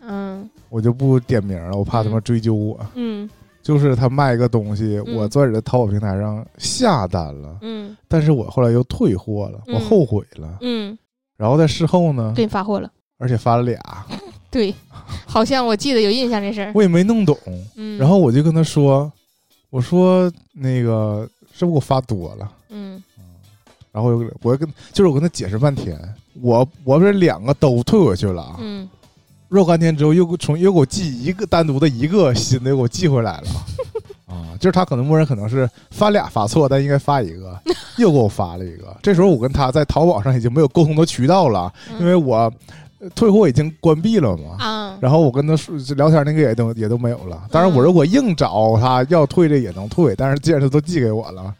Speaker 2: 嗯
Speaker 1: 我就不点名了，我怕他妈追究我。
Speaker 2: 嗯
Speaker 1: 就是他卖一个东西，
Speaker 2: 嗯
Speaker 1: 我在你的淘宝平台上下单了，
Speaker 2: 嗯
Speaker 1: 但是我后来又退货了，我
Speaker 2: 嗯
Speaker 1: 后悔了，
Speaker 2: 嗯，
Speaker 1: 然后在事后呢
Speaker 2: 给，你发货了。
Speaker 1: 而且发了俩，
Speaker 2: 嗯对，好像我记得有印象这事儿。
Speaker 1: 我也没弄懂，
Speaker 2: 嗯，
Speaker 1: 然后我就跟他说，我说那个是不是我发多了？
Speaker 2: 嗯
Speaker 1: 然后我又我又跟就是我跟他解释半天，我我这两个都退回去了啊，
Speaker 2: 嗯，
Speaker 1: 若干天之后又给我重又给我寄一个单独的一个新的又给我寄回来了，啊，就是他可能默认可能是发俩发错，但应该发一个，又给我发了一个。这时候我跟他在淘宝上已经没有沟通的渠道了，
Speaker 2: 嗯
Speaker 1: 因为我呃退货已经关闭了嘛。
Speaker 2: 啊，
Speaker 1: 然后我跟他说聊天那个也都也都没有了。当然我如
Speaker 2: 嗯
Speaker 1: 果硬找他要退这也能退，但是既然他都寄给我了，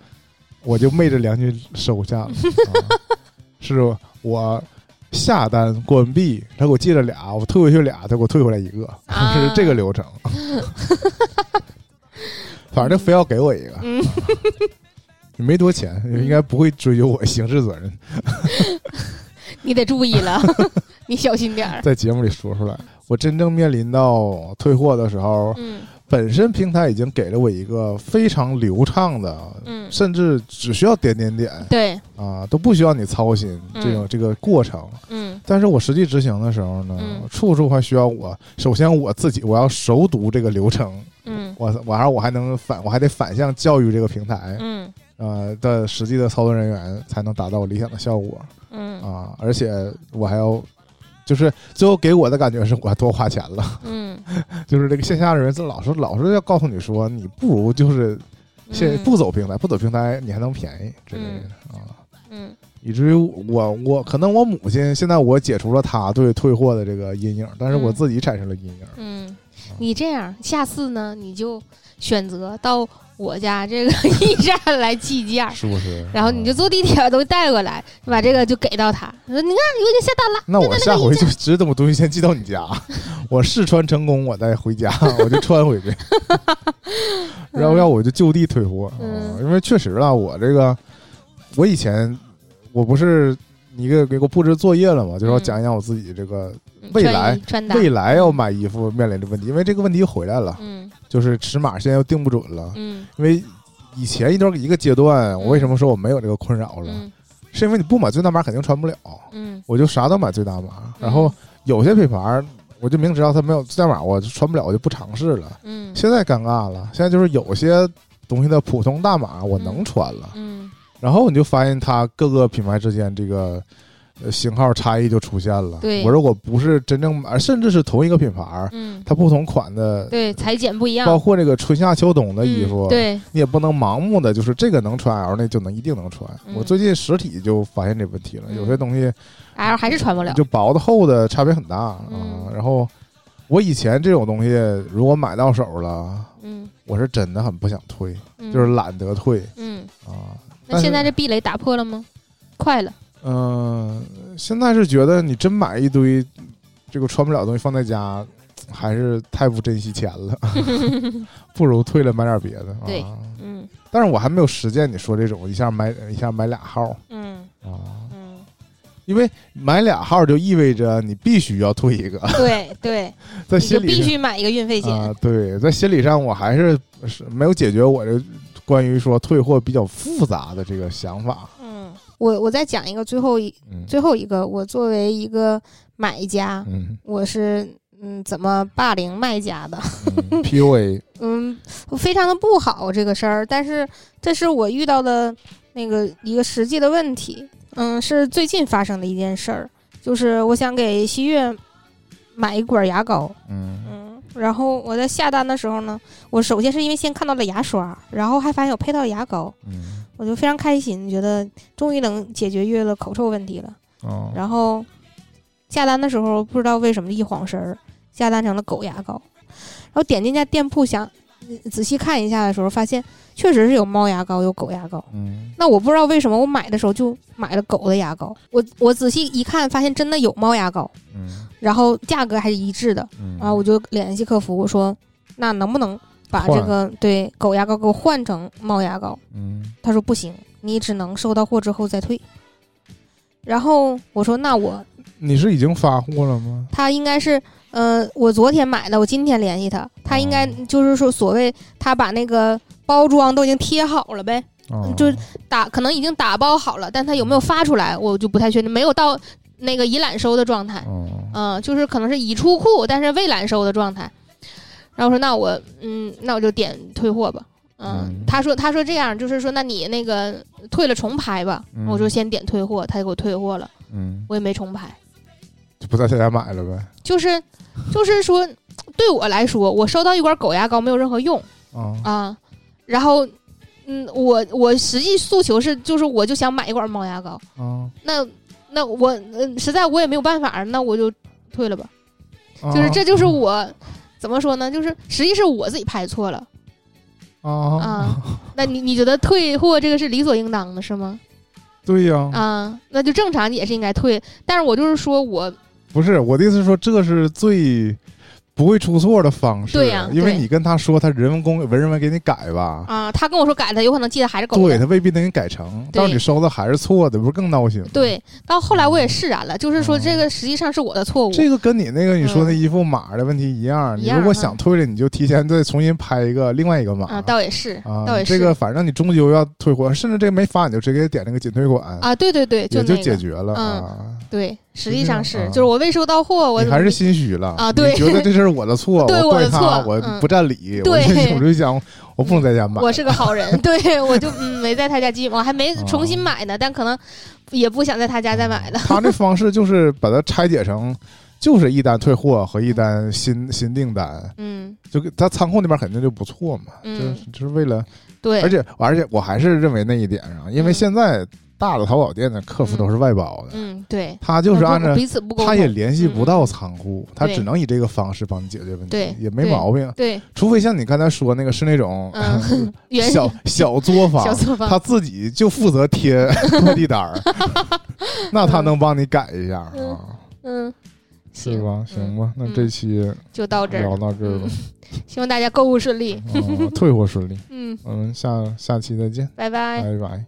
Speaker 1: 我就昧着良心收下
Speaker 2: [LAUGHS]
Speaker 1: 了。啊、是我下单关闭，他给我寄了俩，我退回去俩，他给我退回来一个，
Speaker 2: 啊
Speaker 1: 是这个流
Speaker 2: [LAUGHS]
Speaker 1: 程。反正非要给我一个，
Speaker 2: 嗯
Speaker 1: 也没多钱，应该不会追究我刑事责
Speaker 2: [LAUGHS]
Speaker 1: 任。
Speaker 2: 你得注意
Speaker 1: [LAUGHS]
Speaker 2: 了，你小心点儿。
Speaker 1: 在节目里说出来，我真正面临到退货的时候，
Speaker 2: 嗯
Speaker 1: 本身平台已经给了我一个非常流畅的，
Speaker 2: 嗯，
Speaker 1: 甚至只需要点点点
Speaker 2: 对，
Speaker 1: 啊，都不需要你操心这种、这个过程。
Speaker 2: 嗯
Speaker 1: 但是我实际执行的时候呢，
Speaker 2: 嗯
Speaker 1: 处处还需要我，首先我自己我要熟读这个流程，
Speaker 2: 嗯
Speaker 1: 我我还我还能反我还得反向教育这个平台，
Speaker 2: 嗯
Speaker 1: 呃的实际的操作人员才能达到我理想的效果
Speaker 2: 嗯
Speaker 1: 啊，而且我还要。就是最后给我的感觉是我还多花钱了， [LAUGHS]
Speaker 2: 嗯，
Speaker 1: 就是这个线下的人，这老是老是要告诉你说，你不如就是现
Speaker 2: 嗯
Speaker 1: 不走平台，不走平台你还能便宜之类的啊，
Speaker 2: 嗯
Speaker 1: 以至于我我可能我母亲现在我解除了她对退货的这个阴影，但是我
Speaker 2: 嗯
Speaker 1: 自己产生了阴影。
Speaker 2: 嗯，你这样下次呢，你就选择到我家这个 [LAUGHS] 驿站来计价。
Speaker 1: 是不是？
Speaker 2: 啊然后你就
Speaker 1: 啊
Speaker 2: 坐地铁把东西带过来，你把这个就给到他。你说你看，我已经下单了。
Speaker 1: 那我下回就直接把东西先寄到你家， [LAUGHS] 我试穿成功，我再回家，我就穿回去。 [LAUGHS] 然后要我就就地退货，啊
Speaker 2: 嗯
Speaker 1: 因为确实啊，我这个我以前我不是你给给我布置作业了嘛，就说
Speaker 2: 嗯
Speaker 1: 讲一讲我自己这个
Speaker 2: 嗯
Speaker 1: 未
Speaker 2: 穿
Speaker 1: 来
Speaker 2: 衣穿搭，
Speaker 1: 未来要买衣服面临的问题，因为这个问题又回来了，
Speaker 2: 嗯
Speaker 1: 就是尺码现在又定不准了，
Speaker 2: 嗯
Speaker 1: 因为。以前一段一个阶段，我为什么说我没有这个困扰了？
Speaker 2: 嗯
Speaker 1: 是因为你不买最大码肯定穿不了，
Speaker 2: 嗯
Speaker 1: 我就啥都买最大码，然后有些品牌儿，我就明知道它没有最大码，我就穿不了，我就不尝试了。
Speaker 2: 嗯
Speaker 1: 现在尴尬了，现在就是有些东西的普通大码我能穿了，
Speaker 2: 嗯
Speaker 1: 然后你就发现它各个品牌之间这个呃型号差异就出现了。
Speaker 2: 对
Speaker 1: 我如果不是真正买，甚至是同一个品牌儿，
Speaker 2: 嗯，
Speaker 1: 它不同款的。
Speaker 2: 对，裁剪不一样，
Speaker 1: 包括这个春夏秋冬的衣服，
Speaker 2: 嗯对，
Speaker 1: 你也不能盲目的就是这个能穿，L 那就能一定能穿。
Speaker 2: 嗯
Speaker 1: 我最近实体就发现这问题了，
Speaker 2: 嗯
Speaker 1: 有些东西
Speaker 2: L 还是穿不了。
Speaker 1: 就薄的厚的差别很大啊、
Speaker 2: 嗯
Speaker 1: 然后我以前这种东西如果买到手了，
Speaker 2: 嗯，
Speaker 1: 我是真的很不想退，
Speaker 2: 嗯
Speaker 1: 就是懒得退
Speaker 2: 嗯，
Speaker 1: 啊。但
Speaker 2: 那
Speaker 1: 是
Speaker 2: 现在这壁垒打破了吗？快了，
Speaker 1: 嗯、现在是觉得你真买一堆这个穿不了的东西放在家，还是太不珍惜钱
Speaker 2: [LAUGHS]
Speaker 1: 了，不如退了买点别的啊。
Speaker 2: 对嗯
Speaker 1: 但是我还没有实践你说这种一下买一下买俩号
Speaker 2: 嗯
Speaker 1: 啊，
Speaker 2: 嗯，
Speaker 1: 因为买俩号就意味着你必须要退一个，
Speaker 2: [LAUGHS]
Speaker 1: [LAUGHS]
Speaker 2: 对对，
Speaker 1: 在
Speaker 2: 你就
Speaker 1: 心里
Speaker 2: 必
Speaker 1: 是
Speaker 2: 须买一个运费险。
Speaker 1: 啊、对，在心理上我还是是没有解决我这关于说退货比较复杂的这个想法。
Speaker 2: 嗯，我我再讲一个最后一
Speaker 1: 嗯
Speaker 2: 最后一个，我作为一个买家，
Speaker 1: 嗯
Speaker 2: 我是嗯怎么霸凌卖家的？ [LAUGHS]
Speaker 1: 嗯，PUA
Speaker 2: 嗯，非常的不好这个事儿，但是这是我遇到的那个一个实际的问题，嗯，是最近发生的一件事儿，就是我想给西月买一管牙膏，
Speaker 1: 嗯
Speaker 2: 嗯，然后我在下单的时候呢，我首先是因为先看到了牙刷，然后还发现有配套牙膏，
Speaker 1: 嗯
Speaker 2: 我就非常开心，觉得终于能解决月了口臭问题了。
Speaker 1: 哦
Speaker 2: 然后下单的时候不知道为什么一晃神儿，下单成了狗牙膏，然后点进家店铺想呃仔细看一下的时候，发现确实是有猫牙膏，有狗牙膏。
Speaker 1: 嗯
Speaker 2: 那我不知道为什么我买的时候就买了狗的牙膏，我我仔细一看，发现真的有猫牙膏，
Speaker 1: 嗯
Speaker 2: 然后价格还是一致的，
Speaker 1: 嗯
Speaker 2: 啊然后我就联系客服我说，那能不能把这
Speaker 1: 换
Speaker 2: 个对狗牙膏给我换成猫牙膏？
Speaker 1: 嗯
Speaker 2: 他说不行，你只能收到货之后再退。然后我说那我
Speaker 1: 你是已经发货了吗？
Speaker 2: 他应该是呃，我昨天买的，我今天联系他，他应该
Speaker 1: 哦
Speaker 2: 就是说所谓他把那个包装都已经贴好了呗，
Speaker 1: 哦
Speaker 2: 嗯就打可能已经打包好了，但他有没有发出来，我就不太确定，没有到那个已揽收的状态。
Speaker 1: 哦
Speaker 2: 嗯，就是可能是已出库，但是未揽收的状态。然后我说那我嗯，那我就点退货吧。
Speaker 1: 嗯
Speaker 2: 嗯，他说他说这样，就是说那你那个退了重拍吧。
Speaker 1: 嗯
Speaker 2: 我就先点退货，他就给我退货了，
Speaker 1: 嗯，
Speaker 2: 我也没重拍。
Speaker 1: 就不在他家买了呗。
Speaker 2: 就是就是说，对我来说，我收到一管狗牙膏没有任何用
Speaker 1: 哦
Speaker 2: 啊。然后嗯，我我实际诉求是，就是我就想买一管猫牙膏。
Speaker 1: 哦，
Speaker 2: 那那我嗯，实在我也没有办法，那我就退了吧。
Speaker 1: 就
Speaker 2: 就是这就是我怎么说呢？就是实际是我自己拍错了。
Speaker 1: 啊
Speaker 2: 啊，那你你觉得退货这个是理所应当的，是吗？
Speaker 1: 对呀，
Speaker 2: 啊，那就正常也是应该退。但是我就是说我
Speaker 1: 不是我的意思是说，这是最不会出错的方式。
Speaker 2: 对呀
Speaker 1: 因为
Speaker 2: 对
Speaker 1: 你跟他说，他人文公文人文给你改吧，
Speaker 2: 啊，他跟我说改的，有可能寄的还是狗
Speaker 1: 对他
Speaker 2: 的。
Speaker 1: 未必能给你改成，
Speaker 2: 对
Speaker 1: 到你收的还是错的，不是更闹心吗？
Speaker 2: 对，到后来我也释然了，就是说
Speaker 1: 哦
Speaker 2: 这个实际上是我的错误。
Speaker 1: 这个跟你那个你说
Speaker 2: 嗯
Speaker 1: 那衣服码的问题一样，
Speaker 2: 一
Speaker 1: 你
Speaker 2: 样
Speaker 1: 如果
Speaker 2: 啊
Speaker 1: 想退了，你就提前再重新拍一个另外一个码
Speaker 2: 啊，倒也是，
Speaker 1: 啊
Speaker 2: 倒也是。
Speaker 1: 这个反正你终究要退货，甚至这个没发你就直接点那个仅退款，
Speaker 2: 啊，对对对，就
Speaker 1: 也
Speaker 2: 那
Speaker 1: 就
Speaker 2: 个
Speaker 1: 解决了
Speaker 2: 嗯
Speaker 1: 啊。
Speaker 2: 对，实
Speaker 1: 实际
Speaker 2: 际上
Speaker 1: 上
Speaker 2: 是，
Speaker 1: 啊
Speaker 2: 就是我未收到货，我
Speaker 1: 你
Speaker 2: 怎
Speaker 1: 还
Speaker 2: 么
Speaker 1: 是心虚了
Speaker 2: 啊对
Speaker 1: 你觉得这事儿我的错，
Speaker 2: [LAUGHS] 对
Speaker 1: 我
Speaker 2: 我
Speaker 1: 怪
Speaker 2: 的
Speaker 1: 他，
Speaker 2: 错
Speaker 1: 我
Speaker 2: 嗯
Speaker 1: 不占理，我
Speaker 2: 对
Speaker 1: 就我就想，我不能在家买，
Speaker 2: 我是个好
Speaker 1: [LAUGHS]
Speaker 2: 人，对我就嗯没在他家寄，我还没重
Speaker 1: 哦
Speaker 2: 新买呢，但可能也不想在他家再买了。
Speaker 1: 他这方式就是把它拆解成，就是一单退货和一单新新订单，
Speaker 2: 嗯
Speaker 1: 就给他仓库那边肯定就不错嘛，
Speaker 2: 嗯
Speaker 1: 就是就是为了，
Speaker 2: 对，
Speaker 1: 而且而且我还是认为那一点上，因为
Speaker 2: 嗯
Speaker 1: 现在大的淘宝店的客服都是外包的，
Speaker 2: 嗯对，
Speaker 1: 他就是
Speaker 2: 那不
Speaker 1: 按照
Speaker 2: 彼此不沟通，
Speaker 1: 他也联系不到仓库，他
Speaker 2: 对
Speaker 1: 只能以这个方式帮你解决问题
Speaker 2: 对，
Speaker 1: 也没毛病，
Speaker 2: 对，
Speaker 1: 除非像你刚才说那个是那种。 [LAUGHS]
Speaker 2: 嗯，原
Speaker 1: 小小作坊，
Speaker 2: 小作坊
Speaker 1: 他自己就负责
Speaker 2: [LAUGHS]
Speaker 1: 贴落地单儿，那他能帮你改一下
Speaker 2: 嗯
Speaker 1: 啊，
Speaker 2: 嗯，
Speaker 1: 是
Speaker 2: 行
Speaker 1: 吧？行吧，那
Speaker 2: 嗯
Speaker 1: 这期
Speaker 2: 就到这儿
Speaker 1: 聊
Speaker 2: 了，
Speaker 1: 到这儿吧，
Speaker 2: 希望大家购物顺利。
Speaker 1: 嗯退货顺利，
Speaker 2: 嗯，
Speaker 1: 我们下下期再见，
Speaker 2: 拜拜。
Speaker 1: 拜拜。